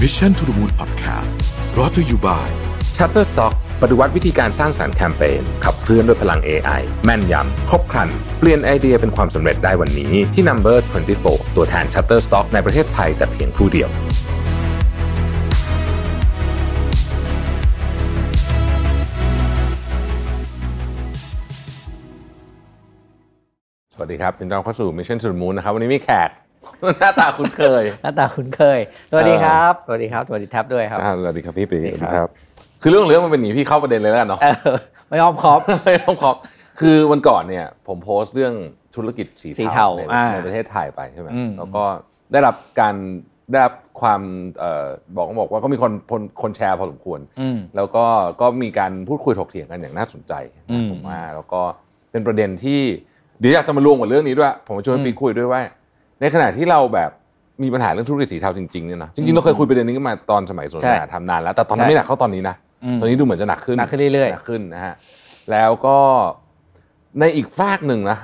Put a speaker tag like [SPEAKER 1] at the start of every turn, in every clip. [SPEAKER 1] Mission to the Moon Podcast brought to you by
[SPEAKER 2] Shutterstock ปฏิวัติวิธีการสร้างสารรค์แคมเปญขับเคลื่อนด้วยพลัง AI แม่นยำ ครบครัน เปลี่ยนไอเดียเป็นความสำเร็จได้วันนี้ที่ Number 24 ตัวแทน Shutterstock ในประเทศไทยแต่เพียงผู้เดียว สวัสดีครับยินดีต้อนรับเข้าสู่ Mission to the Moon นะครับ วันนี้มีแขก หน้าตาคุ้นเคย
[SPEAKER 3] หน้าตาคุ้นเคย สวัสดีครับ สวัสดีครับ สวัสดีแท็บด้วยครับ
[SPEAKER 2] อ่าสวัสดีครับพี่ปี
[SPEAKER 3] สวัสดีครับ
[SPEAKER 2] คือเรื่องของเรื่องมันเป็นหนีพี่เข้าประเด็นเลยแล้วกันเนาะ
[SPEAKER 3] เออไม่อ้อม คอบ
[SPEAKER 2] ไม่ต้องขอบคือวันก่อนเนี่ย ผมโพสต์เรื่องธุรกิจสี
[SPEAKER 3] สี
[SPEAKER 2] เทา
[SPEAKER 3] เทา
[SPEAKER 2] ใน
[SPEAKER 3] อ่า
[SPEAKER 2] ในประเทศไทยไปใช่ไหม
[SPEAKER 3] อืม
[SPEAKER 2] แล้วก็ได้รับการได้รับความเอ่อบอกก็บอกว่าก็มีคนคนคนแชร์พอสมควร
[SPEAKER 3] อืม
[SPEAKER 2] แล้วก็ก็มีการพูดคุยถกเถียงกันอย่างน่าสนใจ
[SPEAKER 3] อืม
[SPEAKER 2] ผมว่าแล้วก็เป็นประเด็นที่เดี๋ยวอยากจะมารวมกับเรื่องนี้ด้วย ผมจะชวนปีคุยด้วยว่า ในขณะที่เราแบบมีปัญหาเรื่องธุรกิจสีเทาจริงๆเนี่ยนะจริงๆเราเคยคุยประเด็นนี้กันมาตอนสมัยสนทนาทำนานแล้วแต่ตอนนั้นไม่หนักเท่าตอนนี้นะ
[SPEAKER 3] อืม
[SPEAKER 2] ตอนนี้ดูเหมือนจะหนักขึ้น
[SPEAKER 3] หนักขึ้นเรื่อยๆ
[SPEAKER 2] หนักขึ้นนะฮะ แล้วก็ในอีกฝากหนึ่งนะ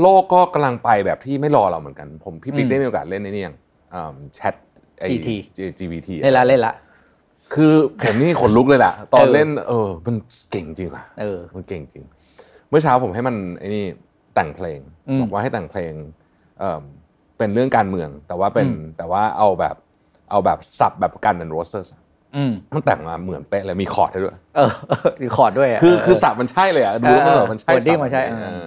[SPEAKER 2] โลกก็กำลังไปแบบที่ไม่รอเราเหมือนกัน ผมพี่ปิ๊ก
[SPEAKER 3] อืม
[SPEAKER 2] ได้มีโอกาสเล่นในนี่ยังแชท
[SPEAKER 3] GT
[SPEAKER 2] GPT
[SPEAKER 3] เล่นละเล่นละ
[SPEAKER 2] คือผมนี่ขนลุกเลยล่ะ ตอน
[SPEAKER 3] เออ
[SPEAKER 2] เล่น เออ มันเก่งจริงว่ะ
[SPEAKER 3] เออ
[SPEAKER 2] มันเก่งจริง เมื่อเช้าผมให้มันไอ้นี่แต่งเพลง
[SPEAKER 3] อืม
[SPEAKER 2] บอกว่าให้แต่งเพลงเอ่อเป็นเรื่องการเมือง แต่ว่าเป็น
[SPEAKER 3] อืม
[SPEAKER 2] แต่ว่าเอาแบบเอาแบบสับแบบกันเป็นโรสเซอร์
[SPEAKER 3] อืม
[SPEAKER 2] มันแต่งมาเหมือนเป๊ะเลยมีคอร์ดให้ด้วย
[SPEAKER 3] เอ อเออรีคอร์ดด้วยะ
[SPEAKER 2] คือ
[SPEAKER 3] เ
[SPEAKER 2] คือสับมันใช่เลยอ่ะดูแล้วมัน
[SPEAKER 3] เออ
[SPEAKER 2] แบบมันใช่
[SPEAKER 3] โคดดิ้ง
[SPEAKER 2] สับ
[SPEAKER 3] มันใช่
[SPEAKER 2] เออ
[SPEAKER 3] เออ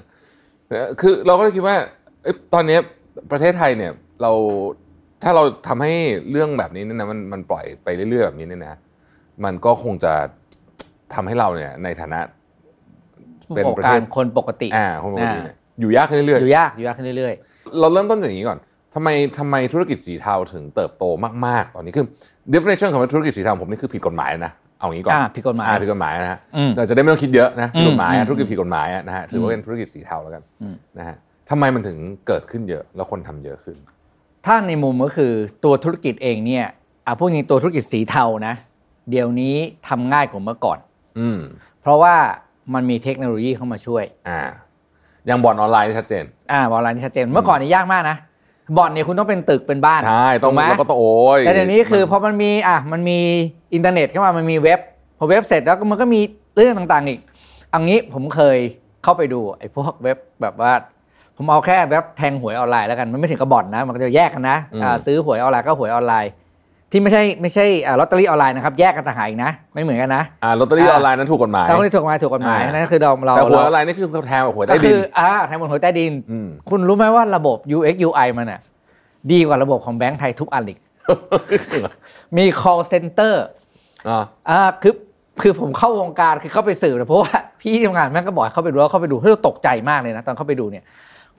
[SPEAKER 2] เออคือเราก็เลยคิดว่าเอ้ยตอนเนี้ยประเทศไทยเนี่ยเราถ้าเราทำให้เรื่องแบบนี้เนี่ยนะมันมันปล่อยไปเรื่อยๆแบบนี้เนี่ยนะมันก็คงจะทำให้เราเนี่ยในฐานะ
[SPEAKER 3] ผู้
[SPEAKER 2] เป็น
[SPEAKER 3] ประ
[SPEAKER 2] ป
[SPEAKER 3] กอบ
[SPEAKER 2] ระ
[SPEAKER 3] กา
[SPEAKER 2] เท
[SPEAKER 3] ร
[SPEAKER 2] ศ
[SPEAKER 3] คนปกติ
[SPEAKER 2] อ่าคนปกติ
[SPEAKER 3] อ่า
[SPEAKER 2] เนี่ยอยู่ยากขึ้นเรื่อย
[SPEAKER 3] อยู่ยากอยู่ยากขึ้นเรื่อย
[SPEAKER 2] ๆเราเริ่มต้นจากอย่างนี้ก่อนทำไมทำไมธุรกิจสีเทาถึงเติบโตมากๆ ตอนนี้คือ definition ของธุรกิจสีเทาของผมนี่คือผิดกฎหมายนะเอาอย่างนี้ก่อน
[SPEAKER 3] อ่าผิดกฎหมาย
[SPEAKER 2] อ่ผิดกฎหมายนะฮะ
[SPEAKER 3] ๆอืม
[SPEAKER 2] เราจะได้ไม่ต้องคิดเยอะนะ
[SPEAKER 3] อืม
[SPEAKER 2] กฎหมายอะ
[SPEAKER 3] อืม
[SPEAKER 2] ธุรกิจผิดกฎหมายอะนะฮะถือว่าเป็นธุรกิจสีเทาแล้วกัน
[SPEAKER 3] อืม
[SPEAKER 2] นะฮะทำไมมันถึงเกิดขึ้นเยอะ แล้วคนทำเยอะขึ้น
[SPEAKER 3] ถ้าในมุมก็คือตัวธุรกิจเองเนี่ยอ่ะพูดจริงตัวธุรกิจสีเทานะ เดี๋ยวนี้ทำง่ายกว่าเมื่อก่อน
[SPEAKER 2] อืม
[SPEAKER 3] เพราะว่ามันมีเทคโนโลยีเข้ามาช่วย
[SPEAKER 2] อ่าอย่างบ่อนออนไลน์นี่ชัดเจน
[SPEAKER 3] อ่าบอลลานนี่ชัดเจนเมื่อก่อนนี่ยากมากนะบอลเนี่ยคุณต้องเป็นตึกเป็นบ้าน
[SPEAKER 2] ใช่ต้อง
[SPEAKER 3] ถูกไหม
[SPEAKER 2] แล้วก็ต้องโอ้ย
[SPEAKER 3] แต่เดี๋ยวนี้คือ
[SPEAKER 2] มั
[SPEAKER 3] พอมันมีอ่ะมันมีอินเทอร์เน็ตเข้ามามันมีเว็บ พอเว็บเสร็จแล้วก็มันก็มีเรื่องต่างๆอีกเอันนี้ผมเคยเข้าไปดูไอ้พวกเว็บแบบว่า ผมเอาแค่เว็บแทงหวยออนไลน์แล้วกันมันไม่ถึงกับบอทนะ มันก็จะแยกกันนะอ่าซื้อหวยออนไลน์ก็หวยออนไลน์ ที่ไม่ใช่ไม่ใช่อ่าลอตเตอรี่ออนไลน์นะครับแยกกันต่างหากอีกนะ ไม่เหมือนกันนะ
[SPEAKER 2] อ่าลอตเตอรี่
[SPEAKER 3] อ่า
[SPEAKER 2] ออนไลน์นั้นถูกกฎหมาย
[SPEAKER 3] เราไม่ได้ถูกกฎหมายถูกกฎหมาย
[SPEAKER 2] อ่านั่
[SPEAKER 3] นั่นคือเราเรา
[SPEAKER 2] แต่หวยออน
[SPEAKER 3] เรา
[SPEAKER 2] ไลน์นี่คือแทนแบบหวย
[SPEAKER 3] ก็
[SPEAKER 2] ใต้ดิ
[SPEAKER 3] คื
[SPEAKER 2] น
[SPEAKER 3] ออ่าแทงบนหวยใต้ดิน
[SPEAKER 2] ม
[SPEAKER 3] คุณรู้ไหมว่าระบบ UX UI มันอ่ะดีกว่าระบบของแบงก์ไทยทุกอันอีกมี call center
[SPEAKER 2] อ่า
[SPEAKER 3] อ่าคือคือผมเข้าวงการคือเข้าไปสืบนะเพราะว่า พี่ที่ทำงานแม่งก็บอกให้เข้าไปดูแล้วเข้าไปดูเฮ้ยเราตกใจมากเลยนะตอนเข้าไปดูเนี่ย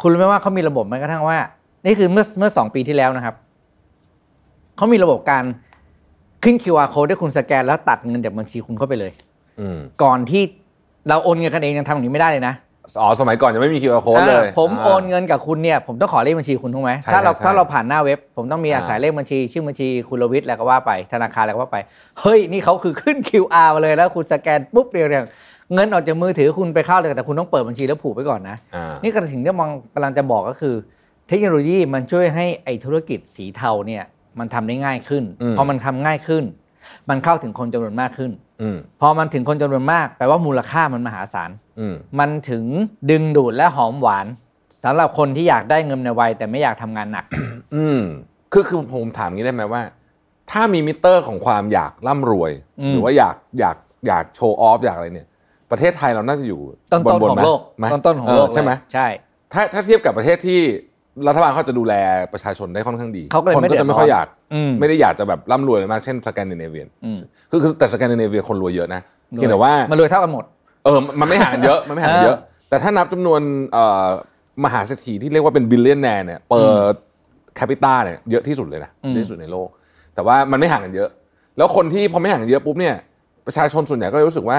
[SPEAKER 3] คุณรู้ไหมว่าเขามีระบบแม้กระทั่งว่า นี่คือเมื่อเมื่อสองปีที่แล้วนะครับเขามีระบบการขึ้น QR code ให้คุณสแกนแล้วตัดเงินจากบัญชีคุณเข้าไปเลย
[SPEAKER 2] อืม
[SPEAKER 3] ก่อนที่เราโอนเงินกันเองยังทำอย่างนี้ไม่ได้เลยนะ
[SPEAKER 2] อ๋อสมัยก่อนยังไม่มี QR
[SPEAKER 3] โอ
[SPEAKER 2] code เลย
[SPEAKER 3] ผม
[SPEAKER 2] า
[SPEAKER 3] โอนเงินกับคุณเนี่ยผมต้องขอเลขบัญชีคุณถูกไหม
[SPEAKER 2] ใช่
[SPEAKER 3] ถ้าเรา
[SPEAKER 2] ใช่
[SPEAKER 3] ถ้าเราผ่านหน้าเว็บ ผมต้องมี
[SPEAKER 2] อ่า
[SPEAKER 3] สายเลขบัญชี ชื่อบัญชีคุณรวิทย์แล้วก็ว่าไป ธนาคารแล้วก็ว่าไป เฮ้ย นี่เขาคือขึ้น QR มาเลยแล้วคุณสแกนปุ๊บเรียงๆเงินออกจากมือถือคุณไปเข้าเลยแต่คุณต้องเปิดบัญชีแล้วผูกไว้ก่อนนะ
[SPEAKER 2] อ่า
[SPEAKER 3] นี่กระถึงที่มองกำลังจะบอกก็คือ เทคโนโลยีมันช่วยให้ไอธุรกิจสีเทาเนี่ยมันทำได้ง่ายขึ้น
[SPEAKER 2] อืม
[SPEAKER 3] พอมันทำง่ายขึ้น มันเข้าถึงคนจำนวนมากขึ้น
[SPEAKER 2] อืม
[SPEAKER 3] พอมันถึงคนจำนวนมากแปลว่ามูลค่ามันมหาศาล
[SPEAKER 2] อืม
[SPEAKER 3] มันถึงดึงดูดและหอมหวานสำหรับคนที่อยากได้เงินในวัยแต่ไม่อยากทำงานหนัก
[SPEAKER 2] อืมคือคือผมถามอย่างนี้ได้ไหมว่า ถ้ามีมิเตอร์ของความอยากร่ำรวย
[SPEAKER 3] อืม
[SPEAKER 2] หรือว่าอยากอยากอยากโชว์ออฟอยากอะไรเนี่ย ประเทศไทยเราน่าจะอยู่
[SPEAKER 3] ต้นต้น
[SPEAKER 2] บ
[SPEAKER 3] ๆของ
[SPEAKER 2] ไหม
[SPEAKER 3] โลก
[SPEAKER 2] ไหม
[SPEAKER 3] ต้นต้นๆของโลก
[SPEAKER 2] เใช่ไหม
[SPEAKER 3] เลยใช่
[SPEAKER 2] ถ้าถ้าเทียบกับประเทศที่รัฐบาลเขาจะดูแลประชาชนได้ค่อนข้างดี
[SPEAKER 3] เขาก็เลย
[SPEAKER 2] คน
[SPEAKER 3] ไม่
[SPEAKER 2] ก็
[SPEAKER 3] เดือด
[SPEAKER 2] จะไม่ค่อยอยาก
[SPEAKER 3] อืม
[SPEAKER 2] ไม่ได้อยากจะแบบร่ำรวยเลยมากเช่นสแกนดิเนเวียน
[SPEAKER 3] อืม
[SPEAKER 2] คือคือแต่สแกนดิเนเวียคนรวยเยอะนะเพียงแต่ว่า
[SPEAKER 3] มันรวยเท่ากันหมด
[SPEAKER 2] เออ มันไม่ห่างกันเย อะ มันไม่ห่างกันเยอะ แต่ถ้านับจำนวนเอ่อมหาเศรษฐีที่เรียกว่าเป็นบิลเลียนแนร์เนี่ย เปิดแคปิตาเนี่ยเยอะที่สุดเลยนะ
[SPEAKER 3] อืม
[SPEAKER 2] เยอะที่สุดในโลก แต่ว่ามันไม่ห่างกันเยอะ แล้วคนที่พอไม่ห่างกันเยอะปุ๊บเนี่ย ประชาชนส่วนใหญ่ก็เลยรู้สึกว่า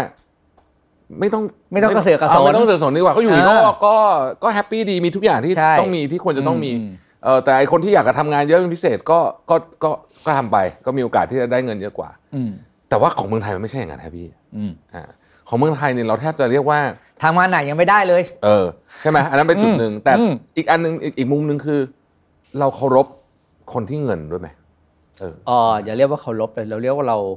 [SPEAKER 2] ไม่ต้อง
[SPEAKER 3] ไม่ต้องกระเสือกกระสน
[SPEAKER 2] ไม่ต้องเสือกกระสนดีกว่าเขาอยู่ในโลก
[SPEAKER 3] เออ
[SPEAKER 2] ก็ก็แฮปปี้ดีมีทุกอย่างที่
[SPEAKER 3] ใช่
[SPEAKER 2] ต้องมีที่ควรจะต้องมี
[SPEAKER 3] อืม
[SPEAKER 2] เออแต่ไอคนที่อยากจะทำงานเยอะเป็นพิเศษก็ก็ก็ก็ทำไป ก็มีโอกาสที่จะได้เงินเยอะกว่า
[SPEAKER 3] อืม
[SPEAKER 2] แต่ว่าของเมืองไทยมันไม่ใช่อย่างนั้นแฮปปี้
[SPEAKER 3] อืม
[SPEAKER 2] อ่าของเมืองไทยเนี่ยเราแทบจะเรียกว่า
[SPEAKER 3] ทำงานหนักยังไม่ได้เลย
[SPEAKER 2] เออใช่ไหมอันนั้นเป็นจุดหนึ่ง
[SPEAKER 3] อืม
[SPEAKER 2] แต่
[SPEAKER 3] อืม
[SPEAKER 2] อีกอันหนึ่งอีกอีกมุมหนึ่งคือ เราเคารพคนที่เงินด้วยไหม เออ
[SPEAKER 3] เอออย่าเรียกว่าเคารพเลยเราเรียกว่าเรา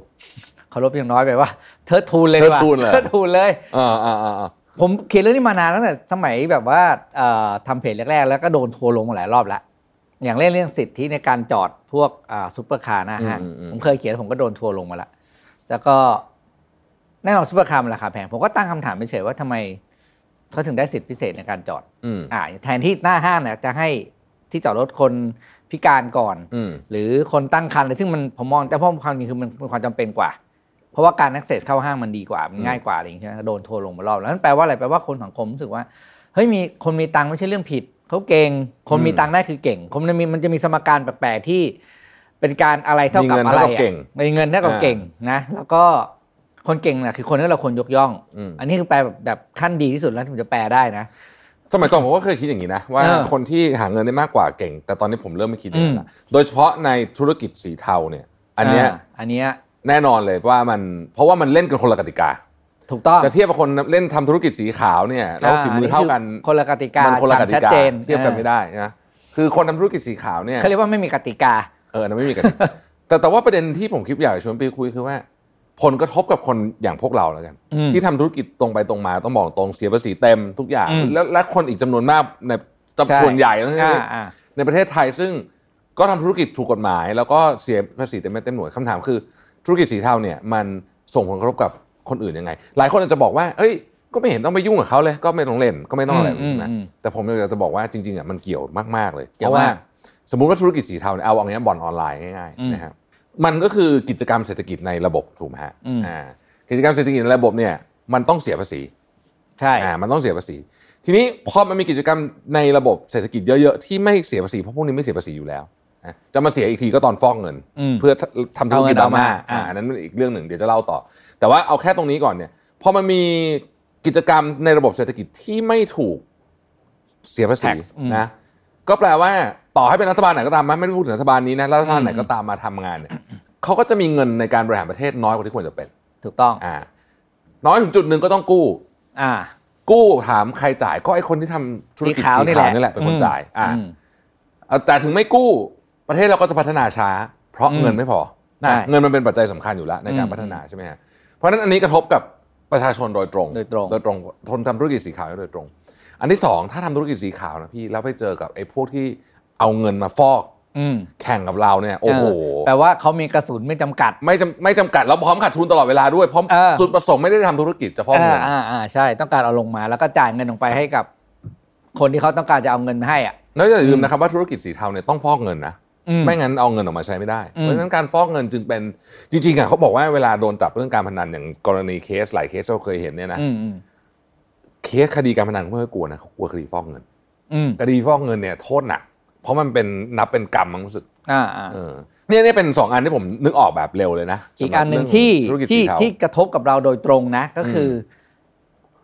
[SPEAKER 3] เคารพอย่างน้อยไปว่าเทิดทูนเลยดีกว่า
[SPEAKER 2] เทิดทูนเลย
[SPEAKER 3] เทิดทูนเลย
[SPEAKER 2] อ่าอ่าอ่าอ่า
[SPEAKER 3] ผมเขียนเรื่องนี้มานานตั้งแต่สมัยแบบว่าเอ่อทำเพจแรกๆ แล้วก็โดนทัวร์ลงมาหลายรอบแล้ว อย่างเล่นเรื่องสิทธิในการจอดพวกอ่าซุปเปอร์คาร์หนะฮะ
[SPEAKER 2] อืมอืม
[SPEAKER 3] ผมเคยเขียนผมก็โดนทัวร์ลงมาละแล้วก็แน่นอนซุปเปอร์คาร์มันราคาแพง ผมก็ตั้งคำถามไปเฉยๆว่าทำไมเขาถึงได้สิทธิพิเศษในการจอด
[SPEAKER 2] อืม
[SPEAKER 3] อ่าแทนที่หน้าห้างเนี่ยจะให้ที่จอดรถคนพิการก่อน
[SPEAKER 2] อืม
[SPEAKER 3] หรือคนตั้งครรภ์อะไรซึ่งมันผมมองแต่พ่อความจริงคือมันมันความจำเป็นกว่า เพราะว่าการ access เข้าห้างมันดีกว่า มันง่ายกว่าอะไรอย่างเงี้ยใช่ไหมโดนทัวร์ลงมารอบแล้วนั่นแปลว่าอะไรแปลว่าคนสังคมรู้สึกว่าเฮ้ยมีคนมีตังค์ไม่ใช่เรื่องผิดเขาเก่ง คนมีตังค์ได้คือเก่งคนมันมีมันจะมีสมการแปลกๆที่ เป็นการอะไรเท่ากับอะไรอะมีเงินเท่ากับเก่งนะแล้วก็คนเก่งน่ะคือคนที่เราควรยกย่อง
[SPEAKER 2] อืม
[SPEAKER 3] อันนี้คือแปลแบบแบบขั้นดีที่สุดแล้วที่ผมจะแปลได้นะ
[SPEAKER 2] สมัยก่อนผมก็เคยคิดอย่างนี้นะ ว่า
[SPEAKER 3] เออ
[SPEAKER 2] คนที่หาเงินได้มากกว่าเก่ง แต่ตอนนี้ผมเริ่มไม่คิดอย่างนั้น
[SPEAKER 3] อืม
[SPEAKER 2] ละโดยเฉพาะในธุรกิจสีเทาเนี่ย อันเนี้ย
[SPEAKER 3] าอันเนี้ย
[SPEAKER 2] แน่นอนเลยว่ามันเพราะว่ามันเล่นกันคนละกติกา
[SPEAKER 3] ถูกต้อง
[SPEAKER 2] จะเทียบกับคนเล่นทำธุรกิจสีขาวเนี่ยแล้วฝีมือเท่ากัน
[SPEAKER 3] คนละกติกา
[SPEAKER 2] มันคนละกติ
[SPEAKER 3] ชัด
[SPEAKER 2] กา
[SPEAKER 3] เจน
[SPEAKER 2] เทียบกันไม่ได้นะคือคนทำธุรกิจสีขาวเนี่ย
[SPEAKER 3] เขาเรียกว่าไม่มีกติกา
[SPEAKER 2] เอออันนั้นไม่มีกัน แต่แต่ว่าประเด็นที่ผมคิดอยากจะชวนไปคุยคือว่า ผลกระทบกับคนอย่างพวกเราแล้วกัน
[SPEAKER 3] อืม
[SPEAKER 2] ที่ทำธุรกิจตรงไปตรงมาต้องบอกตรงเสียภาษีเต็มทุกอย่าง
[SPEAKER 3] อืม
[SPEAKER 2] และและคนอีกจำนวนมากในจำ
[SPEAKER 3] ใช่
[SPEAKER 2] นวนใหญ่แล้ว
[SPEAKER 3] อ่า
[SPEAKER 2] นะ
[SPEAKER 3] อ่า
[SPEAKER 2] ในประเทศไทยซึ่งก็ทำธุรกิจถูกกฎหมาย แล้วก็เสียภาษีเต็มเม็ดเต็มหน่วยคำถามคือ ธุรกิจสีเทาเนี่ยมันส่งผลกระทบกับคนอื่นยังไง หลายคนอาจจะบอกว่าเอ้ย ก็ไม่เห็นต้องไปยุ่งกับเขาเลย ก็ไม่ต้องเล่นก็ไม่ต้องอะไร
[SPEAKER 3] อืม
[SPEAKER 2] ใช่ไหม
[SPEAKER 3] อืมอืม
[SPEAKER 2] แต่ผมอยากจะบอกว่าจริงๆอ่ะมันเกี่ยวมากๆเลย
[SPEAKER 3] เกี่
[SPEAKER 2] เพ
[SPEAKER 3] ย
[SPEAKER 2] ราะ
[SPEAKER 3] ว
[SPEAKER 2] ว่า
[SPEAKER 3] มาก
[SPEAKER 2] สมมุติว่าธุรกิจสีเทาเนี่ยเอาอย่างเงี้ยบ่อนออนไลน์ง่าย
[SPEAKER 3] อืม
[SPEAKER 2] ๆนะครับมันก็คือกิจกรรมเศรษฐกิจในระบบถูกไหมฮะ
[SPEAKER 3] อืม
[SPEAKER 2] อ่ากิจกรรมเศรษฐกิจในระบบเนี่ยมันต้องเสียภาษี
[SPEAKER 3] ใช่
[SPEAKER 2] อ่ามันต้องเสียภาษี ทีนี้พอมันมีกิจกรรมในระบบเศรษฐกิจเยอะๆที่ไม่เสียภาษีเพราะพวกนี้ไม่เสียภาษีอยู่แล้วนะจะมาเสียอีกทีก็ตอนฟอกเงิน
[SPEAKER 3] อืม
[SPEAKER 2] เพื่อทำธุรกิจดราม่า
[SPEAKER 3] เอาเงินเอามาอ่า
[SPEAKER 2] อ่าอันนั้นอีกเรื่องหนึ่งเดี๋ยวจะเล่าต่อ แต่ว่าเอาแค่ตรงนี้ก่อนเนี่ยพอมันมีกิจกรรมในระบบเศรษฐกิจที่ไม่ถูกเสียภาษี
[SPEAKER 3] Tax อืม
[SPEAKER 2] นะ ก็แปลว่าต่อให้เป็นรัฐบาลไหนก็ตามนะไม่ได้พูดถึงรัฐบาลนี้นะรัฐบาลไหน
[SPEAKER 3] อืม
[SPEAKER 2] ก็ตามมาทำงานเนี่ยเขาก็จะมีเงินในการบริหารประเทศน้อยกว่าที่ควรจะเป็น
[SPEAKER 3] ถูกต้อง
[SPEAKER 2] อ่า น้อยถึงจุดหนึ่งก็ต้องกู้
[SPEAKER 3] อ่า
[SPEAKER 2] กู้ถามใครจ่ายก็ไอ้คนที่ทำธุร
[SPEAKER 3] สี
[SPEAKER 2] กิจสี
[SPEAKER 3] ขา
[SPEAKER 2] ขาว ว
[SPEAKER 3] นี่แหละ
[SPEAKER 2] นี่แหละเป็นคน
[SPEAKER 3] อืม
[SPEAKER 2] จ่าย อ่า
[SPEAKER 3] อืม
[SPEAKER 2] เอาแต่ถึงไม่กู้ประเทศเราก็จะพัฒนาช้า เพราะ
[SPEAKER 3] อืม
[SPEAKER 2] เงินไม่พอ
[SPEAKER 3] ใช่
[SPEAKER 2] นะเงินมันเป็นปัจจัยสำคัญอยู่แล้วในการ
[SPEAKER 3] อืม
[SPEAKER 2] พัฒนาใช่ไหมฮะเพราะฉะนั้นอันนี้กระทบกับประชาชนโดยตรง
[SPEAKER 3] โดยตรง
[SPEAKER 2] โดยตรงคนทำธุรกิจสีขาวโดยตรง อันที่สองถ้าทำธุรกิจสีขาวนะพี่แล้วไปเจอกับไอ้พวกที่เอาเงินมาฟอก
[SPEAKER 3] อืม
[SPEAKER 2] แข่งกับเราเนี่ยโอ้โห
[SPEAKER 3] เแปลว่าเขามีกระสุนไม่จำกัด
[SPEAKER 2] ไม่จำไม่จำกัดแล้วพร้อมขาดทุนตลอดเวลาด้วยพร้อม
[SPEAKER 3] เออ
[SPEAKER 2] จุดประสงค์ไม่ได้ทำธุรกิจจะฟอก
[SPEAKER 3] อ่า
[SPEAKER 2] เงิน
[SPEAKER 3] อ่าอ่าใช่ต้องการเอาลงมาแล้วก็จ่ายเงินลงไปให้กับ คนที่เขาต้องการจะเอาเงินมาให้อ่ะ
[SPEAKER 2] แล้วอย่าลืมนะครับว่าธุรกิจสีเทาเนี่ยต้องฟอกเงินนะ
[SPEAKER 3] อื
[SPEAKER 2] ไม่งั้นเอาเงินออกมาใช้ไม่ได้
[SPEAKER 3] อืม
[SPEAKER 2] เพราะฉะนั้นการฟอกเงินจึงเป็นจริงๆอ่ะเขาบอกว่าเวลาโดนจับเรื่องการพนันอย่างกรณีเคสหลายเคสที่เราเคยเห็นเนี่ยนะ
[SPEAKER 3] ืมอืม
[SPEAKER 2] เคสคดีการพนันเขาไม่ค่อยกลัวนะเขากลัวคดีฟอกเงิน
[SPEAKER 3] อืม
[SPEAKER 2] คดีฟอกเงินเนี่ยโทษหนัก เพราะมันเป็นนับเป็นกรรมมั้งรู้สึก
[SPEAKER 3] อ่าอ่า
[SPEAKER 2] เออเนี่ยเนี่ยเป็นสองอันที่ผมนึกออกแบบเร็วเลยนะ
[SPEAKER 3] อีก
[SPEAKER 2] สำรับ
[SPEAKER 3] อันหนึ่ง
[SPEAKER 2] เรื่
[SPEAKER 3] ที่
[SPEAKER 2] ธุรกิจ
[SPEAKER 3] ที่
[SPEAKER 2] สีเทา
[SPEAKER 3] ที่กระทบกับเราโดยตรงนะ ก็คืออ
[SPEAKER 2] ม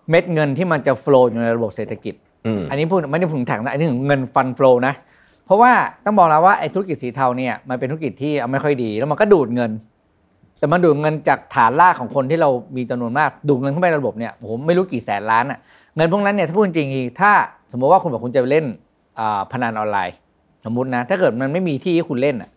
[SPEAKER 3] เม็ดเงินที่มันจะ flow อยู่ในระบบเศรษฐกิจ
[SPEAKER 2] อืม
[SPEAKER 3] อันนี้พูดไม่ได้พูดถึงถังนะอันนี้ถึงเงินฟันฟลูนะ เพราะว่าต้องบอกแล้วว่าไอ้ธุรกิจสีเทาเนี่ยมันเป็นธุรกิจที่เอาไม่ค่อยดี แล้วมันก็ดูดเงิน แต่มันดูดเงินจากฐานรากของคนที่เรามีจำนวนมากดูดเงินเข้าไปในระบบเนี่ยผมไม่รู้กี่แสนล้านอะ่ะเงินพวกนั้นเนี่ยถ้าพูดจริงๆถ้าสมมติว่าคุณบอกคุณจะไปเล่นอ่าพนันออนไลน์ สมมตินะ ถ้าเกิดมันไม่มีที่ให้คุณเล่นอะ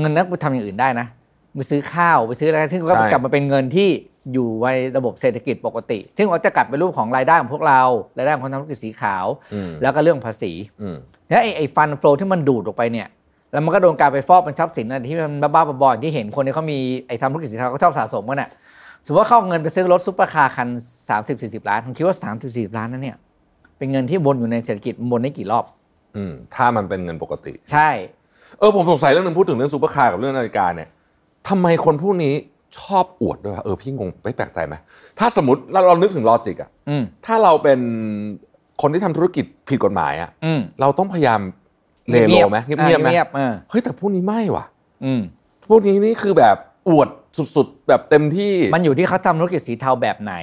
[SPEAKER 3] เงินนั้นคุณทำอย่างอื่นได้นะไปซื้อข้าวไปซื้ออะไรซึ่งก็กลับมาเป็นเงินที่อยู่ในระบบเศรษฐกิจปกติ ซึ่งเราจะกลับเป็นรูปของรายได้ของพวกเรารายได้ของคนทำธุรกิจสีขาว
[SPEAKER 2] อืม
[SPEAKER 3] แล้วก็เรื่องภาษี
[SPEAKER 2] อืม
[SPEAKER 3] แล้วไอ้ไอ้ฟันฟลที่มันดูดออกไปเนี่ย แล้วมันก็โดนการไปฟอกเป็นทรัพย์สินอะไรที่มันบ้าๆบอๆอย่างที่เห็นคนที่เขามีไอ้ทำธุรกิจสีเทาก็ชอบสะสมกันน่ะสมมติว่าเข้าเอาเงินไปซื้อรถซุปเปอร์คาร์คัน 30 40 ล้านผมคิดว่า 30 40 ล้านนั้นเนี่ย เป็นเงินที่วนอยู่ในเศรษฐกิจวนได้กี่รอบ
[SPEAKER 2] อืมถ้ามันเป็นเงินปกติ
[SPEAKER 3] ใช่
[SPEAKER 2] เออผมสงสัยเรื่องหนึงพูดถึงเรื่องซูเปอร์คาร์กับเรื่องนาฬิกาเนี่ยทำไมคนผู้นี้ชอบอวดด้วยวะเออพี่งงไม่แปลกใจไหมถ้าสมมติเราเรานึกถึงลอจิกอะ
[SPEAKER 3] อืม
[SPEAKER 2] ถ้าเราเป็นคนที่ทำธุรกิจผิดกฎหมายอะ
[SPEAKER 3] อืม
[SPEAKER 2] เราต้องพยายามเลโลไหมเงียบๆไหม
[SPEAKER 3] เงียบๆเออ
[SPEAKER 2] เฮ้ยแต่พวกนี้ไม่ว่ะ
[SPEAKER 3] อืม
[SPEAKER 2] พวกนี้นี่คือแบบอวดสุดๆ แบบเต็มที่
[SPEAKER 3] มันอยู่ที่เขาทำธุรกิจสีเทาแบบไหน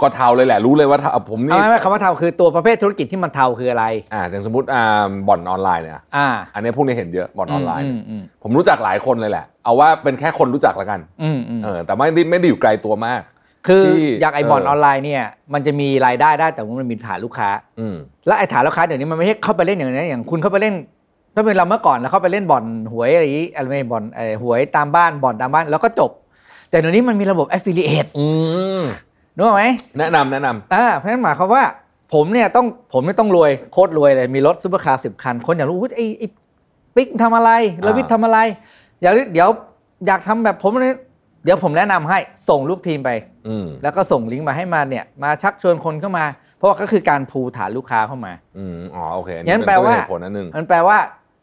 [SPEAKER 2] ก็เทาเลยแหละรู้เลยว่าเทาผม
[SPEAKER 3] เอา
[SPEAKER 2] นี่
[SPEAKER 3] ไม่ไม่คำว่าเทาคือตัวประเภทธุรกิจที่มันเทาคืออะไร
[SPEAKER 2] อ่าอย่างสมมติอ่าบ่อนออนไลน์เนี่ย
[SPEAKER 3] อ่า
[SPEAKER 2] อันนี้พวกนี้เห็นเยอะบ่อนออนไลน์
[SPEAKER 3] อื
[SPEAKER 2] เนี่ย
[SPEAKER 3] มอืม
[SPEAKER 2] ผมรู้จักหลายคนเลยแหละ เอาว่าเป็นแค่คนรู้จักละกัน
[SPEAKER 3] อืมอืม
[SPEAKER 2] เออแต่ไม่ได้ไม่ได้อยู่ไกลตัวมาก
[SPEAKER 3] คือ
[SPEAKER 2] ที่
[SPEAKER 3] อย่างไอ้บอล
[SPEAKER 2] เออ
[SPEAKER 3] ออนไลน์เนี่ยมันจะมีรายได้ได้แต่ว่ามันมีฐานลูกค้า
[SPEAKER 2] อืม
[SPEAKER 3] และไอ้ฐานลูกค้าเดี๋ยวนี้มันไม่ใช่เข้าไปเล่นอย่างนี้นอย่างคุณเข้าไปเล่นไป ถ้าเป็นเราเมื่อก่อนเราเข้าไปเล่นบ่อนหวยอะไรอย่างงี้อะไรไม่บ่อนเอ่อหวยตามบ้านบ่อนตามบ้านแล้วก็จบ แต่เดี๋ยวนี้มันมีระบบ affiliate
[SPEAKER 2] อืม
[SPEAKER 3] นึกออกไหม
[SPEAKER 2] แนะนำแนะนำ
[SPEAKER 3] อ่าเพราะฉะนั้นหมายความว่าผมเนี่ยต้องผมไม่ยต้องรวยโคตรรวยเลยมีรถซูเปอร์คาร์สิบคัน คนอยากรู้อุ๊ยไอ้ไอ้ปิ๊กทำอะไรระวิทย์ทำอะไรอยากรู้เดี๋ยวอยากทำแบบผมเลยเดี๋ยวผมแนะนำให้ส่งลูกทีมไป
[SPEAKER 2] อืม
[SPEAKER 3] แล้วก็ส่งลิงก์มาให้มาเนี่ยมาชักชวนคนเข้ามา เพราะว่าก็คือการพูฐานลูกค้าเข้ามา
[SPEAKER 2] อืมอ๋อโอเคอั
[SPEAKER 3] งั้นแปลว่า
[SPEAKER 2] เเหตุผลอันหนึ่ง
[SPEAKER 3] มันแปลว่า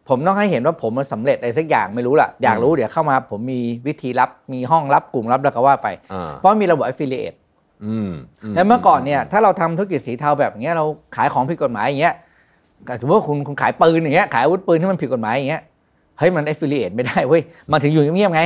[SPEAKER 3] ผมต้องให้เห็นว่าผมมันสำเร็จอะไรสักอย่างไม่รู้ล่ะอยากรู้เดี๋ยวเข้ามาผมมีวิธีรับมีห้องรับกลุ่มรับแล้วก็ว่าไป
[SPEAKER 2] อ่า
[SPEAKER 3] เพราะมีระบบ affiliate
[SPEAKER 2] อืมม
[SPEAKER 3] แล้วเมื่อก่อนเนี่ยถ้าเราทำธุรกิจสีเทาแบบเนี้ยเราขายของผิดกฎหมายอย่างเงี้ยสมมติว่าคุณคุณขายปืนอย่างเงี้ยขายอาวุธปืนที่มันผิดกฎหมายอย่างเงี้ยเฮ้ยมัน affiliate ไม่ได้เว้ยมันถึงอยู่เงียบๆไง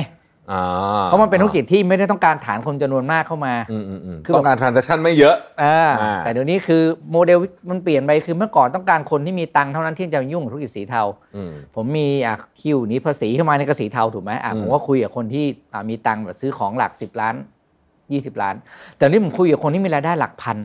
[SPEAKER 2] อ่า
[SPEAKER 3] เพราะมันเป็นธุรกิจที่ไม่ได้ต้องการฐานคนจำนวนมากเข้ามา
[SPEAKER 2] อืมอืมอืม
[SPEAKER 3] คือ
[SPEAKER 2] ต้องการ transaction ไม่เยอะ
[SPEAKER 3] อ่า
[SPEAKER 2] อ่า
[SPEAKER 3] แต่เดี๋ยวนี้คือโมเดลมันเปลี่ยนไปคือเมื่อก่อนต้องการคนที่มีตังค์เท่านั้นที่จะยุ่งกับธุรกิจสีเทา
[SPEAKER 2] อืม
[SPEAKER 3] ผมมีอ่ะคิวหนีภาษีเข้ามาในกระสีเทาถูกไหมอ่ะ
[SPEAKER 2] อืม
[SPEAKER 3] ผมก็คุยกับคนที่อ่ะมีตังค์แบบซื้อของหลักสิบล้านยี่สิบล้าน แต่นี่ผมคุยกับคนที่มีรายได้หลัก พัน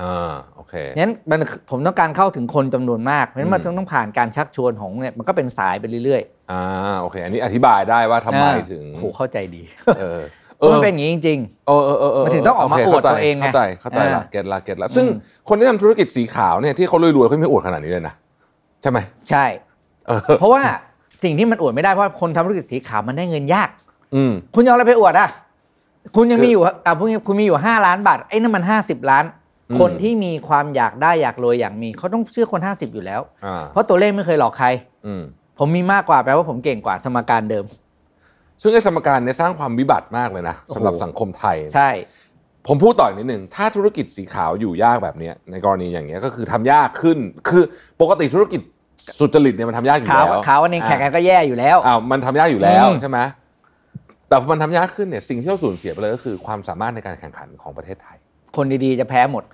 [SPEAKER 2] อ่าโอเค
[SPEAKER 3] งั้นมันผมต้องการเข้าถึงคนจำนวนมากเพราะฉะนั้นมัน
[SPEAKER 2] อืม
[SPEAKER 3] ต้องต้องผ่านการชักชวนของเนี่ยมันก็เป็นสายไปเรื่อย
[SPEAKER 2] อ่าโอเค อันนี้อธิบายได้ว่า
[SPEAKER 3] ๆ
[SPEAKER 2] ทำไม
[SPEAKER 3] อ่า
[SPEAKER 2] ถึง
[SPEAKER 3] โหเข้าใจดี
[SPEAKER 2] เออ
[SPEAKER 3] เพราะมันเป็นอย่างนี้จริง
[SPEAKER 2] เออเออเออเออ
[SPEAKER 3] มันถึงต้องออกมา
[SPEAKER 2] โ
[SPEAKER 3] อวดตัวเองไง
[SPEAKER 2] เข้าใจเข้าใจละ
[SPEAKER 3] อ่า
[SPEAKER 2] เก็ตละเก็ตละซึ่ง
[SPEAKER 3] อืม
[SPEAKER 2] คนที่ทำธุรกิจสีขาวเนี่ยที่เขารวยๆเขาไม่อวดขนาดนี้เลยนะ ใช่ไหม
[SPEAKER 3] ๆ ใช่
[SPEAKER 2] เออ
[SPEAKER 3] เพราะว่าสิ่งที่มันอวดไม่ได้เพราะคนทำธุรกิจสีขาวมันได้เงินยาก
[SPEAKER 2] อืม
[SPEAKER 3] คุณจะเอาอะไรไปอวดอ่ะ คุณยัง
[SPEAKER 2] คือ
[SPEAKER 3] มีอยู่อ่ะพวกนี้คุณมีอยู่ 5 ล้านบาทไอ้นั่นมัน 50 ล้าน
[SPEAKER 2] อืม
[SPEAKER 3] คนที่มีความอยากได้อยากรวยอยากมีเขาต้องเชื่อคน 50 อยู่แล้ว
[SPEAKER 2] อ่า
[SPEAKER 3] เพราะตัวเลขไม่เคยหลอกใคร
[SPEAKER 2] อืม
[SPEAKER 3] ผมมีมากกว่าแปลว่าผมเก่งกว่าสมการเดิม
[SPEAKER 2] ซึ่งไอ้สมการเนี่ยสร้างความวิบัติมากเลยนะ
[SPEAKER 3] โอ้โห
[SPEAKER 2] สำหรับสังคมไทย
[SPEAKER 3] ใช่
[SPEAKER 2] ผมพูดต่ออีกนิดหนึ่งถ้าธุรกิจสีขาวอยู่ยากแบบเนี้ยในกรณีอย่างเงี้ยก็คือทำยากขึ้น คือปกติธุรกิจสุจริตเนี่ยมันทำยากอยู่
[SPEAKER 3] ขาว
[SPEAKER 2] แล้ว
[SPEAKER 3] ขาววันเองแข่งกันก็แย่อยู่แล้ว
[SPEAKER 2] อ้าวมันทำยากอยู่แล้ว
[SPEAKER 3] อืม
[SPEAKER 2] ใช่ไหมแต่พอมันทำยากขึ้นเนี่ยสิ่งที่เราสูญเสียไปเลยก็คือความสามารถในการแข่งขันของประเทศไทย
[SPEAKER 3] คนดีๆจะแพ้หมด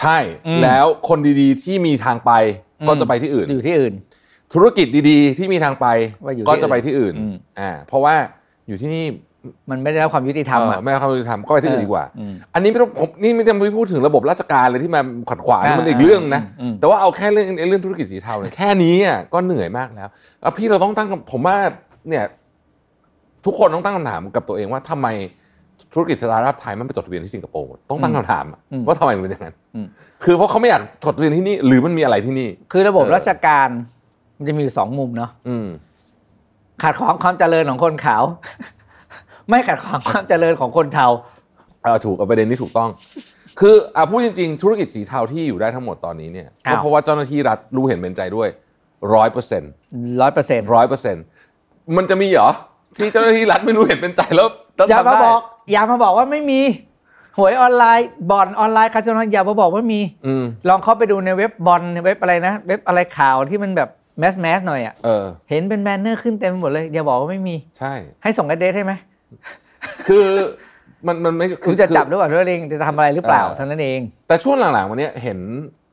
[SPEAKER 2] ใช่
[SPEAKER 3] อืม
[SPEAKER 2] แล้วคนดีๆ ที่มีทางไป
[SPEAKER 3] อืม
[SPEAKER 2] ก็จะไปที่อื่น
[SPEAKER 3] อยู่ที่อื่น
[SPEAKER 2] ธุรกิจดีๆ ที่มีทางไป
[SPEAKER 3] ว่าอยู่ที่
[SPEAKER 2] ก็จะไปที่อื่น
[SPEAKER 3] อืม
[SPEAKER 2] อ่าเพราะว่าอยู่ที่นี่
[SPEAKER 3] มันไม่ได้รับความยุติธรรม
[SPEAKER 2] เอ่
[SPEAKER 3] อ่ะ
[SPEAKER 2] อไม่ได้ความยุติธรรมก็ไปที่อื่นดีกว่า
[SPEAKER 3] อืม
[SPEAKER 2] อันนี้ไม่ต้องผมนี่ไม่ต้องไปพูดถึงระบบราชการเลยที่มาขัดขวาง
[SPEAKER 3] อ่า
[SPEAKER 2] มันอีกเรื่องนะ
[SPEAKER 3] อืมอืม
[SPEAKER 2] แต่ว่าเอาแค่เรื่องเรื่องธุรกิจสีเทาเนี่ยแค่นี้อ่ะก็เหนื่อยมากแล้วแล้วพี่เราต้องตั้งคำผมว่าเนี่ย ทุกคนต้องตั้งคำถามกับตัวเองว่าทำไมธุรกิจสตาร์ทอัพไทยมันไปจดทะเบียนที่สิงคโปร์ต้องตั้งคำถามอะ
[SPEAKER 3] อืม
[SPEAKER 2] ว่าทำไมมันเป็นอย่างนั้น
[SPEAKER 3] อืม
[SPEAKER 2] คือเพราะเขาไม่อยากจดทะเบียนที่นี่หรือมันมีอะไรที่นี่
[SPEAKER 3] คือระบบ
[SPEAKER 2] เออ
[SPEAKER 3] ราชการมันจะมีอยู่สองมุมเนาะ
[SPEAKER 2] อืม
[SPEAKER 3] ขัดขวางความเจริญของคนขาว ไม่ขัดขวางความเจริญของคนเทา
[SPEAKER 2] เออถูกเอาประเด็นนี้ถูกต้อง คืออ่ะพูดจริง ๆ ธุรกิจสีเทาที่อยู่ได้ทั้งหมดตอนนี้เนี่ย
[SPEAKER 3] อ้า
[SPEAKER 2] ก็
[SPEAKER 3] ว
[SPEAKER 2] เพราะว่าเจ้าหน้าที่รัฐรู้เห็นเป็นใจด้วยร้อยเปอร์เซ็นต์
[SPEAKER 3] ร้อยเปอร์เซ็นต์
[SPEAKER 2] ร้อยเปอร์เซ็นต์มันจะมีเหรอ ที่เจ้าหน้าที่รัฐไม่รู้เห็นเป็นใจแล้วแล้ว
[SPEAKER 3] อย่า
[SPEAKER 2] ทำ
[SPEAKER 3] มา
[SPEAKER 2] ได้
[SPEAKER 3] บอกอย่ามาบอกว่าไม่มี หวยออนไลน์บ่อนออนไลน์คาสิโนอย่ามาบอกว่ามี
[SPEAKER 2] อืม
[SPEAKER 3] ลองเข้าไปดูในเว็บบอลในเว็บอะไรนะ เว็บอะไรข่าวที่มันแบบแมสแมสหน่อยอ่ะ
[SPEAKER 2] เออ
[SPEAKER 3] เห็นเป็นแบนเนอร์ขึ้นเต็มไปหมดเลย อย่าบอกว่าไม่มี
[SPEAKER 2] ใช่
[SPEAKER 3] ให้ส่งไอเดทให้ไหม
[SPEAKER 2] คือมันมันไม่
[SPEAKER 3] คุณจะจับหรือเปล่าด้วยเองจะทำอะไรหรือเปล่าเท่านั้นเอง
[SPEAKER 2] แต่ช่วงหลังๆวันเนี้ยเห็น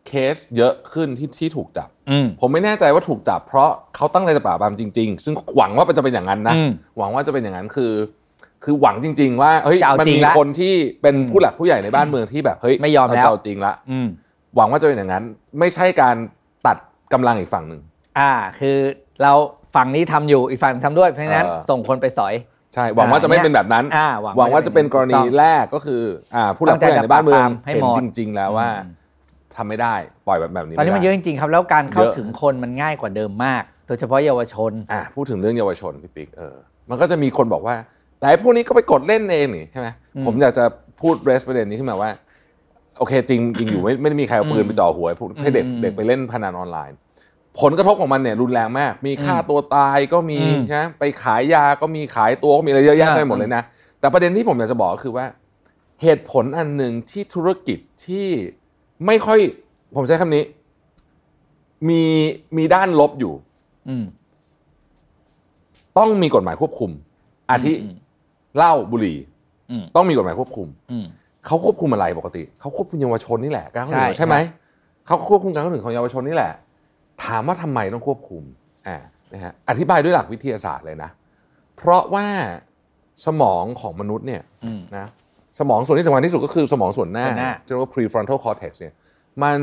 [SPEAKER 2] เคสเยอะขึ้นที่ที่ถูกจับ
[SPEAKER 3] อืม
[SPEAKER 2] ผมไม่แน่ใจว่าถูกจับเพราะเขาตั้งใจจะปราบปรามจริง ๆ ซึ่งหวังว่าจะเป็นอย่างนั้นนะ
[SPEAKER 3] อืม
[SPEAKER 2] หวังว่าจะเป็นอย่างนั้นคือ คือหวังจริง ๆ ว่าเฮ้ย
[SPEAKER 3] จะเอา
[SPEAKER 2] มั
[SPEAKER 3] จริง
[SPEAKER 2] มี
[SPEAKER 3] ละ
[SPEAKER 2] คนที่เป็นผู้หลักผู้ใหญ่ในบ้านเมืองที่แบบเฮ้ย
[SPEAKER 3] ไม่ยอม
[SPEAKER 2] เา
[SPEAKER 3] แล้ว
[SPEAKER 2] จะเอาจริงละ
[SPEAKER 3] อืม
[SPEAKER 2] หวังว่าจะเป็นอย่างนั้น ไม่ใช่การตัดกำลังอีกฝั่งหนึ่ง
[SPEAKER 3] อ่าคือเราฝั่งนี้ทำอยู่อีกฝั่งทำด้วยเพราะฉะนั้น
[SPEAKER 2] เออ
[SPEAKER 3] ส่งคนไปสอย
[SPEAKER 2] ใช่หวังว่าจะไม่
[SPEAKER 3] อ่า
[SPEAKER 2] เป็นแบบนั้น
[SPEAKER 3] อ่าหวัง
[SPEAKER 2] หวังว่าจะเป็นกรณี
[SPEAKER 3] ถูกต้อง
[SPEAKER 2] แรกก็คือ อ่า ผู้หลักผู้ใหญ่ในบ้านเมือง
[SPEAKER 3] ตั้งใจจะปราบปรามให้
[SPEAKER 2] เห็น
[SPEAKER 3] หมด
[SPEAKER 2] จริง ๆ แล้วว่า
[SPEAKER 3] อืม
[SPEAKER 2] ทำไม่ได้ปล่อยแบบแบบนี้
[SPEAKER 3] ตอนนี้มันเย
[SPEAKER 2] ไได้
[SPEAKER 3] อะจริงๆครับ แล้วการเข้า
[SPEAKER 2] เยอะ
[SPEAKER 3] ถึงคนมันง่ายกว่าเดิมมาก โดยเฉพาะเยาวชน
[SPEAKER 2] อ่ะพูดถึงเรื่องเยาวชนพี่ปิ๊กเออมันก็จะมีคนบอกว่าแต่ไอ้พวกนี้ก็ไปกดเล่นเองนี่ใช่ไหม
[SPEAKER 3] อืม
[SPEAKER 2] ผมอยากจะพูดเรสประเด็นนี้ขึ้นมาว่า โอเคจริงจริงอยู่ไม่ไม่ได้มีใครเอาปืนไปจ่อหัวไอ้พวกให้เด็ก
[SPEAKER 3] อืม
[SPEAKER 2] เด็กไปเล่นพนันออนไลน์ ผลกระทบของมันเนี่ยรุนแรงมาก มีฆ่า
[SPEAKER 3] อืม
[SPEAKER 2] ตัวตายก็มี
[SPEAKER 3] อืม
[SPEAKER 2] นะไปขายยาก็มีขายตัวก็มีอะไรเยอะแยะ
[SPEAKER 3] อ่า
[SPEAKER 2] ไปหมดเลยนะ แต่ประเด็นที่ผมอยากจะบอกก็คือว่า เหตุผลอันหนึ่งที่ธุรกิจที่ไม่ค่อย ผมใช้คำนี้ มีมีด้านลบอยู่
[SPEAKER 3] อืม
[SPEAKER 2] ต้องมีกฎหมายควบคุม อาทิ
[SPEAKER 3] อืม
[SPEAKER 2] เหล้าบุหรี่
[SPEAKER 3] อืม
[SPEAKER 2] ต้องมีกฎหมายควบคุม
[SPEAKER 3] อืม
[SPEAKER 2] เขาควบคุมอะไรปกติ เขาควบคุมเยาวชนนี่แหละการเข้าถึง
[SPEAKER 3] ใช่
[SPEAKER 2] ใช่ไหมเขาควบคุมการเข้าถึงของเยาวชนนี่แหละ ถามว่าทำไมต้องควบคุมอ่านะฮะอธิบายด้วยหลักวิทยาศาสตร์เลยนะ เพราะว่าสมองของมนุษย์เนี่ย
[SPEAKER 3] อืม
[SPEAKER 2] นะสมองส่วนที่สำคัญที่สุดก็คือสมองส่วนหน้า
[SPEAKER 3] ส่วนหน้า
[SPEAKER 2] ที่เรียกว่า prefrontal cortex เนี่ยมัน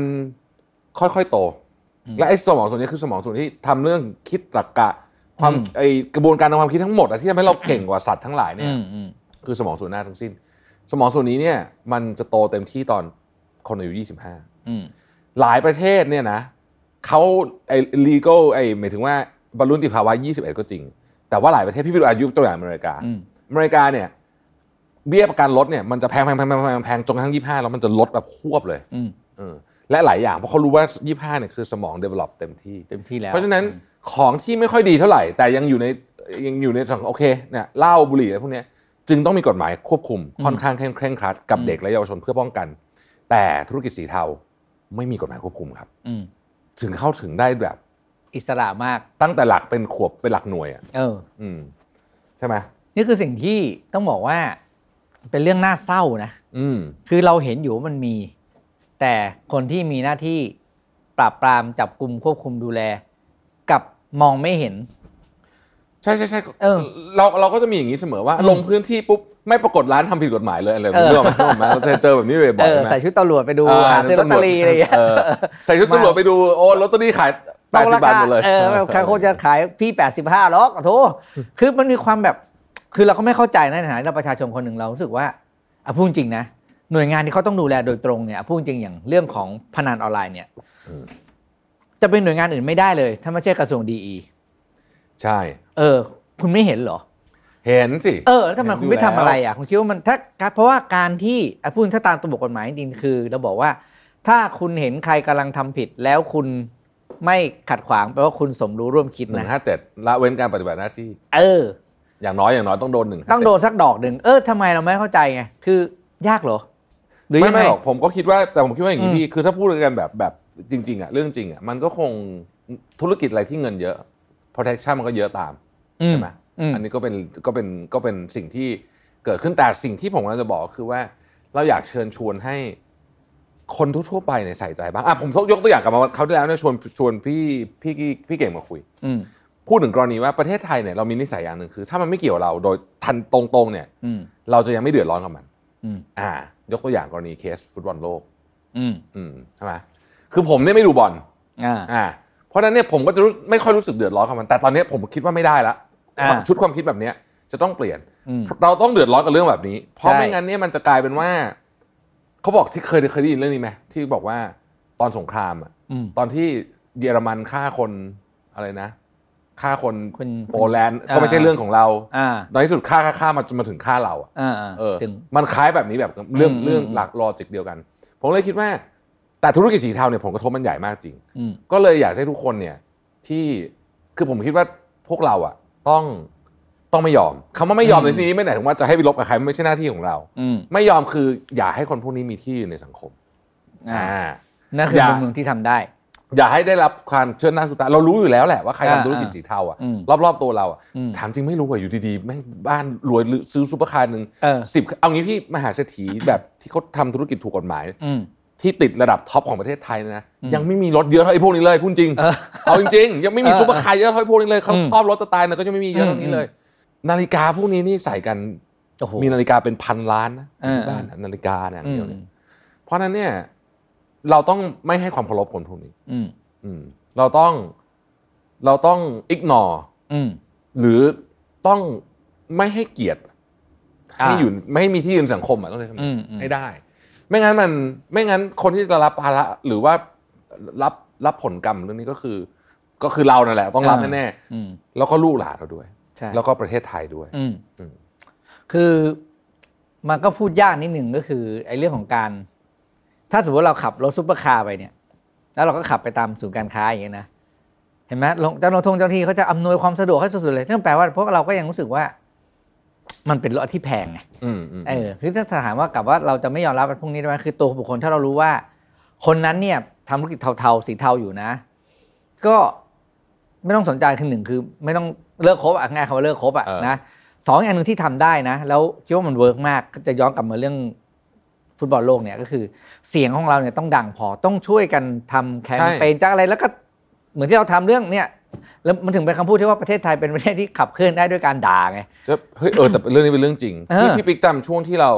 [SPEAKER 2] ค่อยๆโต และไอ้สมองส่วนนี้คือสมองส่วนที่ทำเรื่องคิดตรรกะ ความ
[SPEAKER 3] อืม
[SPEAKER 2] ไอกระบวนการทางความคิดทั้งหมดอะที่ทำให้เราเก่งกว่าสัตว์ทั้งหลายเนี่ย
[SPEAKER 3] อืมอืม
[SPEAKER 2] คือสมองส่วนหน้าทั้งสิ้น สมองส่วนนี้เนี่ยมันจะโตเต็มที่ตอนคนอายุ 25
[SPEAKER 3] อืม
[SPEAKER 2] หลายประเทศเนี่ยนะเขาไอ้ legal ไอ้หมายถึงว่าบรรลุนิติภาวะ 21 ก็จริง แต่ว่าหลายประเทศพี่ไปดูอายุตัวอย่างอเมริกา
[SPEAKER 3] อืม
[SPEAKER 2] อเมริกาเนี่ยเบี้ยประกันรถเนี่ยมันจะแพงแพงแพงแพงแพงแพงจนกระทั่ง 25 แล้วมันจะลดแบบควบเลย
[SPEAKER 3] อืม
[SPEAKER 2] เออและหลายอย่างเพราะเขารู้ว่า 25 เนี่ยคือสมอง develop เต็มที่
[SPEAKER 3] เต็มที่แล้ว
[SPEAKER 2] เพราะฉะนั้นของที่ไม่ค่อยดีเท่าไหร่ แต่ยังอยู่ในยังอยู่ในสังโอเคเนี่ยเหล้าบุหรี่อะไรพวกเนี้ยจึงต้องมีกฎหมายควบคุมค่อนข้างเคร่งครัด กับเด็กและเยาวชนเพื่อป้องกัน แต่ธุรกิจสีเทาไม่มีกฎหมายควบคุมครับ
[SPEAKER 3] อืม
[SPEAKER 2] ถึงเข้าถึงได้แบบ
[SPEAKER 3] อิสระมาก
[SPEAKER 2] ตั้งแต่หลักเป็นขวบเป็นหลักหน่วยอ่ะ
[SPEAKER 3] เออ
[SPEAKER 2] อืมใช่ไหม
[SPEAKER 3] นี่คือสิ่งที่ต้องบอกว่า เป็นเรื่องน่าเศร้านะ
[SPEAKER 2] อืม
[SPEAKER 3] คือเราเห็นอยู่ว่ามันมี แต่คนที่มีหน้าที่ปราบปรามจับกลุ่มควบคุมดูแลกลับมองไม่เห็น
[SPEAKER 2] ใช่ใช่ใช่
[SPEAKER 3] เออ
[SPEAKER 2] เราเราก็จะมีอย่างนี้เสมอว่า
[SPEAKER 3] อืม
[SPEAKER 2] ลงพื้นที่ปุ๊บไม่ปรากฏร้านทำผิดกฎหมายเลยอะไรแบบนี้
[SPEAKER 3] เออ
[SPEAKER 2] เรื่องของมันเราจะเจอแบบนี้บ่อยๆ
[SPEAKER 3] เอ
[SPEAKER 2] ใช่
[SPEAKER 3] อ
[SPEAKER 2] ไหม
[SPEAKER 3] ใส่ชุดตำรวจไปดูหาซื้อลอตเตอรี่อะไรอย่างเงี้ย
[SPEAKER 2] เอใส่ชุดตำรวจไปดูโอ้ลอตเตอรี่ขายแปด
[SPEAKER 3] ต้อง
[SPEAKER 2] สิบ
[SPEAKER 3] รา
[SPEAKER 2] บาท
[SPEAKER 3] คา
[SPEAKER 2] หมดเลย
[SPEAKER 3] เออใครโคตรจะขายพี่ 85หรอกโถคือมันมีความแบบ คือเราก็ไม่เข้าใจนะในฐานะเราประชาชนคนหนึ่งเรารู้สึกว่าอ่ะพูดจริงนะ หน่วยงานที่เขาต้องดูแลโดยตรงเนี่ยอ่ะพูดจริงอย่างเรื่องของพนันออนไลน์เนี่ย
[SPEAKER 2] อืม
[SPEAKER 3] จะเป็นหน่วยงานอื่นไม่ได้เลย ถ้าไม่ใช่กระทรวงดีอี
[SPEAKER 2] ใช่
[SPEAKER 3] เออ คุณไม่เห็นเหรอ
[SPEAKER 2] เห็นสิ
[SPEAKER 3] เออแล้วทำไมคุณไม่ทำอะไรอ่ะคุณคิดว่ามันถ้าเพราะว่าการที่อ่ะพูดถ้าตามตัวบทกฎหมายจริงๆคือเราบอกว่า ถ้าคุณเห็นใครกำลังทำผิดแล้วคุณไม่ขัดขวางแปลว่าคุณสมรู้ร่วมคิด
[SPEAKER 2] หนึ่
[SPEAKER 3] นะ
[SPEAKER 2] งห้าเจ็ดละเว้นการปฏิบัติหน้าที่
[SPEAKER 3] เออ
[SPEAKER 2] อย่างน้อยอย่างน้อยต้องโดนหนึ่ง
[SPEAKER 3] ต้องโดนสักดอกหนึ่งเออทำไมเราไม่เข้าใจไง คือยากเหรอ หรือ
[SPEAKER 2] ไม่
[SPEAKER 3] ยังไง
[SPEAKER 2] ไม่หรอกผมก็คิดว่าแต่ผมคิดว่าอย่างนี้
[SPEAKER 3] อืม
[SPEAKER 2] พี่คือถ้าพูดกันแบบแบบจริง ๆอ่ะเรื่องจริงอ่ะมันก็คงธุรกิจอะไรที่เงินเยอะ protection มันก็เยอะตาม
[SPEAKER 3] อืม
[SPEAKER 2] ใช่ไหม
[SPEAKER 3] อืม
[SPEAKER 2] อันนี้ก็เป็นก็เป็นก็เป็นสิ่งที่เกิดขึ้นแต่สิ่งที่ผมกำลังจะบอกคือว่า เราอยากเชิญชวนให้คนทั่วๆไปเนี่ยใส่ใจบ้างอ่ะผมยกตัวอย่างกลับมาวันเขาวที่แล้วเนี่ยชวนชวนพี่พี่พี่เก่งมาคุย
[SPEAKER 3] อืม
[SPEAKER 2] พูดถึงกรณีว่าประเทศไทยเนี่ยเรามีนิสัยอย่างหนึ่งคือ ถ้ามันไม่เกี่ยวเราโดยทันตรงๆเนี่ย
[SPEAKER 3] อืม
[SPEAKER 2] เราจะยังไม่เดือดร้อนกับมัน
[SPEAKER 3] อืม
[SPEAKER 2] อ่า ยกตัวอย่างกรณีเคสฟุตบอลโลก
[SPEAKER 3] อืม
[SPEAKER 2] อืมใช่ไหมคือผมเนี่ยไม่ดูบอล
[SPEAKER 3] อ่า
[SPEAKER 2] อ่าเพราะฉะนั้นเนี่ยผมก็จะรู้ไม่ค่อยรู้สึกเดือดร้อนกับมันแต่ตอนเนี้ยผมคิดว่าไม่ได้ละ
[SPEAKER 3] อ่า
[SPEAKER 2] ความชุดความคิดแบบเนี้ยจะต้องเปลี่ยน
[SPEAKER 3] อืม
[SPEAKER 2] เราต้องเดือดร้อนกับเรื่องแบบนี้ เพราะ
[SPEAKER 3] ใช่
[SPEAKER 2] ไม่งั้นเนี่ยมันจะกลายเป็นว่า เขาบอกที่เคยเคยได้ยินเรื่องนี้ไหมที่บอกว่าตอนสงครามอ่ะ
[SPEAKER 3] อืม
[SPEAKER 2] ตอนที่เยอรมันฆ่าคนอะไรนะฆ่าคน
[SPEAKER 3] คน
[SPEAKER 2] โปแลนด์
[SPEAKER 3] อ่า
[SPEAKER 2] ก็ไม่ใช่เรื่องของเรา
[SPEAKER 3] อ่า
[SPEAKER 2] ในที่สุดฆ่าฆ่าฆ่ามาจนมาถึงฆ่าเราอ่ะ
[SPEAKER 3] อ่า
[SPEAKER 2] เออ
[SPEAKER 3] ถึง
[SPEAKER 2] มันคล้ายแบบนี้แบบเรื่อง
[SPEAKER 3] อืม
[SPEAKER 2] เรื่อง
[SPEAKER 3] อืม
[SPEAKER 2] หลักลอจิกเดียวกัน ผมเลยคิดว่า แต่ธุรกิจสีเทาเนี่ยผลกระทบมันใหญ่มากจริง
[SPEAKER 3] อืม
[SPEAKER 2] ก็เลยอยากให้ทุกคนเนี่ยที่คือผมคิดว่าพวกเราอะต้องต้องไม่ยอมคำว่าไม่ยอมในที่นี้ไม่ได้หมายถึงว่าจะให้ไปลบกับใครไม่ใช่หน้าที่ของเรา
[SPEAKER 3] อืม
[SPEAKER 2] ไม่ยอมคืออย่าให้คนพวกนี้มีที่อยู่ในสังคม
[SPEAKER 3] อ่า
[SPEAKER 2] อ่า
[SPEAKER 3] นั่นคือ
[SPEAKER 2] อย่า
[SPEAKER 3] มุมหนึ่งที่ทำได้
[SPEAKER 2] อย่าให้ได้รับความเชื่อหน้าชูตาเรารู้อยู่แล้วแหละว่าใคร
[SPEAKER 3] อ่า
[SPEAKER 2] ทำธุรกิจสีเทาอะ
[SPEAKER 3] อืม
[SPEAKER 2] รอบๆตัวเราอะ
[SPEAKER 3] อืม
[SPEAKER 2] ถามจริงไม่รู้ว่าอยู่ดีๆแม่งบ้านรวยหรือซื้อซูเปอร์คาร์หนึ่ง
[SPEAKER 3] เออ
[SPEAKER 2] สิบเอางี้พี่มหาเศรษฐี แบบที่เขาทำธุรกิจถูกกฎหมาย
[SPEAKER 3] อืม
[SPEAKER 2] ที่ติดระดับท็อปของประเทศไทยนะ
[SPEAKER 3] อืม
[SPEAKER 2] ยังไม่มีรถเยอะเท่าไอ้พวกนี้เลยพูดจริง
[SPEAKER 3] เออ
[SPEAKER 2] เอาจริงๆ ยังไม่มี
[SPEAKER 3] เออ
[SPEAKER 2] ซุปเปอร์คาร์เยอะเท่าไอ้พวกนี้เลยเขา
[SPEAKER 3] อืม
[SPEAKER 2] ชอบรถสไตล์นะก็ยังไม่มีเยอะ
[SPEAKER 3] อืม
[SPEAKER 2] เท่านี้เลย นาฬิกาพวกนี้นี่ใส่กัน
[SPEAKER 3] โอ้โห
[SPEAKER 2] มีนาฬิกาเป็นพันล้านนะ
[SPEAKER 3] เออ
[SPEAKER 2] ที่บ้านนะนาฬิกาเนี่ยอย่าง
[SPEAKER 3] อื
[SPEAKER 2] เดียว
[SPEAKER 3] ม
[SPEAKER 2] เนี่ยเพราะฉะนั้นเนี่ยเราต้องไม่ให้ความเคารพคนพวกนี้
[SPEAKER 3] อืม
[SPEAKER 2] อืมเราต้องเราต้องอิกนอ
[SPEAKER 3] อืม
[SPEAKER 2] หรือต้องไม่ให้เกียรติ
[SPEAKER 3] อ่า
[SPEAKER 2] ให้อยู่ไม่ให้มีที่ยืนสังคมอ่ะต้องเลยก
[SPEAKER 3] อืมอืม
[SPEAKER 2] ให้ได้ ไม่งั้นมันไม่งั้นคนที่จะรับภาระหรือว่ารับรับผลกรรมเรื่องนี้ก็คือ ก็คือเรานั่นแหละ ต้องรับแน่
[SPEAKER 3] อืม
[SPEAKER 2] ๆแล้วก็ลูกหลานเราด้วย
[SPEAKER 3] ใช่
[SPEAKER 2] แล้วก็ประเทศไทยด้วย
[SPEAKER 3] อืม
[SPEAKER 2] อืม
[SPEAKER 3] คือมันก็พูดยากนิดหนึ่งก็คือไอ้เรื่องของการ ถ้าสมมติเราขับรถซุปเปอร์คาร์ไปเนี่ย แล้วเราก็ขับไปตามศูนย์การค้าอย่างเงี้ยนะ เห็นไหมลงเจ้าหน้าที่เจ้าหน้าที่เขาจะอำนวยความสะดวกให้สุดๆเลยนั่นแปลว่าพวกเราก็ยังรู้สึกว่า มันเป็นรถที่แพงไง
[SPEAKER 2] อืมอืม
[SPEAKER 3] เออคือถ้าถามว่ากลับว่าเราจะไม่ยอมรับพวกนี้ได้ไหมคือตัวบุคคลถ้าเรารู้ว่า คนนั้นเนี่ยทำธุรกิจเทาๆสีเทาอยู่นะ ก็ไม่ต้องสนใจคือหนึ่งคือ ไม่ต้องเลิกคบอ่ะง่ายคำว่าเลิกคบอ่ะนะสองอย่างหนึ่งที่ทำได้นะ แล้วคิดว่ามันเวิร์กมากก็จะย้อนกลับมาเรื่องฟุตบอลโลกเนี่ยก็คือ เสียงของเราเนี่ยต้องดังพอต้องช่วยกันทำแคมเปญจากอะไรแล้วก็เหมือนที่เราทำเรื่องเนี่ยแล้วมันถึงเป็นคำพูดที่ว่าประเทศไทยเป็นประเทศที่ขับเคลื่อนได้ด้วยการด่าไง
[SPEAKER 2] จะเฮ้ยเออแต่เรื่องนี้เป็นเรื่องจริง
[SPEAKER 3] เออ
[SPEAKER 2] ที่พี่ปิ๊กจำช่วงที่เรา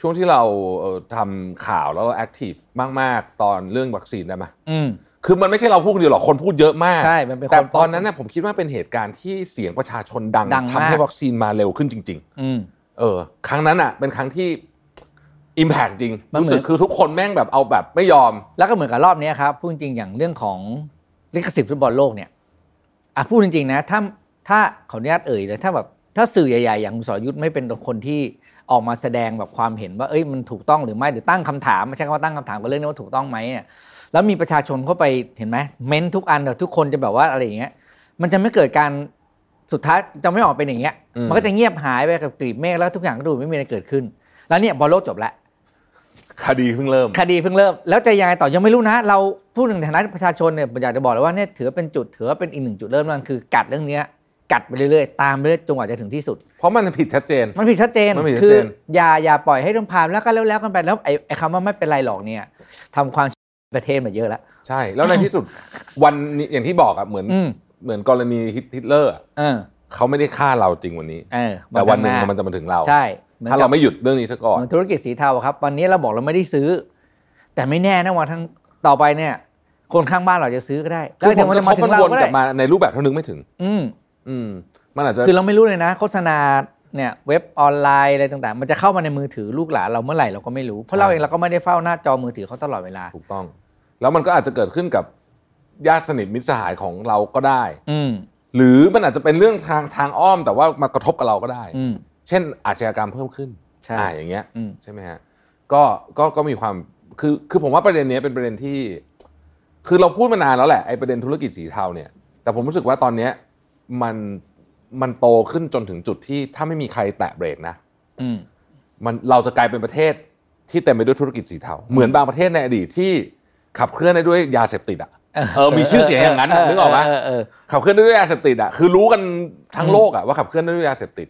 [SPEAKER 2] ช่วงที่เราเอ่อทำข่าวแล้วเราแอคทีฟมาก ๆ ตอนเรื่องวัคซีนได้ไหม
[SPEAKER 3] อืม
[SPEAKER 2] คือมันไม่ใช่เราพูดคนเดียวหรอกคนพูดเยอะมาก
[SPEAKER 3] ใช่มันเป็นคน
[SPEAKER 2] แต่ตอนนั้นน่ะผมคิดว่าเป็นเหตุการณ์ที่เสียงประชาชนดัง
[SPEAKER 3] ดังมาก
[SPEAKER 2] ทำให้วัคซีนมาเร็วขึ้นจริง
[SPEAKER 3] อืม
[SPEAKER 2] ๆ เออ ครั้งนั้นอ่ะ เป็นครั้งที่อิมแพกจริง
[SPEAKER 3] มันเห
[SPEAKER 2] รู้
[SPEAKER 3] มือน
[SPEAKER 2] สึกคือทุกคนแม่งแบบเอาแบบไม่ยอม
[SPEAKER 3] แล้วก็เหมือนกับรอบเนี้ยครับพูดจริงอย่างเรื่องของลิขสิทธิ์ฟุตบอลโลกเนี่ยอ่ะพูดจริงๆนะถ้าถ้าขออนุญาตเอ่ยเลยถ้าแบบถ้าสื่อใหญ่ๆอย่างคุณสรยุทธไม่เป็นคนที่ออกมาแสดงแบบความเห็นว่าเอ้ยมันถูกต้องหรือไม่หรือตั้งคำถามไม่ใช่คำว่าตั้งคำถามกับเรื่องนี้ว่าถูกต้องไหมเนี่ยแล้วมีประชาชนเข้าไปเห็นไหมเม้นทุกอันแต่ทุกคนจะแบบว่าอะไรอย่างเงี้ยมันจะไม่เกิดการสุดท้ายจะไม่ออกเป็นอย่างเงี้ย
[SPEAKER 2] อืม
[SPEAKER 3] มันก็จะเงียบหายไปกับกลีบเมฆแล้วทุกอย่างก็ดูไม่มีอะไรเกิดขึ้น แล้วเนี่ยบอลโลกจบแล้ว
[SPEAKER 2] คดีเพิ่งเริ่ม
[SPEAKER 3] คดีเพิ่งเริ่ม แล้วจะยังไงต่อยังไม่รู้นะ เราพูดถึงฐานะประชาชนเนี่ยผมอยากจะบอกเลยว่าเนี่ยถือเป็นจุดถือว่าเป็นอีกหนึ่งจุดเริ่มต้นคือกัดเรื่องเนี้ยกัดไปเรื่อยๆ ตามไปเรื่อยจนกว่าจะถึงที่สุด
[SPEAKER 2] เพราะมันผิดชัดเจน
[SPEAKER 3] มันผิดชัดเจน
[SPEAKER 2] มันผิดชั
[SPEAKER 3] คื
[SPEAKER 2] ดเจน
[SPEAKER 3] อย่าอย่าปล่อยให้เรื่องพามแล้วก็แล้วแล้วกันไปแล้วไอ้ไอ้คำว่าไม่เป็นไรหรอกเนี่ยทำความประเทศมาเยอะแล้ว
[SPEAKER 2] ใช่ แล้วในที่สุดวันนี้อย่างที่บอกอ่ะเหมือน
[SPEAKER 3] อืม
[SPEAKER 2] เหมือนกรณีฮิตฮิตเลอร์อะ
[SPEAKER 3] เออ
[SPEAKER 2] เขาไม่ได้ฆ่าเราจริงวันนี้
[SPEAKER 3] เออ
[SPEAKER 2] แต่วันหนึ่ง
[SPEAKER 3] ข้าา
[SPEAKER 2] มันจะมาถึงเรา
[SPEAKER 3] ใช่หมือน
[SPEAKER 2] ถ้า
[SPEAKER 3] กั
[SPEAKER 2] เรา
[SPEAKER 3] บ
[SPEAKER 2] ไม่หยุดเรื่องนี้ซะก่อน
[SPEAKER 3] เหมือนธุรกิจสีเทาอะครับ วันนี้เราบอกเราไม่ได้ซื้อ แต่ไม่แน่นะว่าทั้งต่อไปเนี่ย คนข้างบ้านเราจะซื้อก็ได้
[SPEAKER 2] คื
[SPEAKER 3] แล้
[SPEAKER 2] อ
[SPEAKER 3] ว
[SPEAKER 2] ผ
[SPEAKER 3] เดี๋ย
[SPEAKER 2] ม
[SPEAKER 3] วมัน
[SPEAKER 2] จะ
[SPEAKER 3] จะมา
[SPEAKER 2] เขา
[SPEAKER 3] ถึ
[SPEAKER 2] มัน
[SPEAKER 3] งเรา
[SPEAKER 2] วน
[SPEAKER 3] ก็
[SPEAKER 2] กลั
[SPEAKER 3] ได้
[SPEAKER 2] บมาในรูปแบบที่นึกไม่ถึง
[SPEAKER 3] อืม
[SPEAKER 2] อืม มันอาจจะ
[SPEAKER 3] คือเราไม่รู้เลยนะ โฆษณาเนี่ยเว็บออนไลน์อะไรต่างๆ มันจะเข้ามาในมือถือลูกหลานเราเมื่อไหร่เราก็ไม่รู้ เพราะ
[SPEAKER 2] ใช่
[SPEAKER 3] เราเองเราก็ไม่ได้เฝ้าหน้าจอมือถือเขาตลอดเวลา
[SPEAKER 2] ถูกต้อง แล้วมันก็อาจจะเกิดขึ้นกับญาติสนิทมิตรสหายของเราก็ได้
[SPEAKER 3] อืม
[SPEAKER 2] หรือมันอาจจะเป็นเรื่องทางทางอ้อมแต่ว่ามากระทบกับเราก็ได้
[SPEAKER 3] อืม
[SPEAKER 2] เช่น อาชญากรรมเพิ่มขึ้น
[SPEAKER 3] ใช่
[SPEAKER 2] อ่าอย่างเงี้ย
[SPEAKER 3] อืม
[SPEAKER 2] ใช่ไหมฮะ ก็ ก็ ก็มีความ คือ คือผมว่าประเด็นเนี้ยเป็นประเด็นที่ คือเราพูดมานานแล้วแหละไอ้ประเด็นธุรกิจสีเทาเนี่ย แต่ผมรู้สึกว่าตอนเนี้ยมัน มันโตขึ้นจนถึงจุดที่ถ้าไม่มีใครแตะเบรกนะ
[SPEAKER 3] อืม
[SPEAKER 2] มันเราจะกลายเป็นประเทศที่เต็มไปด้วยธุรกิจสีเทา เหมือนบางประเทศในอดีตที่ขับเคลื่อนได้ด้วยยาเสพติดอ่ะ เออ มีชื่อเสียงอย่างนั้นอะนึกออกไหม
[SPEAKER 3] เเออ
[SPEAKER 2] ขับเคลื่อนได้ด้วยยาเสพติดอ่ะ คือรู้กันทั้ง
[SPEAKER 3] อืม
[SPEAKER 2] โลกอ่ะว่าขับเคลื่อนได้ด้วยยาเสพติด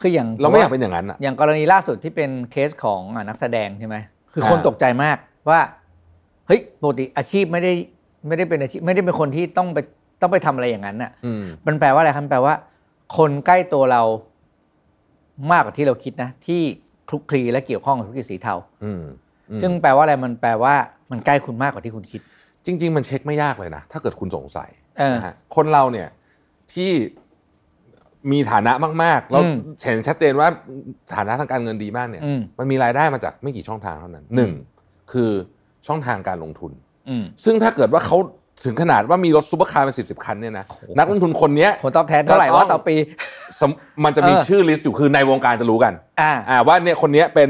[SPEAKER 3] คืออย่าง
[SPEAKER 2] เราไม่อยากเป็นอย่างนั้นอ่ะ
[SPEAKER 3] อย่างกรณีล่าสุดที่เป็นเคสของอ่ะนักแสดงใช่ไหมคือ
[SPEAKER 2] ฮะ
[SPEAKER 3] คนตกใจมากว่า เฮ้ยปกติอาชีพไม่ได้ไม่ได้เป็นอาชีพไม่ได้เป็นคนที่ต้องไปต้องไปทำอะไรอย่างนั้นน่ะ
[SPEAKER 2] อืม
[SPEAKER 3] มันแปลว่าอะไรครับมันแปลว่า คนใกล้ตัวเรามากกว่าที่เราคิดนะ ที่คลุกคลีและเกี่ยวข้องกับธุรกิจสีเทา
[SPEAKER 2] อืมอืม
[SPEAKER 3] ซึ่งแปลว่าอะไรมันแปลว่ามันใกล้คุณมากกว่าที่คุณคิด
[SPEAKER 2] จริง ๆ มันเช็คไม่ยากเลยนะ ถ้าเกิดคุณสงสัย
[SPEAKER 3] เออ
[SPEAKER 2] นะฮะคนเราเนี่ยที่มีฐานะมาก ๆ แล้ว
[SPEAKER 3] อืม
[SPEAKER 2] เห็นชัดเจนว่าฐานะทางการเงินดีมากเนี่ย
[SPEAKER 3] อืม
[SPEAKER 2] มันมีรายได้มาจากไม่กี่ช่องทางเท่านั้นหนึ่งคือช่องทางการลงทุน
[SPEAKER 3] อืม
[SPEAKER 2] ซึ่งถ้าเกิดว่าเขาถึงขนาดว่ามีรถซูเปอร์คาร์เป็นสิบสิบคันเนี่ยนะ
[SPEAKER 3] โอ้โห
[SPEAKER 2] นักลงทุนคนเนี้ย
[SPEAKER 3] ผลตอบแทนเท่าไหร่
[SPEAKER 2] ก็ต้
[SPEAKER 3] ว่า
[SPEAKER 2] อง
[SPEAKER 3] ต่อปี
[SPEAKER 2] สมมันจะมี
[SPEAKER 3] เออ
[SPEAKER 2] ชื่อลิสต์อยู่คือในวงการจะรู้กัน
[SPEAKER 3] อ่า
[SPEAKER 2] อ่าว่าเนี่ยคนเนี้ยเป็น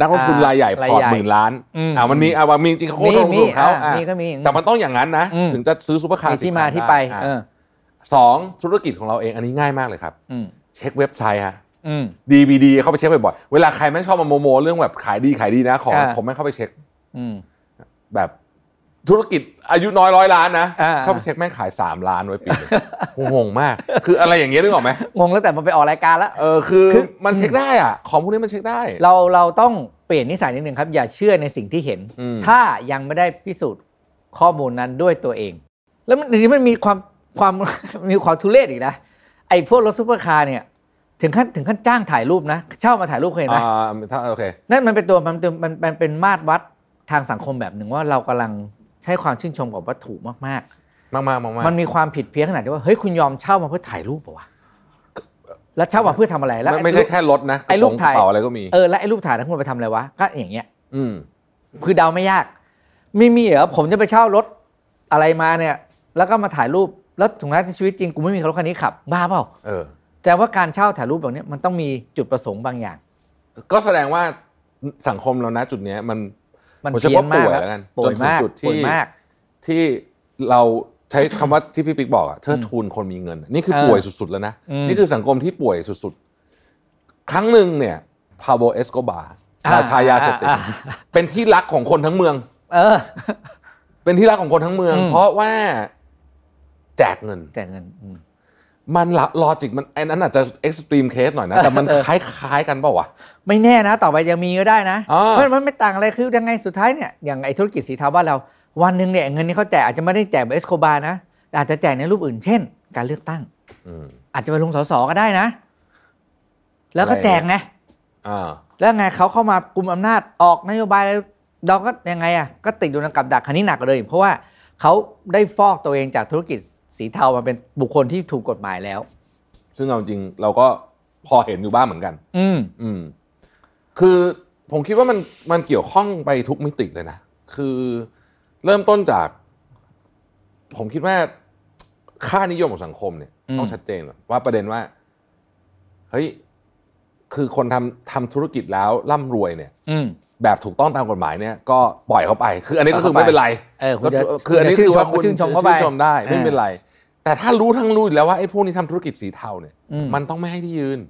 [SPEAKER 2] นักลงทุนรายใหญ่
[SPEAKER 3] ราย
[SPEAKER 2] พอร์ต
[SPEAKER 3] ใหญ่
[SPEAKER 2] หมื่นล้าน
[SPEAKER 3] อืม
[SPEAKER 2] มันมีอ่าว่ามีจริงเขาก็
[SPEAKER 3] มี
[SPEAKER 2] ลงทุนของเขา
[SPEAKER 3] มีอ่า
[SPEAKER 2] อ่ะ
[SPEAKER 3] มีก็มี
[SPEAKER 2] แต่มันต้องอย่างนั้นนะ
[SPEAKER 3] อืม
[SPEAKER 2] ถึงจะซื้อซูเปอร์คา
[SPEAKER 3] มี
[SPEAKER 2] ร์สิบ
[SPEAKER 3] ที่มา
[SPEAKER 2] คัน
[SPEAKER 3] ที่ไป
[SPEAKER 2] ด้
[SPEAKER 3] เอ
[SPEAKER 2] อ่ะ
[SPEAKER 3] อ
[SPEAKER 2] สองธุรกิจของเราเองอันนี้ง่ายมากเลยครับ
[SPEAKER 3] อืม
[SPEAKER 2] เช็คเว็บไซต์ฮะ
[SPEAKER 3] อืม
[SPEAKER 2] DVD เข้าไปเช็คบ่อยๆเวลาใครแม่งชอบมาโมโมเรื่องแบบขายดีขายดีนะของ
[SPEAKER 3] อ่า
[SPEAKER 2] ผมแม่งเข้าไปเช็ค
[SPEAKER 3] อืม
[SPEAKER 2] แบบธุรกิจอายุน้อยร้อยล้านนะ
[SPEAKER 3] อ่า
[SPEAKER 2] เข้าไปเช็คแม่งขายสามล้านไว้ปีหนึงงงมาก คืออะไรอย่างเงี้ยนึกออกไหม
[SPEAKER 3] งงแล้วแต่มันไปออกรายการแล้ว
[SPEAKER 2] เออคือ
[SPEAKER 3] คือ
[SPEAKER 2] มันเช็คได้อ่ะของพวกนี้มันเช็คได้
[SPEAKER 3] เราเราต้องเปลี่ยนนิสัยนิดนึงครับ อย่าเชื่อในสิ่งที่เห็น
[SPEAKER 2] อืม
[SPEAKER 3] ถ้ายังไม่ได้พิสูจน์ข้อมูลนั้นด้วยตัวเอง แล้วมันเดี๋ยวนี้มันมีความความ มีความทุเรศอีกนะไอ้พวกรถซุปเปอร์คาร์เนี่ยถึงขั้นถึงขั้นจ้างถ่ายรูปนะ เช่ามาถ่ายรูปเคยเห็นไหม
[SPEAKER 2] อ่าถ้าโอเค
[SPEAKER 3] นั่นมันเป็นตัวมันเป็นมันมันเป็นมาตรวัดทางสังคมแบบหนึ่งว่าเรากำลังใช้ความชื่นชมกับวัตถุมาก
[SPEAKER 2] มากมากมาก
[SPEAKER 3] ๆ มันมีความผิดเพี้ยนขนาดที่ว่าเฮ้ยคุณยอมเช่ามาเพื่อถ่ายรูปปะวะแล้วเช่ามาเพื่อทำอะไรแล้ว
[SPEAKER 2] ไม่
[SPEAKER 3] อ้
[SPEAKER 2] ไม่ใช่แค่รถนะ
[SPEAKER 3] ไอ้รูป
[SPEAKER 2] กะ
[SPEAKER 3] ถ่าย
[SPEAKER 2] เป๋าอะไรก็มี
[SPEAKER 3] เออแล้วไอ้รูปถ่ายนั้นคุณไปทำอะไรวะก็อย่างเงี้ย
[SPEAKER 2] อืม
[SPEAKER 3] คือเดาไม่ยาก ไม่มีเหรอผมจะไปเช่ารถอะไรมาเนี่ย แล้วก็มาถ่ายรูปแล้วถึงแม้ในชีวิตจริงกูไม่มีรถคันนี้ขับบ้าเปล่า
[SPEAKER 2] เออ
[SPEAKER 3] แต่ว่าการเช่าถ่ายรูปแบบเนี้ยมันต้องมีจุดประสงค์บางอย่าง
[SPEAKER 2] ก็แสดงว่าสังคมเรานะจุดเนี้ยมัน
[SPEAKER 3] มัน
[SPEAKER 2] ผมจะ
[SPEAKER 3] เพี้ยนมาก
[SPEAKER 2] ว่าป่วย
[SPEAKER 3] แล้ว
[SPEAKER 2] แล้วกัน
[SPEAKER 3] ป่วยมาก
[SPEAKER 2] จนถึงจุดที่
[SPEAKER 3] ป่วยมาก
[SPEAKER 2] ที่เราใช้คำว่าที่พี่ปิ๊กบอกอะเทิดทูนคนมีเงิน นี่คือ
[SPEAKER 3] เออ
[SPEAKER 2] ป่วยสุดๆแล้วนะ
[SPEAKER 3] อืม
[SPEAKER 2] นี่คือสังคมที่ป่วยสุดๆ ครั้งหนึ่งเนี่ยพาโบเอสโกบา
[SPEAKER 3] อ่า
[SPEAKER 2] ราชายาเสพติด
[SPEAKER 3] อ่าอ่า
[SPEAKER 2] เป็นที่รักของคนทั้งเมือง
[SPEAKER 3] เออ
[SPEAKER 2] เป็นที่รักของคนทั้งเมือง
[SPEAKER 3] อืม
[SPEAKER 2] เพราะว่าแจกเงิน
[SPEAKER 3] แต่เงินอืม
[SPEAKER 2] มันลอจิกมันไอ้นั้นอาจจะเอ็กซ์ตรีมเคสหน่อยนะแต่มัน
[SPEAKER 3] เออ
[SPEAKER 2] คล้ายๆกันเปล่าวะ
[SPEAKER 3] ไม่แน่นะ ต่อไปยังมีก็ได้นะ
[SPEAKER 2] อ่า
[SPEAKER 3] เพราะมันไม่ต่างอะไรคือยังไงสุดท้ายเนี่ยอย่างไอ้ธุรกิจสีเทาบ้านเรา วันหนึ่งเนี่ยเงินที่เขาแจกอาจจะไม่ได้แจกแบบเอสโคบาร์นะแต่อาจจะแจกในรูปอื่นเช่น การเลือกตั้ง
[SPEAKER 2] อืม
[SPEAKER 3] อาจจะไปลงสสก็ได้นะ แล้วก็
[SPEAKER 2] อะไร
[SPEAKER 3] แจกไง
[SPEAKER 2] อ่า
[SPEAKER 3] แล้วไงเขาเข้ามากุมอำนาจออกนโยบายอะไรเราก็ยังไงอ่ะก็ติดอยู่ในกับดักคันนี้หนักกว่าเลย เพราะว่า เขาได้ฟอกตัวเองจากธุรกิจสีเทามาเป็นบุคคลที่ถูกกฎหมายแล้ว
[SPEAKER 2] ซึ่งเอาจริงเราก็พอเห็นอยู่บ้างเหมือนกัน
[SPEAKER 3] อืม
[SPEAKER 2] อืม คือผมคิดว่ามันมันเกี่ยวข้องไปทุกมิติเลยนะ คือเริ่มต้นจาก ผมคิดว่าค่านิยมของสังคมเนี่ย
[SPEAKER 3] อืม
[SPEAKER 2] ต้องชัดเจนก่อนว่าประเด็นว่า เฮ้ย คือคนทำทำธุรกิจแล้วร่ำรวยเนี่ย
[SPEAKER 3] อืม
[SPEAKER 2] แบบถูกต้องตามกฎหมายเนี่ย ก็ปล่อยเขาไป คืออันนี้ก็คือไม่เป็นไร
[SPEAKER 3] เออคุณจะ
[SPEAKER 2] ก็คืออันนี้
[SPEAKER 3] คุณจะชื่น
[SPEAKER 2] คือว่า
[SPEAKER 3] ชม
[SPEAKER 2] คุณ
[SPEAKER 3] ชื่นชมเข้าไป
[SPEAKER 2] ชื่นชมได้ไม่
[SPEAKER 3] อ่า
[SPEAKER 2] เป็นไร แต่ถ้ารู้ทั้งรู้อยู่แล้วว่าไอ้พวกนี้ทำธุรกิจสีเทาเนี่ย
[SPEAKER 3] อืม
[SPEAKER 2] มันต้องไม่ให้ที่ยืน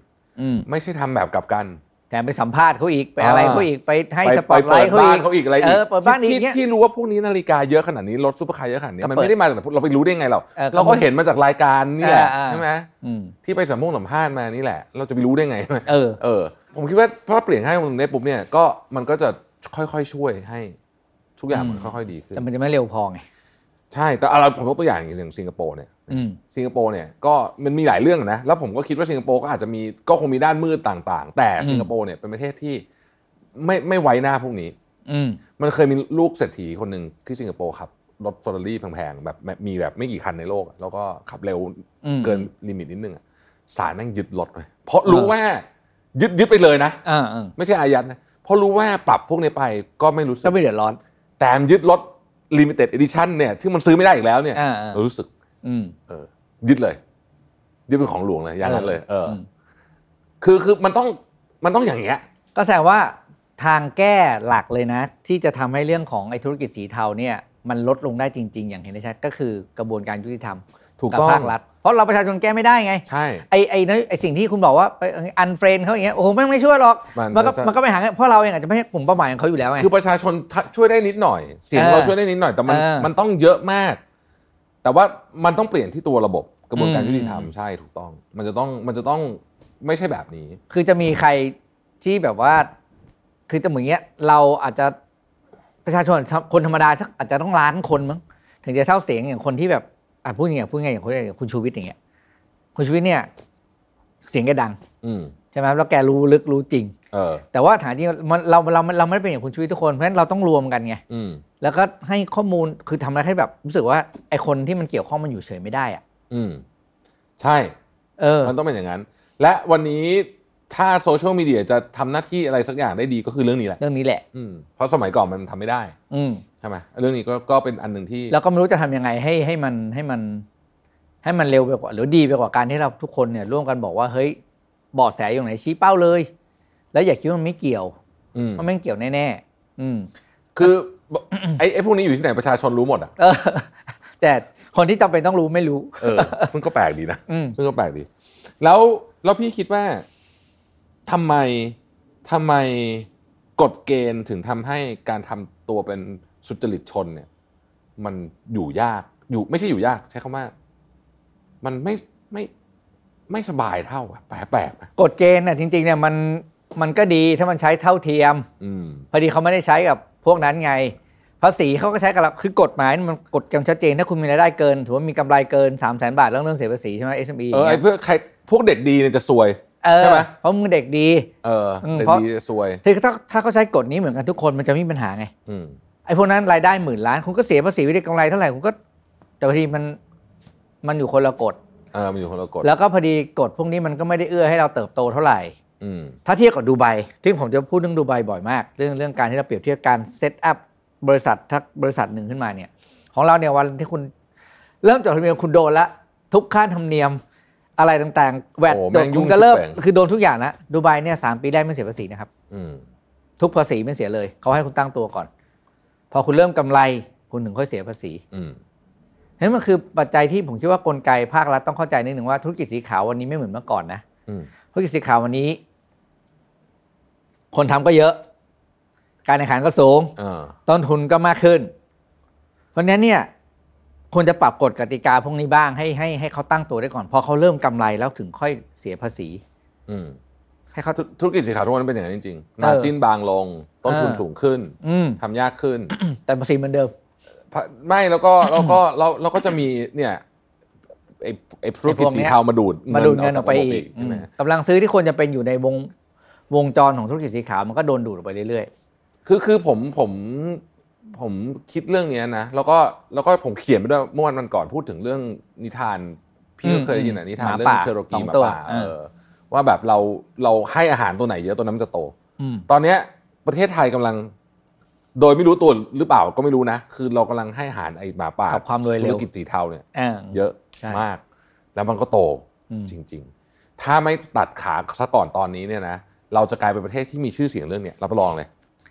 [SPEAKER 3] อืม
[SPEAKER 2] ไม่ใช่ทำแบบกลับกัน
[SPEAKER 3] แถมไปสัมภาษณ์เขาอีก ไปอะไร
[SPEAKER 2] อ่า
[SPEAKER 3] เขาอีกไปให้
[SPEAKER 2] ไป
[SPEAKER 3] สปอตไล
[SPEAKER 2] เปิด
[SPEAKER 3] ท์เขา
[SPEAKER 2] บ้า
[SPEAKER 3] อี
[SPEAKER 2] น
[SPEAKER 3] ก
[SPEAKER 2] เขาอีกอะไร
[SPEAKER 3] เอ
[SPEAKER 2] อีก
[SPEAKER 3] อเปิดบ้านอี
[SPEAKER 2] ที่
[SPEAKER 3] กเนี้ย
[SPEAKER 2] ที่รู้ว่าพวกนี้นาฬิกาเยอะขนาดนี้รถซุปเปอร์คาร์เยอะขนาดนี้
[SPEAKER 3] ก็เปิด
[SPEAKER 2] มันไม่ได้มาจากเราไปรู้ได้ไงหรอก
[SPEAKER 3] เออก็
[SPEAKER 2] เราก็เห็นมาจากรายการนี่แหละ
[SPEAKER 3] อ่าอ่า
[SPEAKER 2] ใช่ไหม
[SPEAKER 3] อืม
[SPEAKER 2] ที่ไปสัมพงสัมภาษณ์มานี่แหละ เราจะไปรู้ได้ไงใช่ไหม
[SPEAKER 3] เออ
[SPEAKER 2] เออ ผมคิดว่าพอเปลี่ยนให้มันได้ปุ๊บเนี่ยก็มันก็จะค่อยๆช่วยให้ทุกอย่างมัน
[SPEAKER 3] อืม
[SPEAKER 2] ค่อยๆดีขึ้น
[SPEAKER 3] แต่มันจะไม่เร็วพอไง
[SPEAKER 2] ใช่แต่เอาเราผมยกตัวอย่างอย่างสิงคโปร์เนี่ย
[SPEAKER 3] อืม
[SPEAKER 2] สิงคโปร์เนี่ยก็มันมีหลายเรื่องนะแล้วผมก็คิดว่าสิงคโปร์ก็อาจจะมีก็คงมีด้านมืดต่าง ๆ แต่
[SPEAKER 3] อืม
[SPEAKER 2] สิงคโปร์เนี่ยเป็นประเทศที่ไม่ไม่ไว้หน้าพวกนี้
[SPEAKER 3] อืม
[SPEAKER 2] มันเคยมีลูกเศรษฐีคนหนึ่งที่สิงคโปร์ขับรถฟอร์รี่แพงๆแบบแบบมีแบบไม่กี่คันในโลกอะแล้วก็ขับเร็ว
[SPEAKER 3] อืม
[SPEAKER 2] เกินลิมิตนิดนึงอะศาลแม่งยึดรถเลยเพราะรู้ว่ายึดยึดไปเลยนะ
[SPEAKER 3] อ่าอ่า
[SPEAKER 2] ไม่ใช่อายัดนะเพราะรู้ว่าปรับพวกนี้ไปก็ไม่รู้สึ
[SPEAKER 3] ก็
[SPEAKER 2] ก
[SPEAKER 3] ไม่เดือดร้อน
[SPEAKER 2] แต่ยึดรถลิมิเต็ดเอดิชันเนี่ยซึ่งมันซื้อไม่ได้อีกแล้วเนี่ย
[SPEAKER 3] อ่าๆ
[SPEAKER 2] เรารู้สึก
[SPEAKER 3] อืม
[SPEAKER 2] เออยึดเลย ยึดเป็นของหลวงเลยอย่างนั้นเลยเอออ
[SPEAKER 3] ม
[SPEAKER 2] คือคือมันต้องมันต้องอย่างเงี้ย
[SPEAKER 3] ก็แสดงว่าทางแก้หลักเลยนะ ที่จะทำให้เรื่องของไอ้ธุรกิจสีเทาเนี่ย มันลดลงได้จริง ๆ อย่างเห็นได้ชัดก็คือกระบวนการยุติธรรม
[SPEAKER 2] ถูกต้อง
[SPEAKER 3] บภาครัฐ เพราะเราประชาชนแก้ไม่ได้ไง
[SPEAKER 2] ใช่
[SPEAKER 3] ไอ้ไอ้นอยไอ้สิ่งที่คุณบอกว่าไปอันเฟรนเขาอย่างเงี้ยโอ้โหแม่งไม่ช่วยหรอก
[SPEAKER 2] มัน
[SPEAKER 3] ก็
[SPEAKER 2] ก็จะ
[SPEAKER 3] มันก็ไม่หาเงินเพราะเราเองอาจจะไม่ใช่กลุ่มเป้าหมายของเขาอยู่แล้วไง
[SPEAKER 2] คือประชาชนทะช่วยได้นิดหน่อย เสียง
[SPEAKER 3] เออ
[SPEAKER 2] เราช่วยได้นิดหน่อยแต่มัน
[SPEAKER 3] เออ
[SPEAKER 2] มันต้องเยอะมาก แต่ว่ามันต้องเปลี่ยนที่ตัวระบบกระบวนการ
[SPEAKER 3] อืม
[SPEAKER 2] ยุติธรรมใช่ถูกต้อง มันจะต้องมันจะต้องไม่ใช่แบบนี้
[SPEAKER 3] คือจะมีใครที่แบบว่า คือจะเหมือนเงี้ยเราอาจจะประชาชนคนธรรมดาสักอาจจะต้องล้านคนมั้งถึงจะเท่าเสียงอย่างคนที่แบบอ่ะพูดอย่างเงี้ยพูดง่ายอย่างคนอย่างคุณชูวิทย์อย่างเงี้ยคุณชูวิทย์เนี่ย เสียงแกดัง
[SPEAKER 2] อืม
[SPEAKER 3] ใช่ไหมแล้วแกรู้ลึกรู้จริง
[SPEAKER 2] เออ
[SPEAKER 3] แต่ว่าฐานที่มันเราเราเราไม่ได้เป็นอย่างคุณชูวิทย์ทุกคนเพราะฉะนั้นเราต้องรวมกันไง
[SPEAKER 2] อืม
[SPEAKER 3] แล้วก็ให้ข้อมูลคือทำอะไรให้แบบรู้สึกว่าไอคนที่มันเกี่ยวข้องมันอยู่เฉยไม่ได้อะ
[SPEAKER 2] อืมใช่
[SPEAKER 3] เออ
[SPEAKER 2] มันต้องเป็นอย่างนั้น และวันนี้ถ้าโซเชียลมีเดียจะทำหน้าที่อะไรสักอย่างได้ดีก็คือเรื่องนี้แหละ
[SPEAKER 3] เรื่องนี้แหละ
[SPEAKER 2] อืมเพราะสมัยก่อนมันทำไม่ได้
[SPEAKER 3] อืม
[SPEAKER 2] ใช่ไหมเรื่องนี้ก็ก็เป็นอันหนึ่งที่
[SPEAKER 3] แล้วก็ไม่รู้จะทำยังไงให้ให้มันให้มัน ให้มันเร็วไปกว่า หรือดีไปกว่าการที่เราทุกคนเนี่ยร่วมกันบอกว่าเฮ้ยเบาะแสอยู่ไหนชี้เป้าเลย แล้วอย่าคิดว่ามันไม่เกี่ยว
[SPEAKER 2] อืม
[SPEAKER 3] มันไม่เกี่ยวแน่ๆอืม
[SPEAKER 2] คือไอ้ไอ้พวกนี้อยู่ที่ไหนประชาชนรู้หมดอ่ะ
[SPEAKER 3] เออ แต่คนที่จำเป็นต้องรู้ไม่รู้
[SPEAKER 2] เออซึ่งก็แปลกดีนะ
[SPEAKER 3] อืม
[SPEAKER 2] ซึ่งก็แปลกดี แล้วแล้วพี่คิดว่าทำไมทำไมกฎเกณฑ์ถึงทำให้การทำตัวเป็นสุจริตชนเนี่ย มันอยู่ยากอยู่ไม่ใช่อยู่ยาก ใช้คำว่า มันไม่ไม่ไม่สบายเท่าอะแปลกแปลกๆอะ
[SPEAKER 3] กฎเกณฑ์น่ะจริงๆเนี่ยมันมันก็ดีถ้ามันใช้เท่าเทียม
[SPEAKER 2] อืม
[SPEAKER 3] พอดีเขาไม่ได้ใช้กับพวกนั้นไง ภาษีเขาก็ใช้กับเราคือกฎหมายมันกฎกำชัดเจน ถ้าคุณมีรายได้เกิน ถือว่ามีกำไรเกิน 3 0 0 0 0นบาทเรื่องเรื่องเสียภาษีใช่ไหม SME
[SPEAKER 2] เออไอ้
[SPEAKER 3] ย่าง
[SPEAKER 2] เพื่อใครพวกเด็กดีเนี่ยจะซวย
[SPEAKER 3] เออ
[SPEAKER 2] ใช่ไหม
[SPEAKER 3] เพราะมึงเด็กดี
[SPEAKER 2] เออ
[SPEAKER 3] อืม
[SPEAKER 2] เด็ก
[SPEAKER 3] เพราะ
[SPEAKER 2] ดีจะซวย
[SPEAKER 3] คือถ้าถ้าเขาใช้กฎนี้เหมือนกันทุกคนมันจะไม่มีปัญหาไง
[SPEAKER 2] อืม
[SPEAKER 3] ไอ้พวกนั้นรายได้หมื่นล้าน คุณก็เสียภาษีวิธีกำไรเท่าไหร่คุณก็ แต่พอดีมันมันอยู่คนละกฎ
[SPEAKER 2] เออมันอยู่คนละกฎ
[SPEAKER 3] แล้วก็พอดีกฎพวกนี้มันก็ไม่ได้เอื้อให้เราเติบโตเท่าไหร่
[SPEAKER 2] อืม
[SPEAKER 3] ถ้าเทียบกับดูไบที่ผมจะพูดเรื่องดูไบบ่อยมาก เรื่องเรื่องการที่เราเปรียบเทียบการเซตอัพบริษัททักบริษัทหนึ่งขึ้นมาเนี่ย ของเราเนี่ยวันที่คุณเริ่มจดทะเบียนคุณโดนละ ทุกค่าธรรมเนียมอะไรต่างๆแวด
[SPEAKER 2] โอ้แม่
[SPEAKER 3] โดน
[SPEAKER 2] งยุ่
[SPEAKER 3] คุ
[SPEAKER 2] ง
[SPEAKER 3] ณก็เริ่ม
[SPEAKER 2] ชิบแปง
[SPEAKER 3] คือโดนทุกอย่างละดูไบเนี่ยสามปีแรกไม่เสียภาษีนะครับ
[SPEAKER 2] อืม
[SPEAKER 3] ทุกภาษีไม่เสียเลย เขาให้คุณตั้งตัวก่อน พอคุณเริ่มกำไรคุณถึงค่อยเสียภาษี
[SPEAKER 2] อืม
[SPEAKER 3] นั่นมันคือปัจจัยที่ผมคิดว่ากลไกภาครัฐต้องเข้าใจนิดหนึ่งว่าธุรกิจสีขาววันนี้ไม่เหมือนเมื่อก่อนนะ
[SPEAKER 2] อืม
[SPEAKER 3] ธุรกิจสีขาววันนี้ คนทำก็เยอะ การแข่งขันก็สูง
[SPEAKER 2] เออ
[SPEAKER 3] ต้นทุนก็มากขึ้น เพราะฉะนั้นเนี่ยควรจะปรับกฎกติกาพวกนี้บ้างให้ให้ให้เขาตั้งตัวได้ก่อน พอเขาเริ่มกำไรแล้วถึงค่อยเสียภาษี
[SPEAKER 2] อืม
[SPEAKER 3] ให้เขา
[SPEAKER 2] ธุธุรกิจสีขาวทุกวันนนเป็นอย่างนั้นจริงๆ
[SPEAKER 3] เออ
[SPEAKER 2] มาจิ้นบางลง ต้นทุน
[SPEAKER 3] เออ
[SPEAKER 2] สูงขึ้น
[SPEAKER 3] อืม
[SPEAKER 2] ทำยากขึ้น
[SPEAKER 3] แต่ภาษีเหมือนเดิม
[SPEAKER 2] ไม่แล้วก็ แล้วก็เราเราก็จะมีเนี่ยไอ้ไอ้ธุรกิจสีเทามาดูด
[SPEAKER 3] มาดูดเงินออกไป
[SPEAKER 2] จาระบบ
[SPEAKER 3] อีก
[SPEAKER 2] ใช่ไหม
[SPEAKER 3] อืมกำลังซื้อที่ควรจะเป็นอยู่ในวงวงจรของธุรกิจสีขาวมันก็โดนดูดออกไปเรื่อย
[SPEAKER 2] คือคือผมผม ผมคิดเรื่องเนี้ยนะแล้วก็แล้วก็ผมเขียนไปด้วยเมื่อวันก่อนพูดถึงเรื่องนิทาน พี่
[SPEAKER 3] อืม
[SPEAKER 2] ก็เคยได้ยินอะนิทาน
[SPEAKER 3] หมา
[SPEAKER 2] เรื่อง
[SPEAKER 3] ป่า
[SPEAKER 2] เชอโร
[SPEAKER 3] ส
[SPEAKER 2] กี
[SPEAKER 3] อง
[SPEAKER 2] หมา
[SPEAKER 3] ตัว
[SPEAKER 2] ป่า
[SPEAKER 3] เออ
[SPEAKER 2] เออว่าแบบเราเราให้อาหารตัวไหนเยอะตัวนั้นมันจะโต
[SPEAKER 3] อืม
[SPEAKER 2] ตอนเนี้ยประเทศไทยกำลัง โดยไม่รู้ตัวหรือเปล่าก็ไม่รู้นะ คือเรากำลังให้อาหารไอหมาป่า
[SPEAKER 3] กับความรวยเร็ว
[SPEAKER 2] ธุรกิจสีเทาเนี่ย
[SPEAKER 3] อ่า
[SPEAKER 2] เยอะ
[SPEAKER 3] ใช่
[SPEAKER 2] มาก แล้วมันก็โต
[SPEAKER 3] อืม
[SPEAKER 2] จริง ๆ ถ้าไม่ตัดขาซะก่อนตอนนี้เนี่ยนะเราจะกลายเป็นประเทศที่มีชื่อเสียงเรื่องเนี้ยรับรองเลย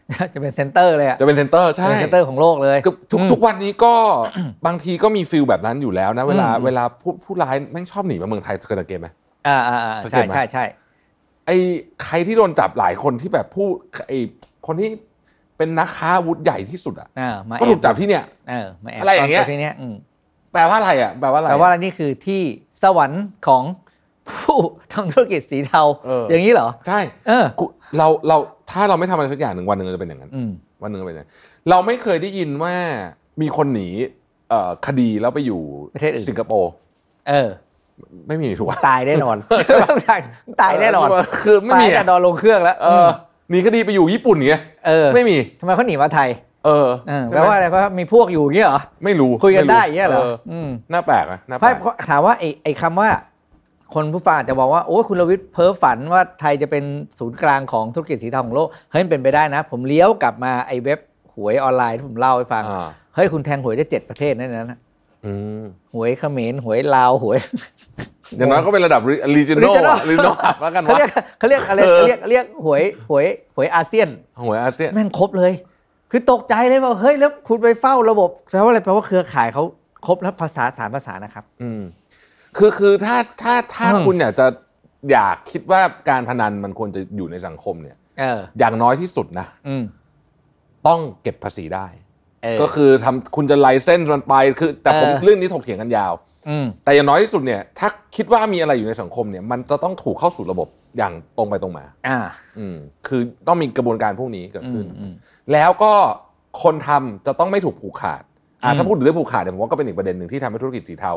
[SPEAKER 3] จะเป็นเซ็นเตอร์เลยอ่ะ
[SPEAKER 2] จะเป็นเซนเตอร์
[SPEAKER 3] จะ
[SPEAKER 2] ใช่
[SPEAKER 3] เป็นเซ็นเตอร์ของโลกเลย
[SPEAKER 2] คือทุก
[SPEAKER 3] อืม
[SPEAKER 2] ทุกวันนี้ก็ บางทีก็มีฟิลแบบนั้นอยู่แล้วนะ เวลา
[SPEAKER 3] อืม
[SPEAKER 2] เวลาผู้ผู้ร้ายแม่งชอบหนีมาเมืองไทยเคยสังเกตไหม
[SPEAKER 3] อ่าอ่าอ่า
[SPEAKER 2] สังเก
[SPEAKER 3] ใช่
[SPEAKER 2] ตไหม
[SPEAKER 3] ใช่ใช่
[SPEAKER 2] ไอ้ใครที่โดนจับหลายคนที่แบบผู้ไอ้คนที่เป็นนักค้าอาวุธใหญ่ที่สุดอ่ะ
[SPEAKER 3] อ่ามา
[SPEAKER 2] ก็
[SPEAKER 3] แอ
[SPEAKER 2] ถู
[SPEAKER 3] บ
[SPEAKER 2] กจับที่เนี่ย
[SPEAKER 3] เออมาแอบ
[SPEAKER 2] อะไรอย่างเงี้ย
[SPEAKER 3] ตนที่เนี้ยอืม
[SPEAKER 2] แปลว่าอะไรอ่ะแปลว่าอะไร
[SPEAKER 3] แต่
[SPEAKER 2] อ่ะ
[SPEAKER 3] ว่าอันนี้คือที่สวรรค์ของผู้ทำธุรกิจสีเทา
[SPEAKER 2] เอออ
[SPEAKER 3] อย่างนี้เหรอ
[SPEAKER 2] ใช่
[SPEAKER 3] เออ
[SPEAKER 2] กูเราเราถ้าเราไม่ทำอะไรสักอย่างหนึ่งวันหนึ่งเราจะเป็นอย่างนั้น
[SPEAKER 3] อืม
[SPEAKER 2] วันหนึ่งเราเป็นอย่างนั้นเราไม่เคยได้ยินว่ามีคนหนีเอ่อคดีแล้วไปอยู่
[SPEAKER 3] ประเทศอื่น
[SPEAKER 2] สิงคโปร์
[SPEAKER 3] เออ
[SPEAKER 2] ไม่มีถูกปะ
[SPEAKER 3] ตายแน่นอน ตายแน่นอน
[SPEAKER 2] คือไม่
[SPEAKER 3] ตาย
[SPEAKER 2] มี
[SPEAKER 3] แต่
[SPEAKER 2] อ่ะ
[SPEAKER 3] ดอนลงเครื่องแล้ว
[SPEAKER 2] เออหนีคดีไปอยู่ญี่ปุ่นไง
[SPEAKER 3] เออ
[SPEAKER 2] ไม่มี
[SPEAKER 3] ทำไมเขาหนีมาไทย
[SPEAKER 2] เออ
[SPEAKER 3] เออ
[SPEAKER 2] ใช่ไหม
[SPEAKER 3] แปลว่าอะไรเพราะมีพวกอยู่อย่างเงี้ยเหรอ
[SPEAKER 2] ไม่รู้
[SPEAKER 3] คุยกัน
[SPEAKER 2] ม่
[SPEAKER 3] ได้อย่างเงี้ยเหรอม
[SPEAKER 2] น่าแปลกนะน่าแปล
[SPEAKER 3] ไม่
[SPEAKER 2] ก
[SPEAKER 3] เพราะถามว่าไอ้ไอ้คำว่า คนผู้ฟังอาจจะบอกว่าโอ้ยคุณรวิทย์เพ้อฝันว่าไทยจะเป็นศูนย์กลางของธุรกิจสีเทาของโลกเฮ้ยมันเป็นไปได้นะ ผมเลี้ยวกลับมาไอ้เว็บหวยออนไลน์ที่ผมเล่าให้ฟัง
[SPEAKER 2] อ่า
[SPEAKER 3] เฮ้ยคุณแทงหวยได้เจ็ดประเทศนั่นนะนะ
[SPEAKER 2] อืม
[SPEAKER 3] หวยเขมรหวยลาวหวย
[SPEAKER 2] อย่างน้อยก็เป็นระดับ regional อะ
[SPEAKER 3] Regional
[SPEAKER 2] regional อะแล้วกัน
[SPEAKER 3] เขา
[SPEAKER 2] วะ
[SPEAKER 3] เรียกเขาเรียกอะไร
[SPEAKER 2] เออ
[SPEAKER 3] เขาเรียกเรียกหวยหวยหวยอาเซียน
[SPEAKER 2] หวยอาเซียน
[SPEAKER 3] แม่งครบเลย คือตกใจเลยว่าเฮ้ยแล้วคุณไปเฝ้าระบบแปลว่าอะไรแปลว่าเครือข่ายเขาครบแล้วภาษาสามภาษานะครับ
[SPEAKER 2] อืมคือคือถ้าถ้าถ้า
[SPEAKER 3] อืม
[SPEAKER 2] คุณเนี่ยจะอยากคิดว่าการพนันมันควรจะอยู่ในสังคมเนี่ย
[SPEAKER 3] เออ
[SPEAKER 2] อย่างน้อยที่สุดนะ
[SPEAKER 3] อืม
[SPEAKER 2] ต้องเก็บภาษีได้
[SPEAKER 3] เออ
[SPEAKER 2] ก็คือทำคุณจะไลเส้นมันไปคือแต่ผม
[SPEAKER 3] เออ
[SPEAKER 2] เรื่องนี้ถกเถียงกันยาว
[SPEAKER 3] อืม
[SPEAKER 2] แต่อย่างน้อยที่สุดเนี่ย ถ้าคิดว่ามีอะไรอยู่ในสังคมเนี่ย มันจะต้องถูกเข้าสู่ระบบอย่างตรงไปตรงมา
[SPEAKER 3] อ่า
[SPEAKER 2] อืมคือต้องมีกระบวนการพวกนี้เกิด
[SPEAKER 3] อื
[SPEAKER 2] ขึ้
[SPEAKER 3] ม
[SPEAKER 2] น
[SPEAKER 3] อืม
[SPEAKER 2] แล้วก็คนทำจะต้องไม่ถูกผูกขาดอ่ะ
[SPEAKER 3] อืม
[SPEAKER 2] ถ้าพูดถึงเรื่องผูกขาดเนี่ยผมว่าก็เป็นอีกประเด็นหนึ่งที่ทำให้ธุรกิจสีเทา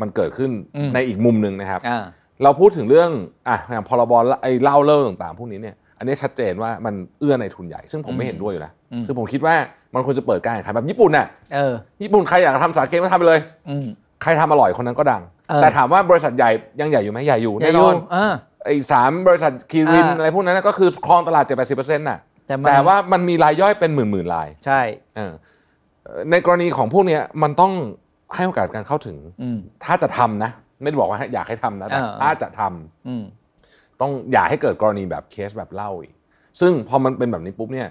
[SPEAKER 2] มันเกิดขึ้น
[SPEAKER 3] อืม
[SPEAKER 2] ในอีกมุมหนึ่งนะครับ
[SPEAKER 3] อ่า
[SPEAKER 2] เราพูดถึงเรื่องอ่ะอย่างพรบไอ้เหล่าเรื่องต่างๆพวกนี้เนี่ย อันนี้ชัดเจนว่ามันเอื้อในทุนใหญ่ ซึ่งผมไม่เห็นด้วยอยู่นะ
[SPEAKER 3] อืม
[SPEAKER 2] คือผมคิดว่ามันควรจะเปิดการแข่งขันแบบญี่ปุ่นน่ะ
[SPEAKER 3] เออ
[SPEAKER 2] ญี่ปุ่นใครอยากทำสาเกก็ทำไปเลย
[SPEAKER 3] อืม
[SPEAKER 2] ใครทำอร่อยคนนั้นก็ดัง
[SPEAKER 3] เออ
[SPEAKER 2] แต่ถามว่าบริษัทใหญ่ยังใหญ่อยู่ไหมใหญ่อยู่
[SPEAKER 3] อ
[SPEAKER 2] แน่
[SPEAKER 3] ย่าอน ยู่
[SPEAKER 2] อน
[SPEAKER 3] เออ
[SPEAKER 2] ไอ้สามบริษัทคีริน
[SPEAKER 3] อ่า
[SPEAKER 2] อะไรพวกนั้นนะก็คือครองตลาดเจ็ดแปดสิบเปอร์เซ็นต์น่ะ
[SPEAKER 3] แต่มัน
[SPEAKER 2] แต่ว่ามันมีรายย่อยเป็นหมื่นหมื่นๆราย
[SPEAKER 3] ใช่
[SPEAKER 2] เออในกรณีของพวกเนี้ยมันต้องให้โอกาสการเข้าถึง
[SPEAKER 3] อืม
[SPEAKER 2] ถ้าจะทำนะ ไม่ได้บอกว่าให้อยากให้ทำนะแต่
[SPEAKER 3] เออ
[SPEAKER 2] ถ้าจะทำ
[SPEAKER 3] อืม
[SPEAKER 2] ต้องอย่าให้เกิดกรณีแบบเคสแบบเล่าอีก ซึ่งพอมันเป็นแบบนี้ปุ๊บเนี่ย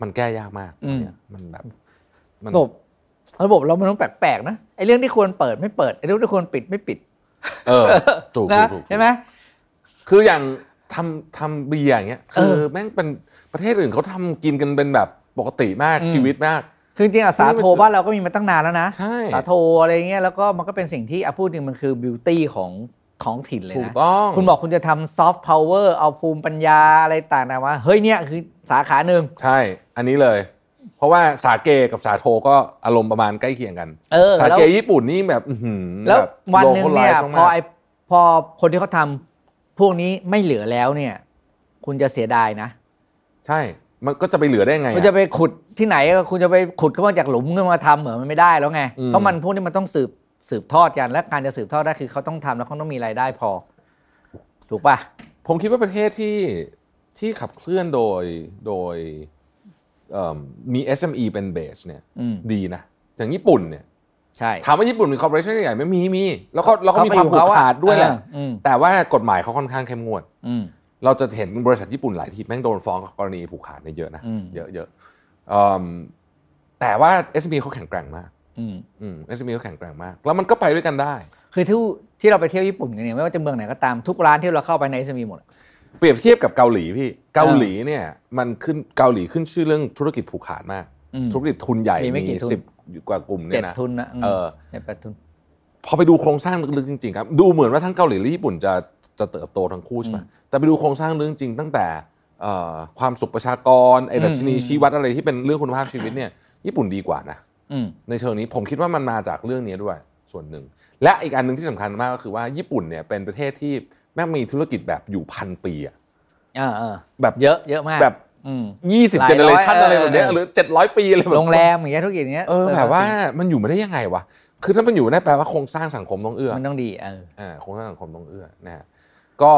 [SPEAKER 2] มันแก้ยากมากตรงเนี้ยมันแบบมัน
[SPEAKER 3] ระบบระบบเรามันต้องแปลกๆนะไอ้เรื่องที่ควรเปิดไม่เปิดไอ้เรื่องที่ควรปิดไม่ปิด
[SPEAKER 2] เออถูกถู
[SPEAKER 3] นะ
[SPEAKER 2] กถูก
[SPEAKER 3] ใช่ไหม
[SPEAKER 2] คืออย่างทำทำเบียร์อย่างเงี้ยคือ
[SPEAKER 3] เออ
[SPEAKER 2] แม่งเป็นประเทศอื่นเขาทำกินกันเป็นแบบปกติมาก
[SPEAKER 3] อืม
[SPEAKER 2] ชีวิตมาก
[SPEAKER 3] คือจริงๆอ่ะสาโท
[SPEAKER 2] คือมัน
[SPEAKER 3] บ้านเราก็มีมาตั้งนานแล้วนะ
[SPEAKER 2] ใช่
[SPEAKER 3] สาโทอะไรเงี้ยแล้วก็มันก็เป็นสิ่งที่อ่ะพูดจริงมันคือบิวตี้ของของถิ่นเลย
[SPEAKER 2] ถูก
[SPEAKER 3] นะ
[SPEAKER 2] ต้อง
[SPEAKER 3] คุณบอกคุณจะทำซอฟต์พาวเวอร์เอาภูมิปัญญาอะไรต่างๆมาเฮ้ยเนี่ยคือสาขาหนึ่ง
[SPEAKER 2] ใช่ อันนี้เลย เพราะว่าสาเกกับสาโทก็อารมณ์ประมาณใกล้เคียงกัน
[SPEAKER 3] เออ
[SPEAKER 2] สา
[SPEAKER 3] แล้ว
[SPEAKER 2] เกญี่ปุ่นนี่แบบอื้อหือ
[SPEAKER 3] แล้ว
[SPEAKER 2] บบ
[SPEAKER 3] วันหนึ่ง
[SPEAKER 2] โลโก้
[SPEAKER 3] เนี่ย
[SPEAKER 2] ไลฟ์
[SPEAKER 3] พอ
[SPEAKER 2] มากๆ
[SPEAKER 3] ไอพอคนที่เขาทำพวกนี้ไม่เหลือแล้วเนี่ย คุณจะเสียดายนะ
[SPEAKER 2] ใช่ มันก็จะไปเหลือได้ไง
[SPEAKER 3] คุณจะ
[SPEAKER 2] อะ
[SPEAKER 3] ไปขุดที่ไหนก็คุณจะไปขุดขึ้นมาจากหลุมขึ้นมาทำเหมือนมันไม่ได้แล้วไง
[SPEAKER 2] อืม
[SPEAKER 3] เพราะมันพวกนี้มันต้องสืบสืบทอดกันและการจะสืบทอดได้คือเขาต้องทำแล้วเขาต้องมีรายได้พอ ถูกป่ะ
[SPEAKER 2] ผมคิดว่าประเทศที่ที่ขับเคลื่อนโดยโดยเอิ่มมี SME เป็นเบสเนี่ย
[SPEAKER 3] อืม
[SPEAKER 2] ดีนะ อย่างญี่ปุ่นเนี่ย
[SPEAKER 3] ใช่
[SPEAKER 2] ถามว่าญี่ปุ่นมีคอร์ปอเรชั่นใหญ่ไหมมีมี แล้วก็แล้วก็มี
[SPEAKER 3] เขไป
[SPEAKER 2] ความ
[SPEAKER 3] อยู่
[SPEAKER 2] ผูก
[SPEAKER 3] เอะ
[SPEAKER 2] ขาดด้วยแหละ
[SPEAKER 3] อืม
[SPEAKER 2] แต่ว่ากฎหมายเขาค่อนข้างเข้มงวด
[SPEAKER 3] อืม
[SPEAKER 2] เราจะเห็นบริษัทญี่ปุ่นหลายที่แม่งโดนฟ้องกรณีผูกขาดเนี่ยเยอะนะ
[SPEAKER 3] อืม
[SPEAKER 2] เยอะเยอะเอิ่มแต่ว่า SME เขาแข็งแกร่งมาก
[SPEAKER 3] อืม
[SPEAKER 2] อืม SME เขาแข็งแกร่งมาก แล้วมันก็ไปด้วยกันได้
[SPEAKER 3] คือที่ที่เราไปเที่ยวญี่ปุ่นกันเนี่ยไม่ว่าจะเมืองไหนก็ตามทุกร้านที่เราเข้าไปในจะมีหมด
[SPEAKER 2] เปรียบเทียบกับเกาหลีพี่เกาหลีเนี่ยมันขึ้นเกาหลีขึ้นชื่อเรื่องธุรกิจผูกขาดมาก
[SPEAKER 3] อืม
[SPEAKER 2] ธุรกิจทุนใหญ่
[SPEAKER 3] มีไม่กี่ทุน
[SPEAKER 2] สิบกว่ากลุ่มเนี่
[SPEAKER 3] เจ็ด
[SPEAKER 2] ยนะ
[SPEAKER 3] ทุนนะม
[SPEAKER 2] เออ
[SPEAKER 3] เจ็ดแปดทุน
[SPEAKER 2] พอไปดูโครงสร้างลึกๆจริงๆครับดูเหมือนว่าทั้งเกาหลีและญี่ปุ่นจะจะเติบโตทั้งคู่ใช่ไหม
[SPEAKER 3] อืม
[SPEAKER 2] แต่ไปดูโครงสร้างเรื่องจริงตั้งแต่เอ่อความสุขประชากรไอ้
[SPEAKER 3] อืม
[SPEAKER 2] ดัชนี
[SPEAKER 3] อืม
[SPEAKER 2] ชี้วัดอะไรที่เป็นเรื่องคุณภาพชีวิตเนี่ยญี่ปุ่นดีกว่านะ
[SPEAKER 3] อืม
[SPEAKER 2] ในเชิงนี้ผมคิดว่ามันมาจากเรื่องนี้ด้วยส่วนหนึ่ง และอีกอันหนึ่งที่สำคัญมากก็คือว่าญี่ปุ่นเนี่ยเป็นประเทศที่แม่งมีธุรกิจแบบอยู่พันปีอะ
[SPEAKER 3] อ่าอ่า
[SPEAKER 2] แบบ
[SPEAKER 3] เยอะเยอะมาก
[SPEAKER 2] แบบ
[SPEAKER 3] อืม
[SPEAKER 2] ยี่สิบ
[SPEAKER 3] หลาย
[SPEAKER 2] เจ
[SPEAKER 3] ร้อย
[SPEAKER 2] เนอเรชัน
[SPEAKER 3] เอออ
[SPEAKER 2] อะไรแบบเนี้ยหรือเจ็ดร้อยปีอะไรแบบ
[SPEAKER 3] โรงแรมอย่างเงี้ยธุรกิจอย่างเงี้ย
[SPEAKER 2] เออแบบว่ามันอยู่มาได้ยังไงวะคือถ้ามันอยู่ได้แปลว่าโครงสร้างสังคมต้องเอื้อ
[SPEAKER 3] มันต้องดีเออ
[SPEAKER 2] อ่าโครงสร้างสังคมต้องเอื้อนะฮะก็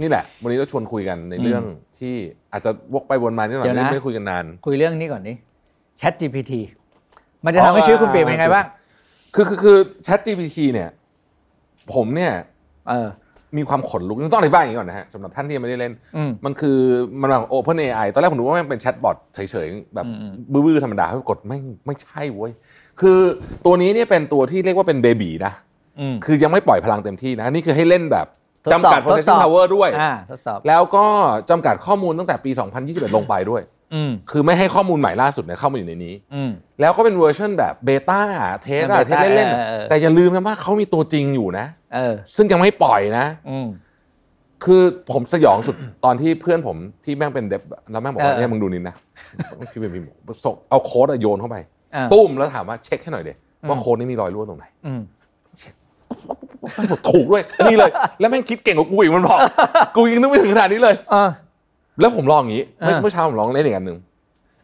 [SPEAKER 2] นี่แหละ วันนี้เราชวนคุยกันในเรื่องที่อาจจะวกไปวนมานิดหน่อย
[SPEAKER 3] เดี๋ยวนะ
[SPEAKER 2] ไม่ได้คุยกันนาน
[SPEAKER 3] คุยเรื่องนี้ก่อนดิ Chat GPT มันจะ
[SPEAKER 2] อ๋อ
[SPEAKER 3] ทำให้ชีวิตคุณเปลี่ยนเป็นยังไงบ้าง
[SPEAKER 2] คือคือคือ Chat GPT เนี่ย ผมเนี่ย
[SPEAKER 3] เออ
[SPEAKER 2] มีความขนลุกต้องอธิบายอย่างนี้ก่อนนะฮะสำหรับท่านที่ยังไม่ได้เล่น
[SPEAKER 3] อืม
[SPEAKER 2] มันคือมันแบบ Open AI ตอนแรกผมนึกว่ามันเป็นแชทบอทเฉยๆ แบบ
[SPEAKER 3] อืม
[SPEAKER 2] บื้อๆธรรมดาปรากฏไม่ไม่ใช่เว้ยคือตัวนี้เนี่ยเป็นตัวที่เรียกว่าเป็นเบบีนะ
[SPEAKER 3] อืม
[SPEAKER 2] คือยังไม่ปล่อยพลังเต็มที่นะนี่คือให้เล่นแบบจำกัด
[SPEAKER 3] ทดสอบ
[SPEAKER 2] processing power ด้วย
[SPEAKER 3] อ่าทดสอบ
[SPEAKER 2] แล้วก็จำกัดข้อมูลตั้งแต่ปี 2021 ลงไปด้วย
[SPEAKER 3] อืม
[SPEAKER 2] คือไม่ให้ข้อมูลใหม่ล่าสุดเนี่ยเข้ามาอยู่ในนี้
[SPEAKER 3] อืม
[SPEAKER 2] แล้วก็เป็นเวอร์ชันแบบเบต้าเทสอะ
[SPEAKER 3] เบ
[SPEAKER 2] เทส
[SPEAKER 3] ต้า
[SPEAKER 2] เล่น
[SPEAKER 3] เออเออ
[SPEAKER 2] ๆ แต่อย่าลืมนะว่าเขามีตัวจริงอยู่นะ
[SPEAKER 3] เออ
[SPEAKER 2] ซึ่งยังไม่ปล่อยนะ
[SPEAKER 3] อืม
[SPEAKER 2] คือผมสยองสุด ตอนที่เพื่อนผมที่แม่งเป็นเด็บแล้วแม่งบอกว่า
[SPEAKER 3] เออ
[SPEAKER 2] เนี่ยมึงดูนี่นะ พี่เป็นพี่หมูส่งเอาโค้ดอะโยนเข้าไป
[SPEAKER 3] อ่า
[SPEAKER 2] ตุ้มแล้วถามว่าเช็คให้หน่อยเด็ว่า
[SPEAKER 3] อืม
[SPEAKER 2] โค้ดนี้มีรอยรั่วตรงไหน
[SPEAKER 3] อืม
[SPEAKER 2] แม่งบอกถูกด้วยนี่เลย แล้วแม่งคิดเก่งกว่ากูอีกมันบอกกูยังนึกไม่ถึงขนาดนี้เลย
[SPEAKER 3] เออ
[SPEAKER 2] แล้วผมลองอย่างนี้เมื่อ
[SPEAKER 3] อ่า
[SPEAKER 2] เมื่อเช้าผมลองเล่นอีกอันหนึ่ง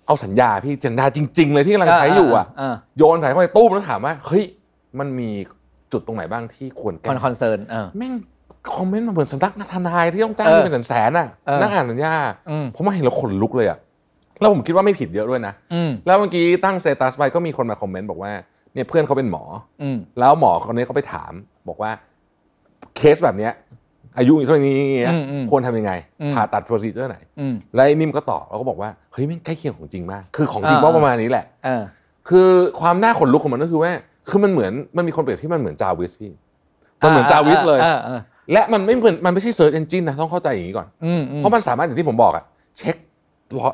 [SPEAKER 2] เอาสัญญาพี่สัญญาจริง ๆ เลยที่กำลังใช้อยู่อ่ะ
[SPEAKER 3] เอ
[SPEAKER 2] โยนใส่เข้าไปตู้มแล้วถามว่าเฮ้ยมันมีจุดตรงไหนบ้างที่ควร
[SPEAKER 3] ค
[SPEAKER 2] แก้
[SPEAKER 3] อนคอนเซิร์นเออ
[SPEAKER 2] แม่งคอมเมนต์มาเหมือนสำนักทนายที่ต้องจ้าง
[SPEAKER 3] เออ
[SPEAKER 2] เป็นแสนๆอ่ะ
[SPEAKER 3] เออ
[SPEAKER 2] นักอ่านสัญญา
[SPEAKER 3] อืม
[SPEAKER 2] ผมมาเห็นแล้วขนลุกเลยอ่ะแล้วผมคิดว่าไม่ผิดเยอะด้วยนะ
[SPEAKER 3] อืม
[SPEAKER 2] แล้วเมื่อกี้ตั้งเซตัสไปก็มีคนมาคอมเมนต์บอกว่าเนี่ยเพื่อนเขาเป็นหมอ
[SPEAKER 3] อืม
[SPEAKER 2] แล้วหมอคนนี้เขาไปถาม บอกว่าเคสแบบเนี้ย อายุเท่านี้อย่างเงี้ย
[SPEAKER 3] อืมอืม
[SPEAKER 2] ควรทำยังไง
[SPEAKER 3] อืม
[SPEAKER 2] ผ่าตัดโปรซีเจอร์ไหน
[SPEAKER 3] อืม
[SPEAKER 2] แล้วไอ้นิ่มก็ตอบแล้วก็บอกว่าเฮ้ยแม่งใกล้เคียงของจริงมาก คือของจริง
[SPEAKER 3] อ่า
[SPEAKER 2] ว่าประมาณนี้แหละ
[SPEAKER 3] เออ
[SPEAKER 2] คือความน่าขนลุกของมันก็คือว่าคือมันเหมือนมันมีคนเปรียบที่มันเหมือนจาวิสพี่มันเหมือนจาวิสเลย
[SPEAKER 3] ออออ
[SPEAKER 2] และมันไม่เหมือนมันไม่ใช่เซิร์ชเอนจินนะต้องเข้าใจอย่างนี้ก่อน
[SPEAKER 3] อืม
[SPEAKER 2] เพราะมันสามารถอย่างที่ผมบอกอะเช็คล้อ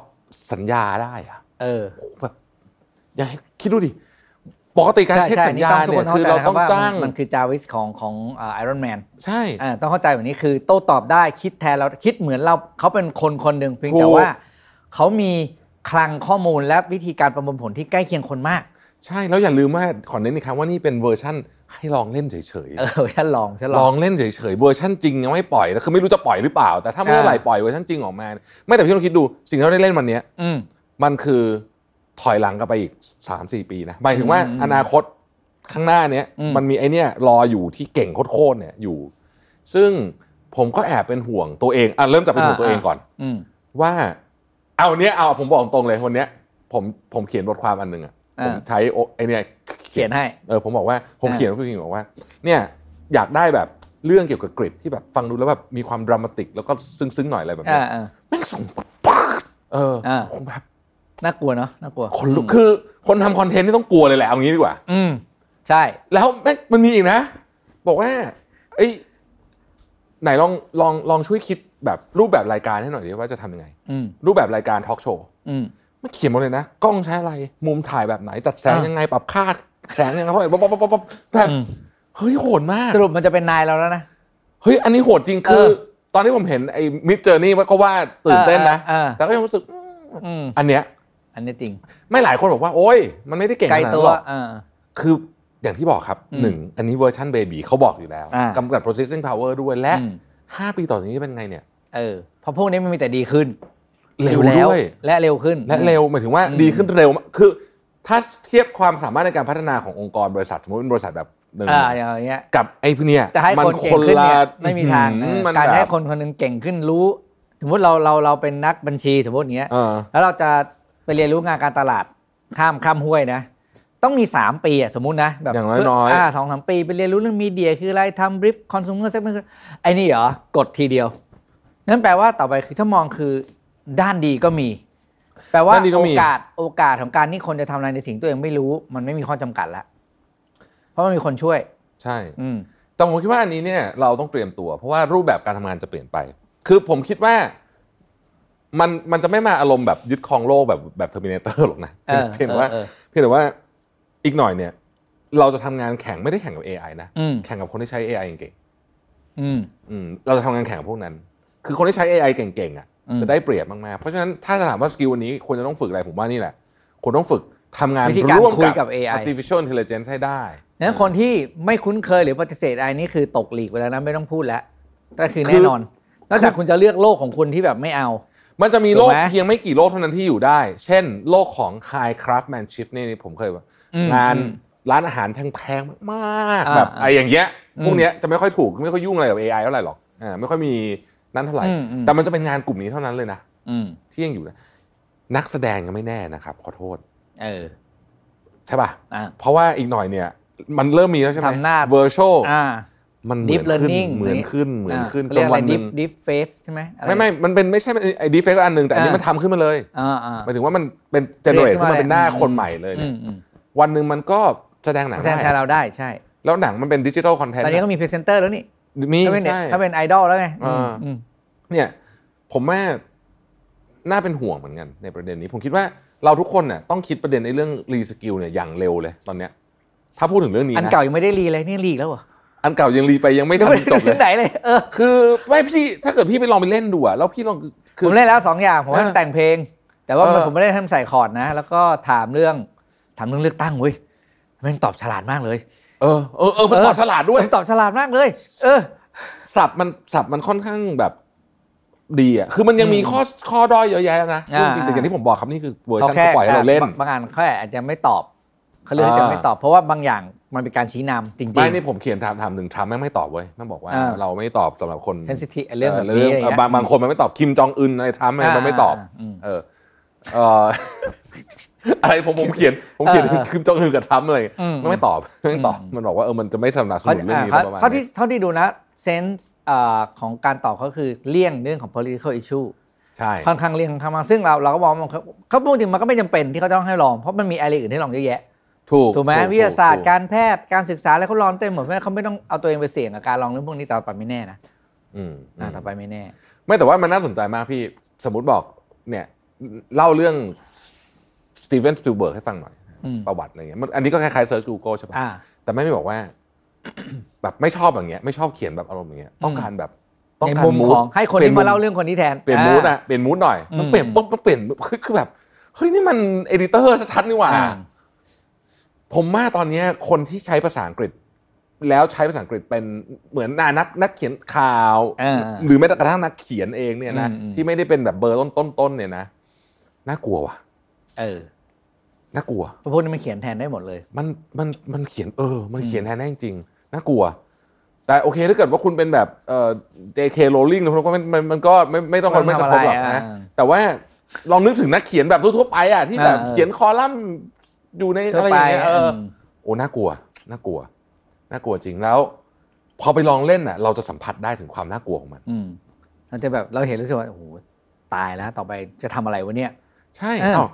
[SPEAKER 2] สัญญาได้อะ
[SPEAKER 3] เออ
[SPEAKER 2] แบบอย่าให้คิดดูดิปกติการ
[SPEAKER 3] ใช่
[SPEAKER 2] เช็ค
[SPEAKER 3] ใช่
[SPEAKER 2] สัญ
[SPEAKER 3] นี่
[SPEAKER 2] ญา
[SPEAKER 3] ต้องทุก
[SPEAKER 2] เนี่ย
[SPEAKER 3] คนเข้า
[SPEAKER 2] คือ
[SPEAKER 3] ใจ
[SPEAKER 2] เรา
[SPEAKER 3] นะค
[SPEAKER 2] ต้อบ ง
[SPEAKER 3] รัว่า
[SPEAKER 2] จ้าง
[SPEAKER 3] มันมันคือจาวิสของของไอรอนแมน
[SPEAKER 2] ใช่
[SPEAKER 3] ต้องเข้าใจแบบนี้คือโต้ตอบได้คิดแทนเราคิดเหมือนเราเขาเป็นคนคนหนึ่งเพียง
[SPEAKER 2] ถูก
[SPEAKER 3] แต่ว่า เขามีคลังข้อมูลและวิธีการประมวลผลที่ใกล้เคียงคนมาก
[SPEAKER 2] ใช่แล้วอย่าลืมว่าขอเน้นอีกครั้งว่านี่เป็นเวอร์ชั่นให้ลองเล่นเฉย
[SPEAKER 3] เออฉันลองฉัน
[SPEAKER 2] ๆ
[SPEAKER 3] ล
[SPEAKER 2] ล
[SPEAKER 3] อ
[SPEAKER 2] อง งเล่นเฉยๆเวอร์ชั่นจริงยังไม่ปล่อยแล้วคือไม่รู้จะปล่อยหรือเปล่า แต่ถ้าเมื่อไหร่ปล่อยเวอร์ชันจริงออกมาเนี่ยไม่แต่พี่ลองคิดดูสิ่งที่เราได้เล่นวันเนี้ย
[SPEAKER 3] อืม
[SPEAKER 2] มันคือถอยหลังกลับไปอีก 3 4 ปีนะหมายถึงว่า
[SPEAKER 3] อืม
[SPEAKER 2] อนาคตข้างหน้าเนี้ย
[SPEAKER 3] อืม
[SPEAKER 2] มันมีไอเนี้ยรออยู่ที่เก่งโคตรๆเนี่ยอยู่ ซึ่งผมก็แอบเป็นห่วงตัวเองอ่ะเริ่มจากเป็นห่วงตัวเองก่อน
[SPEAKER 3] อืม
[SPEAKER 2] ว่าเอาเนี้ยเอาผมบอกตรงเลยวันเนี้ยผมผมเขียนบทความอันหนึ่งอ่ะผมใช้โอไอเนี้ย
[SPEAKER 3] เขียนให้
[SPEAKER 2] เออผมบอกว่าผม
[SPEAKER 3] อ่า
[SPEAKER 2] เขียนคุณผู้หญิงบอกว่าเนี่ยอยากได้แบบเรื่องเกี่ยวกับกริดที่แบบฟังดูแล้วแบบมีความดรามาติกแล้วก็ซึ้งๆหน่อยอะไรแบบ
[SPEAKER 3] อ่า
[SPEAKER 2] เนี้ย
[SPEAKER 3] อ่า
[SPEAKER 2] แม่งส่งป๊าดเออ
[SPEAKER 3] อ่า
[SPEAKER 2] ผมแบบ
[SPEAKER 3] น่ากลัวเนาะน่ากลัว
[SPEAKER 2] คนลุกคือคนทำคอนเทนต์นี่ต้องกลัวเลยแหละเอางี้ดีกว่า
[SPEAKER 3] อืม ใช่
[SPEAKER 2] แล้วแม่งมันมีอีกนะ บอกว่าเอ้ยไหนลองลองลองช่วยคิดแบบรูปแบบรายการให้หน่อยดิว่าจะทำยังไง
[SPEAKER 3] อืม
[SPEAKER 2] รูปแบบรายการทอล์กโชว์
[SPEAKER 3] อืม
[SPEAKER 2] มันเขียนหมดเลยนะ กล้องใช้อะไร มุมถ่ายแบบไหน จัดแสง
[SPEAKER 3] อ่ายั
[SPEAKER 2] ยังไงปรับค่าแสงยังไงเท่าไหร่ป๊อปป๊อปป๊อปป๊อปแบบ
[SPEAKER 3] อืม
[SPEAKER 2] เฮ้ยโหดมาก
[SPEAKER 3] สรุปมันจะเป็นนายเราแล้วนะ
[SPEAKER 2] เฮ้ย อันนี้โหดจริงคือ
[SPEAKER 3] เออ
[SPEAKER 2] ตอนที่ผมเห็นไอ้มิดเจอร์นี่ว่าก็ว่าตื่นเต้นนะ
[SPEAKER 3] เออเออ
[SPEAKER 2] แต่ก็ยังรู้สึกอืม
[SPEAKER 3] อืม
[SPEAKER 2] อันเนี้ย
[SPEAKER 3] อันนี้จริง
[SPEAKER 2] ไม่หลายคนบอกว่า โอ้ย มันไม่ได้เก่ง
[SPEAKER 3] ไกล
[SPEAKER 2] ขนาดนั้
[SPEAKER 3] ตั
[SPEAKER 2] น
[SPEAKER 3] ว
[SPEAKER 2] หรอก
[SPEAKER 3] เออ
[SPEAKER 2] คืออย่างที่บอกครับ
[SPEAKER 3] อืม
[SPEAKER 2] หนึ่งอันนี้เวอร์ชันเบบีเขาบอกอยู่แล้ว
[SPEAKER 3] อ่าก
[SPEAKER 2] ำกับ processing power ด้วยและ
[SPEAKER 3] อืม
[SPEAKER 2] 5 ปีต่อจากนี้จะเป็นไงเนี่ย
[SPEAKER 3] เออเพราะพวกนี้มันมีแต่ดีขึ้น
[SPEAKER 2] เร็ว
[SPEAKER 3] อยู่แล้
[SPEAKER 2] ด้วย
[SPEAKER 3] และเร็วขึ้น
[SPEAKER 2] และเร็วหมายถึงว่า
[SPEAKER 3] อืม
[SPEAKER 2] ดีขึ้นเร็วมากคือ ถ้าเทียบความสามารถในการพัฒนาขององค์กรบริษัทสมมติเป็นบริษัทแบบหนึ่ง
[SPEAKER 3] อ่าอย่างเงี้ย
[SPEAKER 2] กับไอ้พวกเนี่ย
[SPEAKER 3] จะให้
[SPEAKER 2] มั
[SPEAKER 3] คนเก่งขึ้นเนี่ย
[SPEAKER 2] ละ
[SPEAKER 3] ไม่มีทางเอ
[SPEAKER 2] อื้อ
[SPEAKER 3] อ
[SPEAKER 2] หือมัน
[SPEAKER 3] การ
[SPEAKER 2] แบบ
[SPEAKER 3] ให้คนคนหนึงเก่งขึ้นรู้ สมมติเราเราเราเป็นนักบัญชีสมมติเงี้ย
[SPEAKER 2] เออ
[SPEAKER 3] แล้วเราจะไปเรียนรู้งานการตลาดข้ามข้ามห้วยนะ ต้องมี 3 ปีอะสมมุตินะแบบ
[SPEAKER 2] อย่างน้อยๆ
[SPEAKER 3] อ่าสองสามปีไปเรียนรู้เรื่องมีเดียคืออะไรทำบริฟคอน sumer segment คือไอ้นี่เหรอกดทีเดียว นั่นแปลว่าต่อไปคือถ้ามองคือด้านดีก็มี แปลว่า
[SPEAKER 2] ด้านดีก็
[SPEAKER 3] โอ
[SPEAKER 2] มี
[SPEAKER 3] กาสโอกาสของการที่คนจะทำอะไรในสิ่งตัวเองไม่รู้ มันไม่มีข้อจำกัดละเพราะมันมีคนช่วย
[SPEAKER 2] ใช่
[SPEAKER 3] อืม
[SPEAKER 2] แต่ผมคิดว่าอันนี้เนี่ยเราต้องเตรียมตัว เพราะว่ารูปแบบการทำงานจะเปลี่ยนไป คือผมคิดว่ามันมันจะไม่มาอารมณ์แบบยึดครองโลกแบบแบบเทอร์มินเตอร์หรอกนะ
[SPEAKER 3] เออ
[SPEAKER 2] เพียงแต่ว่า
[SPEAKER 3] เออเออ
[SPEAKER 2] เพียงแต่ว่าอีกหน่อยเนี่ย เราจะทำงานแข่งไม่ได้แข่งกับ AI นะ
[SPEAKER 3] อืม
[SPEAKER 2] แข่งกับคนที่ใช้ AI เก่ง
[SPEAKER 3] อืม
[SPEAKER 2] ๆอืมเราจะทำงานแข่งกับพวกนั้น คือคนที่ใช้ AI เก่งๆอ่ะ
[SPEAKER 3] อืม
[SPEAKER 2] จะได้เปรียบมากๆเพราะฉะนั้นถ้าถามว่าสกิลวันนี้ควรจะต้องฝึกอะไรผมว่านี่แหละควรต้องฝึกทำงาน
[SPEAKER 3] วิธีการ
[SPEAKER 2] ร่วม
[SPEAKER 3] คุยกั
[SPEAKER 2] กับ
[SPEAKER 3] บ AI
[SPEAKER 2] artificial intelligence ให้ได้
[SPEAKER 3] ดังนั้นคนที่ไม่คุ้นเคยหรือปฏิเสธไอ้นี่คือตกหลีกไปแล้วนะไม่ต้องพูดแล้วก็คือ
[SPEAKER 2] คือ
[SPEAKER 3] แน่นอนนอกจากคุณจะเลือกโลกของคุณที่แบบไม่เอา
[SPEAKER 2] มันจะมีโลก
[SPEAKER 3] ถูกไหม
[SPEAKER 2] เพียงไม่กี่โลกเท่านั้นที่อยู่ได้ เช่น โลกของ high craftsmanship นี่ผมเคยว่า
[SPEAKER 3] อืม
[SPEAKER 2] งาน
[SPEAKER 3] อืม
[SPEAKER 2] ร้านอาหารแพงๆมากๆ
[SPEAKER 3] อ่า
[SPEAKER 2] แบบไอ้อย่างเงี้ย
[SPEAKER 3] อืม
[SPEAKER 2] พวกเนี้ยจะไม่ค่อยถูกไม่ค่อยยุ่งอะไรกับ AI เท่าไหร่หรอกอ่าไม่ค่อยมีนั่นเท่าไหร่
[SPEAKER 3] อืมอืม
[SPEAKER 2] แต่มันจะเป็นงานกลุ่มนี้เท่านั้นเลยนะ
[SPEAKER 3] อืม
[SPEAKER 2] ที่ยังอยู่นะนักแสดงยังไม่แน่นะครับ ขอโทษ
[SPEAKER 3] เออ
[SPEAKER 2] ใช่ป่ะ
[SPEAKER 3] อ่ะ
[SPEAKER 2] เพราะว่าอีกหน่อยเนี่ย มันเริ่มมีแล้วใช่ไหม
[SPEAKER 3] ทำหน้า
[SPEAKER 2] virtual
[SPEAKER 3] อ่า
[SPEAKER 2] มันเหมื
[SPEAKER 3] deep
[SPEAKER 2] อนขึ้น
[SPEAKER 3] learning
[SPEAKER 2] เหมือนขึ้นเหมือนขึ้นจ
[SPEAKER 3] อ่าเรีย
[SPEAKER 2] น
[SPEAKER 3] กอะ
[SPEAKER 2] วั
[SPEAKER 3] ไร
[SPEAKER 2] นหนึ่ง
[SPEAKER 3] deep deep face ใช่ไหมอะร
[SPEAKER 2] ไม่ไม่มันเป็นไม่ใช่ไอ้ดีเฟกต์อันหนึ่งแต่อันนี้
[SPEAKER 3] อ่ามั
[SPEAKER 2] มันทำขึ้นมาเลย
[SPEAKER 3] อ่าอ่า
[SPEAKER 2] หมายถึงว่ามันเป็นเจเนเรต
[SPEAKER 3] เรียก
[SPEAKER 2] ขึ้นมา
[SPEAKER 3] ขึ้นมา
[SPEAKER 2] เป็นหน้า
[SPEAKER 3] แล้ว
[SPEAKER 2] คนใหม่เลย
[SPEAKER 3] อื
[SPEAKER 2] เนี่ย
[SPEAKER 3] มอืม
[SPEAKER 2] วันหนึ่งมันก็แสดงหนัง
[SPEAKER 3] แทนแทน
[SPEAKER 2] ได้
[SPEAKER 3] เราได้ใช่
[SPEAKER 2] แล้วหนังมันเป็นดิจิทัลคอนเทนต์
[SPEAKER 3] ตอนนี้ก็มีพรีเซนเตอร์แล้วนี่
[SPEAKER 2] มี
[SPEAKER 3] ถ้าเป็น
[SPEAKER 2] ใช่
[SPEAKER 3] ถ้าเป็นไอดอลแล้วไง
[SPEAKER 2] อ่า
[SPEAKER 3] อืม
[SPEAKER 2] เนี่ย ผมว่าน่าเป็นห่วงเหมือนกันในประเด็นนี้ ผมคิดว่าเราทุกคนเนี่ยต้องคิดประเด็นในเรื่องรีสกิลเนี่ยอย่างเร็วเลยตอนเนี้ย ถ้าพูดถึงเรื่องนี้
[SPEAKER 3] อัน
[SPEAKER 2] นะ
[SPEAKER 3] เก่ายังไม่ได้รีเลยนี่รีอีกแล้วเหรอ
[SPEAKER 2] อันเก่ายังรีไปยังไม่ทันจบเล
[SPEAKER 3] ถึ
[SPEAKER 2] ย
[SPEAKER 3] งไหนเลยเออ
[SPEAKER 2] คือไม่พี่ถ้าเกิดพี่ไปลองไปเล่นดูอะแล้วพี่ลอง
[SPEAKER 3] ผ
[SPEAKER 2] คือ
[SPEAKER 3] มเล่นแล้วสองอย่างผมให้มัน
[SPEAKER 2] อ่า
[SPEAKER 3] แต่งเพลง แต่ว่ามัน
[SPEAKER 2] เออ
[SPEAKER 3] ผมไม่ได้ให้มันใส่คอร์ดนะ แล้วก็ถามเรื่องถามเรื่องเลือกตั้งเว้ยแมันตอบฉลาดมากเลย
[SPEAKER 2] เออเออเออมันตอบฉลาดด้วย
[SPEAKER 3] มันตอบฉลาดมากเลย เออ
[SPEAKER 2] สับมันสับมันค่อนข้างแบบดีอ่ะ คือมันยังมีข้อข้อด้อยเยอะแยะนะ
[SPEAKER 3] อ่า
[SPEAKER 2] พูดจริงแต่อย่างที่ผมบอกครับนี่คือเวอร์ชัน
[SPEAKER 3] แค่
[SPEAKER 2] ที่ปล่อยให้เราเล่น
[SPEAKER 3] บางงานเขาอาจจะไม่ตอบเขาเลือกที่จะไม่ตอบ เพราะว่าบางอย่างมันเป็นการชี้นำจริงๆ
[SPEAKER 2] ไม่นี่ผมเขียนถามถามหนึ่งทรัมป์แม่งไม่ตอบเว้ยแม่งบอกว่า
[SPEAKER 3] อ่า
[SPEAKER 2] เราไม่ตอบสำหรับคน
[SPEAKER 3] sensitive เรื่องแบบ
[SPEAKER 2] เอ
[SPEAKER 3] นี้
[SPEAKER 2] อ
[SPEAKER 3] อะไร
[SPEAKER 2] เอ
[SPEAKER 3] เงี้
[SPEAKER 2] อย บางบางคนมันไม่ตอบคิมจองอึนอะไรทรัมป์อะไรมันไม่ตอบ
[SPEAKER 3] อืม
[SPEAKER 2] เออเอ่ อ อะไรผมผมเขียนผมเขียนถึงคิมจองอึนกับทรัมป์อะไร
[SPEAKER 3] อืม
[SPEAKER 2] มันไม่ตอบมันไม่ตอบ มันบอกว่าเออมันจะไม่สนับส
[SPEAKER 3] เขา
[SPEAKER 2] นุนเรื่องนี้
[SPEAKER 3] อ่า
[SPEAKER 2] ประมาณ
[SPEAKER 3] เท่า
[SPEAKER 2] นี้
[SPEAKER 3] ที่เท่าที่ดูนะเซนส์ของการตอบเขาคือเลี่ยงเรื่องของ political issue
[SPEAKER 2] ใช่
[SPEAKER 3] ค่อนข้างเลี่ยงค่อนข้างมากซึ่งเราเราก็มองว่ามันเขาพูดจริงมันก็ไม่จำเป็นที่เขาต้องให้ลอง เพราะมันมีอะไรอื่นให้ลองเยอะแยะ
[SPEAKER 2] ถูก
[SPEAKER 3] ถูกไหม
[SPEAKER 2] ก
[SPEAKER 3] วิทยาศาสตร์
[SPEAKER 2] ถู
[SPEAKER 3] การแพทย์การศึกษาอะไรเขาลองเต็มหมดเพราะฉะนั้นเขาไม่ต้องเอาตัวเองไปเสี่ยงกับการลองเรื่องพวกนี้ต่อไปไม่แน่นะ
[SPEAKER 2] อืม
[SPEAKER 3] อ่าต่อไปไม่แน่
[SPEAKER 2] ไม่แต่ว่ามันน่าสนใจมากพี่สมมติบอกเนี่ยเล่าเรื่องสตีเวนสปิลเบิร์กให้ฟังหน่อย
[SPEAKER 3] อืม
[SPEAKER 2] ประวัติอะไรเงี้ยมันอันนี้ก็คล้ายๆเซิร์ช Google ใช่ปะ
[SPEAKER 3] อ่า
[SPEAKER 2] แต่ไม่ได้บอกว่า แบบไม่ชอบอย่างเงี้ยไม่ชอบเขียนแบบอารมณ์อย่างเงี้ยต้องการแบบต้อง
[SPEAKER 3] ใน
[SPEAKER 2] การ
[SPEAKER 3] มุม
[SPEAKER 2] mood
[SPEAKER 3] ของให้คนที่มาเล่าเรื่องคนนี้แทน
[SPEAKER 2] เปลี่ยนมูด
[SPEAKER 3] อ่า
[SPEAKER 2] อะเปลี่ยนมูดหน่อย
[SPEAKER 3] อืม
[SPEAKER 2] มันเปลี่ยนปุ๊บมันเปลี่ยนคือคือแบบเฮ้ยนี่มันเอดิเตอร์ชัดๆนี่หว่า
[SPEAKER 3] อ่า
[SPEAKER 2] ผมว่าตอนเนี้ยคนที่ใช้ภาษาอังกฤษ แล้วใช้ภาษาอังกฤษเป็นเหมือนนานักนักเขียนข่าว
[SPEAKER 3] อ่า
[SPEAKER 2] หรือแม้แต่กระทั่งนักเขียนเองเนี่ยนะ
[SPEAKER 3] อืมอืม
[SPEAKER 2] ที่ไม่ได้เป็นแบบเบอร์ต้นต้นต้นเนี่ยนะน่ากลัวว่ะ
[SPEAKER 3] เออ
[SPEAKER 2] น่ากลัว
[SPEAKER 3] พวกนี้มันเขียนแทนได้หมดเลย
[SPEAKER 2] มันมันมันเขียนเออ มันเขียนแทนได้จริงๆน่ากลัว แต่โอเคถ้าเกิดว่าคุณเป็นแบบเอ่อ JK Rowling นะก็มันมันมันก็ไม่ไม่ต้องคน
[SPEAKER 3] ไม่
[SPEAKER 2] ไม่
[SPEAKER 3] ต้
[SPEAKER 2] ต้อ
[SPEAKER 3] อ
[SPEAKER 2] งงครบห
[SPEAKER 3] ทำอะไร
[SPEAKER 2] รอกนะ
[SPEAKER 3] อ่า
[SPEAKER 2] แต่ว่าลองนึกถึงนักเขียนแบบทั่วๆไปอ่ะที่แบบ
[SPEAKER 3] เออ
[SPEAKER 2] เขียนคอลัมน์อยู่ในอะไรอย่างเงี้ยเออ
[SPEAKER 3] ม
[SPEAKER 2] โอ้น่ากลัว น่ากลัว น่ากลัวจริงแล้ว พอไปลองเล่นน่ะ เราจะสัมผัสได้ถึงความน่ากลัวของมัน
[SPEAKER 3] อืมเราจะแบบเราเห็นรู้สึกว่าโอ้โหตายแล้วต่อไปจะทำอะไรวะเนี่ย
[SPEAKER 2] ใช่
[SPEAKER 3] เออ
[SPEAKER 2] เอ้า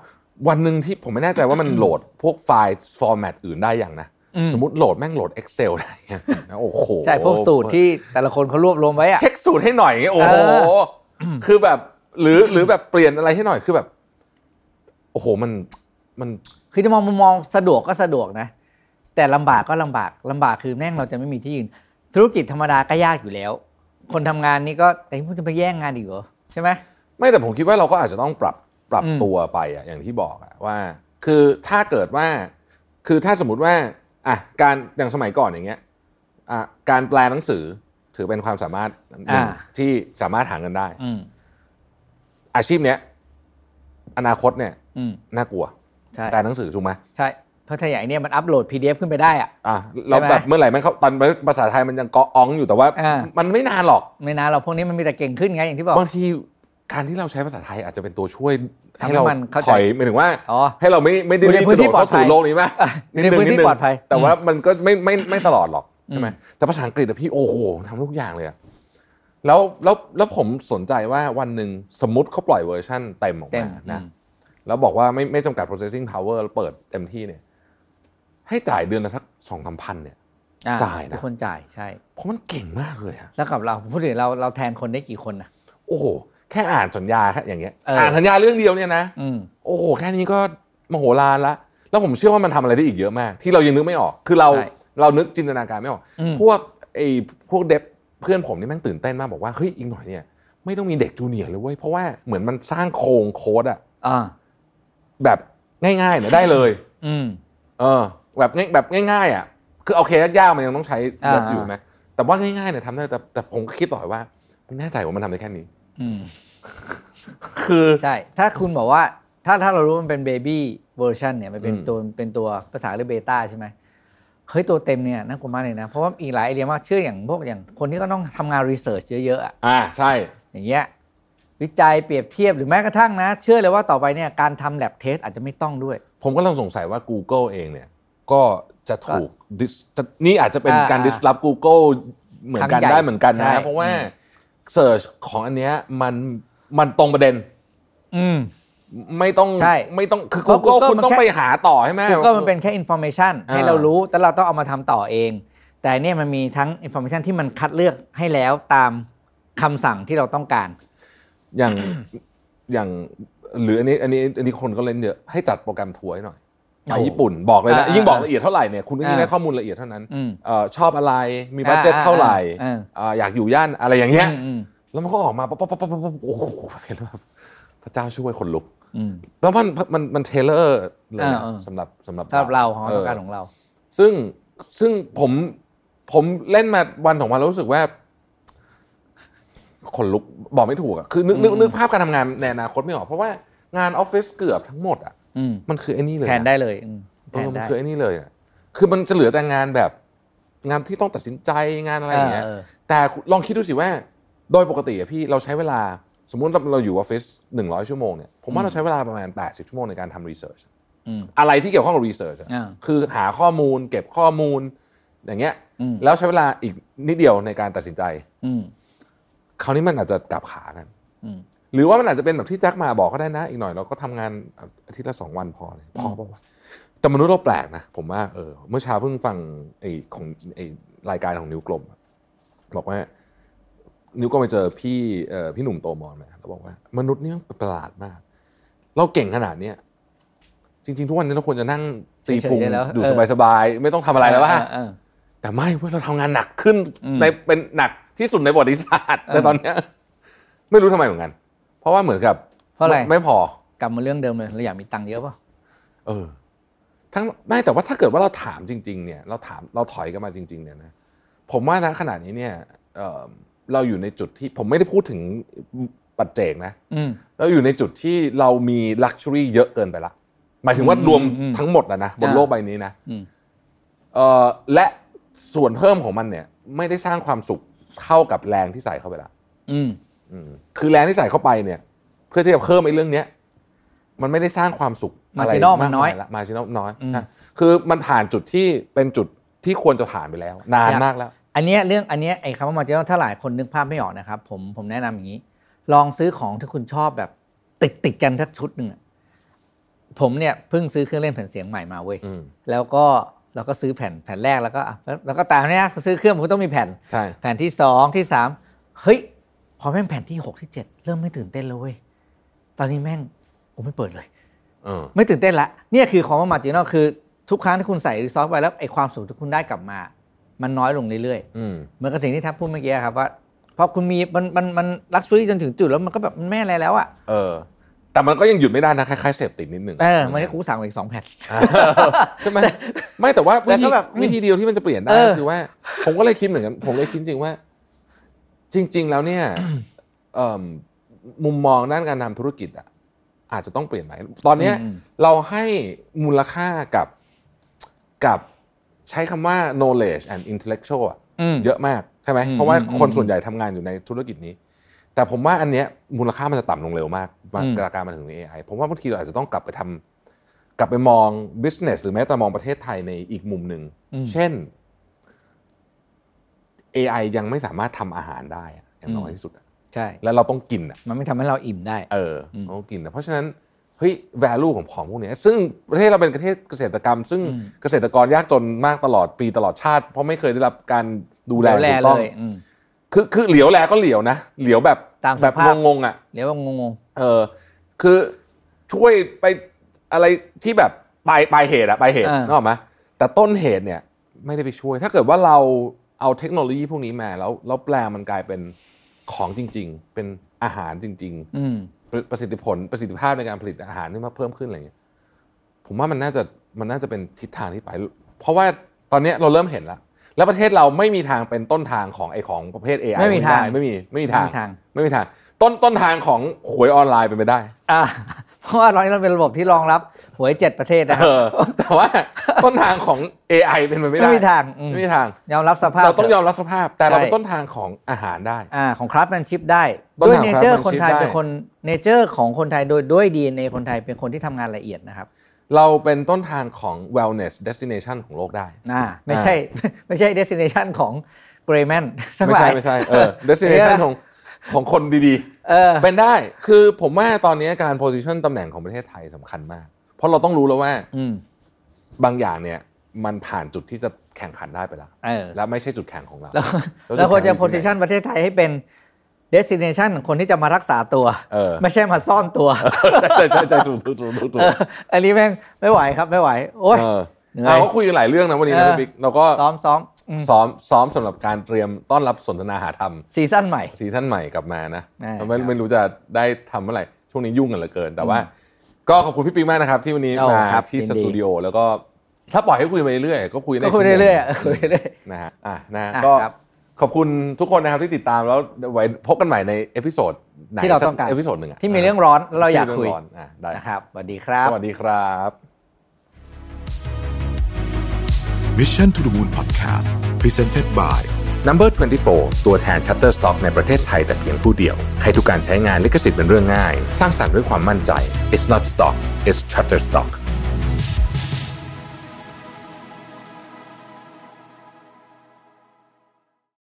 [SPEAKER 2] วันหนึ่งที่ผมไม่แน่ใจว่ามัน โหลดพวกไฟล์ฟอร์แมตอื่นได้อย่างนะ
[SPEAKER 3] อืม
[SPEAKER 2] สมมติโหลดแม่งโหลด Excel ได้อย่าง นะโอ้โห
[SPEAKER 3] ใช่พวกสูตรที่แต่ละคนเขารวบรวมไว้อะ
[SPEAKER 2] เช็คสูตรให้หน่อยอย่างเงี้ยโอ้โห
[SPEAKER 3] เอ
[SPEAKER 2] คือแบบ หรือหรือแบบเปลี่ยนอะไรให้หน่อยคือแบบ โอ้โหมันมัน
[SPEAKER 3] คือจะมองมุมมองสะดวกก็สะดวกนะ แต่ลำบากก็ลำบากลำบากคือแม่งเราจะไม่มีที่ยืน ธุรกิจธรรมดาก็ยากอยู่แล้ว คนทำงานนี่ก็แต่พวกจะไปแย่งงานอีกเหรอใช่ไหม
[SPEAKER 2] ไม่แต่ผมคิดว่าเราก็อาจจะต้องปรับปรับ
[SPEAKER 3] อืม
[SPEAKER 2] ตัวไปอะอย่างที่บอกอะว่า คือถ้าเกิดว่า คือถ้าสมมติว่าอ่ะการอย่างสมัยก่อนอย่างเงี้ยอ่ะการแปลหนังสือถือเป็นความสามารถอันหนึ่งที่สามารถหาเงินได้
[SPEAKER 3] อืม
[SPEAKER 2] อาชีพเนี้ยอนาคตเนี่ย
[SPEAKER 3] อืม
[SPEAKER 2] น่ากลัว
[SPEAKER 3] ใช่
[SPEAKER 2] แปลหนังสือถูกไหม
[SPEAKER 3] ใช่เพราะถ้าอย่างไอ้เนี่ยมันอัปโหลด PDF ขึ้นไปได้อะ
[SPEAKER 2] อ่ะเรา
[SPEAKER 3] ใช่ไหม
[SPEAKER 2] แบบเมื่อไหร่มันเขาตอนภาษาไทยมันยังเกาะอ้องอยู่แต่ว่า
[SPEAKER 3] อ่ามั
[SPEAKER 2] มันไม่นานหรอก
[SPEAKER 3] ไม่นานเราพวกนี้มันมีแต่เก่งขึ้นไงอย่างที่บอก
[SPEAKER 2] บางทีการที่เราใช้ภาษาไทยอาจจะเป็นตัวช่วยให้
[SPEAKER 3] ทำให้
[SPEAKER 2] เราม
[SPEAKER 3] นเข้าใจ
[SPEAKER 2] ถอยหมายถึงว่า
[SPEAKER 3] อ๋อ
[SPEAKER 2] ให้เราไม่ไม่ได้
[SPEAKER 3] อยู่ใน
[SPEAKER 2] รีบกระโดด
[SPEAKER 3] พื้นที่
[SPEAKER 2] เข้า
[SPEAKER 3] ปลอดภั
[SPEAKER 2] สู่
[SPEAKER 3] ย
[SPEAKER 2] โลกนี้ป่ะ
[SPEAKER 3] อ่ะ
[SPEAKER 2] ดง
[SPEAKER 3] ในพื้นที่
[SPEAKER 2] ดง
[SPEAKER 3] ปลอดภัย
[SPEAKER 2] แต่
[SPEAKER 3] อืม
[SPEAKER 2] ว่ามันก็ไม่ไม่ไม่ตลอดหรอกใช่ไหม
[SPEAKER 3] อืม
[SPEAKER 2] แต่ภาษาอังกฤษอะพี่โอ้โหทำทุกอย่างเลยอะแล้วแล้วแล้วผมสนใจว่าวันหนึ่งสมมติเขาปล่อยเวอร์ชั่นเต็มออก
[SPEAKER 3] เต็ม
[SPEAKER 2] มา
[SPEAKER 3] นะ
[SPEAKER 2] นะแล้วบอกว่าไม่ไม่จำกัด processing power แล้วเปิดเต็มที่เนี่ย ให้จ่ายเดือนละสักสองสามพันเนี่ย จ่ายนะ
[SPEAKER 3] ทุกคนจ่ายใช่
[SPEAKER 2] เพราะมันเก่งมากเลยอะ
[SPEAKER 3] แล้วกับเราพูดถึงเราเราแทนคนได้กี่คนนะ
[SPEAKER 2] โอ้โห แค่อ่านสัญญาแค่อย่างเงี้ย
[SPEAKER 3] เอออ่
[SPEAKER 2] อ่านสัญญาเรื่องเดียวเนี่ยนะ
[SPEAKER 3] อืม
[SPEAKER 2] โอ้โหแค่นี้ก็มโหฬารละ แล้วผมเชื่อว่ามันทำอะไรได้อีกเยอะมาก ที่เรายังนึกไม่ออก คือเรา
[SPEAKER 3] ใช่
[SPEAKER 2] เรานึกจินตนาการไม่ออก
[SPEAKER 3] อืม
[SPEAKER 2] พวกไอ้พวกเด็บเพื่อนผมนี่แม่งตื่นเต้นมากบอกว่าเฮ้ยอีกหน่อยเนี่ย ไม่ต้องมีเด็กจูเนียร์เลยเว้ยเพราะว่าเหมือนมันสร้างโครงโค้ดอะ
[SPEAKER 3] อ่า
[SPEAKER 2] แบบ ง่ายๆเนี่ยได้เลย
[SPEAKER 3] อืม
[SPEAKER 2] เออ แบบง่ายแบบง่ายๆอะคือโอเคยากๆมันยังต้องใช้เยอะ
[SPEAKER 3] อ่า
[SPEAKER 2] อยู่นะแต่ว่าง่ายๆเนี่ยทำได้แต่แต่ผมก็คิดต่อว่าไม่แน่ใจว่ามันทำได้แค่นี้
[SPEAKER 3] อืม
[SPEAKER 2] คือ
[SPEAKER 3] ใช่ ถ้าคุณบอกว่า ถ้าถ้าเรารู้มันเป็นเบบี้เวอร์ชันเนี่ยมันเป็น
[SPEAKER 2] อืม
[SPEAKER 3] ตัวเป็นตัวภาษาเรียกเบต้าใช่ไหมเฮ้ยตัวเต็มเนี่ยน่ากลัวมากเลยนะ เพราะว่าอีกหลายไอเดียมากเชื่ออย่างพวกอย่างคนที่ก็ต้องทำงานรีเสิร์ชเยอะๆอะ
[SPEAKER 2] อ่าใช่
[SPEAKER 3] อย่างเงี้ยวิจัยเปรียบเทียบหรือแม้กระทั่งนะ เชื่อเลยว่าต่อไปเนี่ยการทำ lab test อาจจะไม่ต้องด้วย
[SPEAKER 2] ผมก็ลังสงสัยว่า Google เองเนี่ย ก็จะถูก dis- จะนี่อาจจะเป็น
[SPEAKER 3] อ่า
[SPEAKER 2] การ
[SPEAKER 3] อ่า
[SPEAKER 2] disrupt Google เหมือนกัน
[SPEAKER 3] ครั้งใหญ่
[SPEAKER 2] ได้เหมือนกัน
[SPEAKER 3] ใช่
[SPEAKER 2] นะ เพราะว่า
[SPEAKER 3] อืม
[SPEAKER 2] Search ของอันเนี้ยมันมันตรงประเด็น
[SPEAKER 3] อืม
[SPEAKER 2] ไม่ต้อง
[SPEAKER 3] ใช่
[SPEAKER 2] ไม่ต้องคือ
[SPEAKER 3] เพราะ
[SPEAKER 2] Google
[SPEAKER 3] Google
[SPEAKER 2] คุณ
[SPEAKER 3] มัน
[SPEAKER 2] ต้อง
[SPEAKER 3] แค่
[SPEAKER 2] ไปหาต่อใช่ไหม
[SPEAKER 3] Google มันเป็นแค่ information ให้
[SPEAKER 2] อ่า
[SPEAKER 3] เรารู้แต่เราต้องเอามาทำต่อเอง แต่เนี่ยมันมีทั้ง information ที่มันคัดเลือกให้แล้วตามคำสั่งที่เราต้องการ
[SPEAKER 2] อย่างอย่างหรืออันนี้อันนี้อันนี้คนก็เล่นเยอะให้จัดโปรแกรมทัวร์ให้หน่อย
[SPEAKER 3] โอ้
[SPEAKER 2] ไปญี่ปุ่นบอกเลยนะ
[SPEAKER 3] อ่ายิ่
[SPEAKER 2] ยิ่งบอกละเอียดเท่าไหร่เนี่ยคุณก็ยิ่ง
[SPEAKER 3] อ่า
[SPEAKER 2] ได้ข้อมูลละเอียดเท่านั้น
[SPEAKER 3] อืม
[SPEAKER 2] เอ่อชอบอะไรมีบัตเจ็ตเท่าไหร่
[SPEAKER 3] อ่า
[SPEAKER 2] อ่าอยากอยู่ย่านอะไรอย่างเงี้
[SPEAKER 3] อ่าย อืม
[SPEAKER 2] แล้วมันก็ออกมาปั๊บปั๊บปั๊บปั๊บปั๊บโอ้โหเห็นแล้วแบบพระเจ้าช่วยคนลุก
[SPEAKER 3] อืม
[SPEAKER 2] แล้วมันมันมันเทเลอร์เลยนะ
[SPEAKER 3] เออเออ
[SPEAKER 2] สำหรับสำหรับ
[SPEAKER 3] สำหรับเราของ
[SPEAKER 2] อ
[SPEAKER 3] ต้องการของเรา
[SPEAKER 2] ซึ่งซึ่งผมผมเล่นมาวันสองวันแล้วรู้สึกว่าขนลุกบอกไม่ถูกอะคือนึกนึก
[SPEAKER 3] อืม
[SPEAKER 2] นึกภาพการทำงานในอนาคตไม่ออก เพราะว่างานออฟฟิศเกือบทั้งหมดอะ
[SPEAKER 3] อืม
[SPEAKER 2] มันคือไอ้นี่เลย
[SPEAKER 3] แท
[SPEAKER 2] นะ
[SPEAKER 3] นได้เลยอืม
[SPEAKER 2] เอ
[SPEAKER 3] แท
[SPEAKER 2] อน มัน
[SPEAKER 3] ได้
[SPEAKER 2] คือไอ้นี่เลยอะคือมันจะเหลือแต่งานแบบ งานที่ต้องตัดสินใจงานอะไรอย่างเงี้ย
[SPEAKER 3] เออ
[SPEAKER 2] แต่ลองคิดดูสิว่าโดยปกติอะพี่เราใช้เวลาสมมุติเราเราอยู่ออฟฟิศหนึ่งร้อยชั่วโมงเนี่ยผมว่า
[SPEAKER 3] อืม
[SPEAKER 2] เราใช้เวลาประมาณ 80 ชั่วโมงในการทำรีเสิร์ช
[SPEAKER 3] อืม
[SPEAKER 2] อะไรที่เกี่ยวข้องกับรีเสิร์ชอะ
[SPEAKER 3] อ่า
[SPEAKER 2] คือหาข้อมูล เก็บข้อมูลอย่างเงี้ย
[SPEAKER 3] อืม
[SPEAKER 2] แล้วใช้เวลาอีกนิดเดียวในการตัดสินใจ
[SPEAKER 3] อืม
[SPEAKER 2] คราวนี้มันอาจจะกลับขากัน
[SPEAKER 3] อืม
[SPEAKER 2] หรือว่ามันอาจจะเป็นแบบที่แจ็คมาบอกก็ได้นะ อีกหน่อยเราก็ทำงานอาทิตย์ละสองวันพอเลยพอป่าวะแต่มนุษย์เราแปลกนะ ผมว่าเออเมื่อเช้าเพิ่งฟังไอ้ของไอ้รายการของนิ้วกลมอะบอกว่า นิ้วกลมไปเจอพี่เอ่อพี่หนุ่มโตมอนมาแล้วบอกว่า มนุษย์นี่มันประหลาดมาก เราเก่งขนาดเนี้ยจริง ๆ ทุกวันนี้เราควรจะนั่งตีพุง
[SPEAKER 3] เฉยๆได้แล้ว
[SPEAKER 2] อยู่
[SPEAKER 3] เออ
[SPEAKER 2] สบายๆไม่ต้องทำอะไรแล้วว่า
[SPEAKER 3] เออ
[SPEAKER 2] แต่ไม่เว้ยเราทำงานหนักขึ้น
[SPEAKER 3] อืม
[SPEAKER 2] ในเป็นหนักที่สุดในประวัติศาสตร์
[SPEAKER 3] เออ
[SPEAKER 2] แต่ตอนเนี้ยไม่รู้ทำไมเหมือนกัน เพราะว่าเหมือนกับ
[SPEAKER 3] เพราะอะไร
[SPEAKER 2] ไม่พอก
[SPEAKER 3] ลับมาเรื่องเดิมเลยเราอยากมีตังค์เยอะป่ะ
[SPEAKER 2] เออทั้งไม่แต่ว่าถ้าเกิดว่าเราถามจริง ๆ เนี่ย เราถามเราถอยกันมาจริง ๆ เนี่ยนะผมว่านะขนาดนี้เนี่ยเอ่อเราอยู่ในจุดที่ผมไม่ได้พูดถึงปัจเจกนะ
[SPEAKER 3] อืม
[SPEAKER 2] เราอยู่ในจุดที่เรามีลักชัวรี่เยอะเกินไปละ หมายถึงว่า
[SPEAKER 3] อืม
[SPEAKER 2] รวม
[SPEAKER 3] อืม
[SPEAKER 2] ทั้งหมดแล้วนะบน
[SPEAKER 3] อ่า
[SPEAKER 2] โลกใบนี้นะ
[SPEAKER 3] อืม
[SPEAKER 2] เอ่อและส่วนเพิ่มของมันเนี่ยไม่ได้สร้างความสุขเท่ากับแรงที่ใส่เข้าไปละ
[SPEAKER 3] อืม
[SPEAKER 2] อืมคือแรงที่ใส่เข้าไปเนี่ย เพื่อที่จะเพิ่มไอ้เรื่องเนี้ยมันไม่ได้สร้างความสุขอะไร
[SPEAKER 3] Marginal มัน
[SPEAKER 2] มาก
[SPEAKER 3] น้อย
[SPEAKER 2] มาชินอลน้อย
[SPEAKER 3] อืม
[SPEAKER 2] นะคือมันผ่านจุดที่เป็นจุดที่ควรจะผ่านไปแล้ว นานมากแล้ว
[SPEAKER 3] อันเนี้ยเรื่องอันเนี้ยไอ้คำว่ามาเจอถ้าหลายคนนึกภาพไม่ออกนะครับ ผมผมแนะนำอย่างนี้ ลองซื้อของที่คุณชอบแบบติดติดๆกันสักชุดหนึ่งอะผมเนี่ยเพิ่งซื้อเครื่องเล่นแผ่นเสียงใหม่มาเว้ย
[SPEAKER 2] อืม
[SPEAKER 3] แล้วก็เราก็ซื้อแผ่นแผ่นแรกแล้วก็อ่ะแล้วแล้วก็ตามเนี้ยซื้อเครื่องผมต้องมีแผ่น
[SPEAKER 2] ใช่
[SPEAKER 3] แผ่นที่สองที่สามเฮ้ย พอแม่งแผ่นที่หกที่เจ็ดเริ่มไม่ตื่นเต้นแล้วเว้ยตอนนี้แม่งผมไม่เปิดเลย
[SPEAKER 2] เออ
[SPEAKER 3] ไม่ตื่นเต้นละเนี่ยคือของมาจินอลคือทุกครั้งที่คุณใส่รีซอสไปแล้วไอ้ความสุขที่คุณได้กลับมา มันน้อยลงเรื่อยๆ
[SPEAKER 2] อืม
[SPEAKER 3] เหมือนกับสิ่งที่แทับพูดเมื่อกี้ครับว่าพอคุณมีมันมันมันลักซ์รี่จนถึงจุดแล้วมันก็แบบมันไม่อะไรแล้วอ่ะ
[SPEAKER 2] เออ แต่มันก็ยังหยุดไม่ได้นะคล้ายๆเสพติดนิดหนึ่ง
[SPEAKER 3] เออมันก็กูสั่งมาอีกสองแผ่น
[SPEAKER 2] ใช่ไหมไม่แต่ว่า
[SPEAKER 3] แต่
[SPEAKER 2] วิธี
[SPEAKER 3] ก็แบบ
[SPEAKER 2] วิธีเดียวที่มันจะเปลี่ยนได้
[SPEAKER 3] เออ
[SPEAKER 2] คือว่า ผมก็เลยคิดเหมือนกันผมเลยคิดจริงว่า จริง ๆ แล้วเนี่ยเอิ่มมุมมองด้านการทำธุรกิจอ่ะอาจจะต้องเปลี่ยนไหมตอนเนี้ย เราให้มูลค่ากับกับใช้คำว่า knowledge and intellectual อะ
[SPEAKER 3] อืม
[SPEAKER 2] เยอะมากใช่ไหม
[SPEAKER 3] อืม
[SPEAKER 2] เพราะว่า
[SPEAKER 3] อืม
[SPEAKER 2] คนส่วนใหญ่ทำงานอยู่ในธุรกิจนี้ แต่ผมว่าอันเนี้ยมูลค่ามันจะต่ำลงเร็วมากมา
[SPEAKER 3] อืม
[SPEAKER 2] จากการมาถึง AI ผมว่าบางทีเราอาจจะต้องกลับไปทำกลับไปมอง business หรือแม้แต่มองประเทศไทยในอีกมุมหนึ่ง
[SPEAKER 3] อืม
[SPEAKER 2] เช่น AI ยังไม่สามารถทำอาหารได้อะอย่างน้อย
[SPEAKER 3] อืม
[SPEAKER 2] ที่สุดอะ
[SPEAKER 3] ใช่
[SPEAKER 2] แล้วเราต้องกินอะ
[SPEAKER 3] มันไม่ทำให้เราอิ่มได้
[SPEAKER 2] เอออ
[SPEAKER 3] ม
[SPEAKER 2] เราก็กินนะเพราะฉะนั้นเฮ้ย value ของของพวกเนี้ยซึ่งประเทศเราเป็นประเทศเกษตรกรรม ซึ่ง
[SPEAKER 3] อืม
[SPEAKER 2] เกษตรกรยากจนมากตลอดปีตลอดชาติ เพราะไม่เคยได้รับการดูแล
[SPEAKER 3] เดี๋ยวแล
[SPEAKER 2] ถูก
[SPEAKER 3] เล
[SPEAKER 2] ต้อง
[SPEAKER 3] ยอืม
[SPEAKER 2] คือคือเหลียวแลก็เหลียวนะ เหลียวแบบ
[SPEAKER 3] ตามส
[SPEAKER 2] แบบ
[SPEAKER 3] ภาพ
[SPEAKER 2] งงๆอ่ะ
[SPEAKER 3] เดี๋ยวว่างงง
[SPEAKER 2] เออคือช่วยไปอะไรที่แบบปลายปลายเหตุอะปลายเหตุนึกออกไหมแต่ต้นเหตุเนี่ยไม่ได้ไปช่วย ถ้าเกิดว่าเราเอาเทคโนโลยีพวกนี้มาแล้วแล้วแปลงมันกลายเป็นของจริง ๆ เป็นอาหารจริง ๆ
[SPEAKER 3] ๆอืม
[SPEAKER 2] ประประสิทธิผลประสิทธิภาพในการผลิตอาหารที่มาเพิ่มขึ้นอะไรอย่างเงี้ยผมว่ามันน่าจะมันน่าจะเป็นทิศทางที่ไป เพราะว่าตอนเนี้ยเราเริ่มเห็นแล้ว แล้วประเทศเราไม่มีทางเป็นต้นทางของไอของประเภท AI
[SPEAKER 3] ไม่มีทาง
[SPEAKER 2] ด้ไม่มีไม่มีทาง
[SPEAKER 3] ไม่มีทาง
[SPEAKER 2] ไม่มีทาง ต้นต้นทางของหวยออนไลน์เป็นไปได้
[SPEAKER 3] อ่าเพราะว่า ตอนนี้เราเป็นระบบที่รองรับหวยเจ็ดประเทศนะครั
[SPEAKER 2] เอบ อ แต่ว่าต้นทางของ AI เป็นไปไม่ได้
[SPEAKER 3] ไม่มีทางอืม
[SPEAKER 2] ไม่มีทาง
[SPEAKER 3] ยอมรับสภาพ
[SPEAKER 2] เราต้องยอมรับสภาพ แต่เรา
[SPEAKER 3] ใช่
[SPEAKER 2] เป็นต้นทางของอาหารได้
[SPEAKER 3] อ่าของคราฟแมนชิพได้
[SPEAKER 2] ต้น
[SPEAKER 3] ด้วย
[SPEAKER 2] ทาง
[SPEAKER 3] เน
[SPEAKER 2] craftsmanship
[SPEAKER 3] เจอร์คนไทย
[SPEAKER 2] ได้
[SPEAKER 3] เป็นคนเนเจอร์ของคนไทยโดยด้วยดีในคนไทยเป็นคนที่ทำงานละเอียดนะครับ
[SPEAKER 2] เราเป็นต้นทางของ wellness destination ของโลกได้
[SPEAKER 3] อ่าไม่ใช่ ไม่ใช่เดสิเนชันของเกรแมน ทั้ง
[SPEAKER 2] ไม่
[SPEAKER 3] หลา
[SPEAKER 2] ใช่
[SPEAKER 3] ย
[SPEAKER 2] ไม่ใช่เออ destination ของของคนดี
[SPEAKER 3] เออ
[SPEAKER 2] ๆ เป็นได้คือผมว่าตอนนี้การ position ตำแหน่งของประเทศไทยสำคัญมาก เพราะเราต้องรู้แล้วว่า
[SPEAKER 3] อืม
[SPEAKER 2] บางอย่างเนี่ยมันผ่านจุดที่จะแข่งขันได้ไปแล้ว
[SPEAKER 3] เออ
[SPEAKER 2] และไม่ใช่จุดแข่งของเรา
[SPEAKER 3] แล้ว
[SPEAKER 2] แล้ว
[SPEAKER 3] แล้วควรจะ
[SPEAKER 2] จะทำยังไง
[SPEAKER 3] โพสิชันประเทศไทยให้เป็นเดสิเนชันของคนที่จะมารักษาตัว
[SPEAKER 2] เออ
[SPEAKER 3] ไม่ใช่มาซ่อนตัว
[SPEAKER 2] ใช่ใช่ใช่ถูกถูกถูกถูกถูก
[SPEAKER 3] เอออันนี้แม่งไม่ไหวครับไม่ไหว โอ้ย
[SPEAKER 2] เออ
[SPEAKER 3] เหนื่อย
[SPEAKER 2] เราก็คุยกันหลายเรื่องนะวันนี้นะ
[SPEAKER 3] เออ
[SPEAKER 2] พี่บิ๊กเราก็
[SPEAKER 3] ซ้อมซ้อมอืม
[SPEAKER 2] ซ้อมซ้อมสำหรับการเตรียมต้อนรับสนทนาหาธรรม
[SPEAKER 3] ซีซั่นใหม่
[SPEAKER 2] ซีซั่นใหม่กลับมานะ
[SPEAKER 3] ได้ครับ
[SPEAKER 2] ไม่ไม่รู้จะได้ทำเมื่อไหร่ ช่วงนี้ยุ่งกันเหลือเกิน แต่ว่า ก็ขอบคุณพี่ปิ๊กมากนะครับ ที่วันนี้
[SPEAKER 3] โอ้
[SPEAKER 2] มา
[SPEAKER 3] ครับ
[SPEAKER 2] ที่
[SPEAKER 3] ยิน
[SPEAKER 2] ส
[SPEAKER 3] ดี
[SPEAKER 2] ตูดิโอแล้วก็ถ้าปล่อยให้คุยไปเรื่อยก็คุยได้
[SPEAKER 3] ก็คุย
[SPEAKER 2] ชั่วโมง
[SPEAKER 3] เรื่อยๆอะคุยเรื่อย
[SPEAKER 2] นะฮะอ่ะนะฮะ
[SPEAKER 3] อ่ะ
[SPEAKER 2] ก็
[SPEAKER 3] ครับ
[SPEAKER 2] ขอบคุณทุกคนนะครับที่ติดตามแล้วไว้พบกันใหม่ในเอพิโซดไหน
[SPEAKER 3] ที่เราต้องการ
[SPEAKER 2] สัเอพิโซดหนึ่งอะ
[SPEAKER 3] ๆที่มีเรื่องร้อนแล้วเราอยากคุ
[SPEAKER 2] ที่มี
[SPEAKER 3] ย
[SPEAKER 2] เรื่งร้นอ่ะได้
[SPEAKER 3] นะครับสวัสดีครับ
[SPEAKER 2] สวัสดีครับ
[SPEAKER 1] Mission to the Moon Podcast Presented by
[SPEAKER 2] Number 24 ตัวแทน Shutterstock ในประเทศไทยแต่เพียงผู้เดียว ให้ทุกการใช้งานลิขสิทธิ์เป็นเรื่องง่าย สร้างสรรค์ด้วยความมั่นใจ It's not stock it's Shutterstock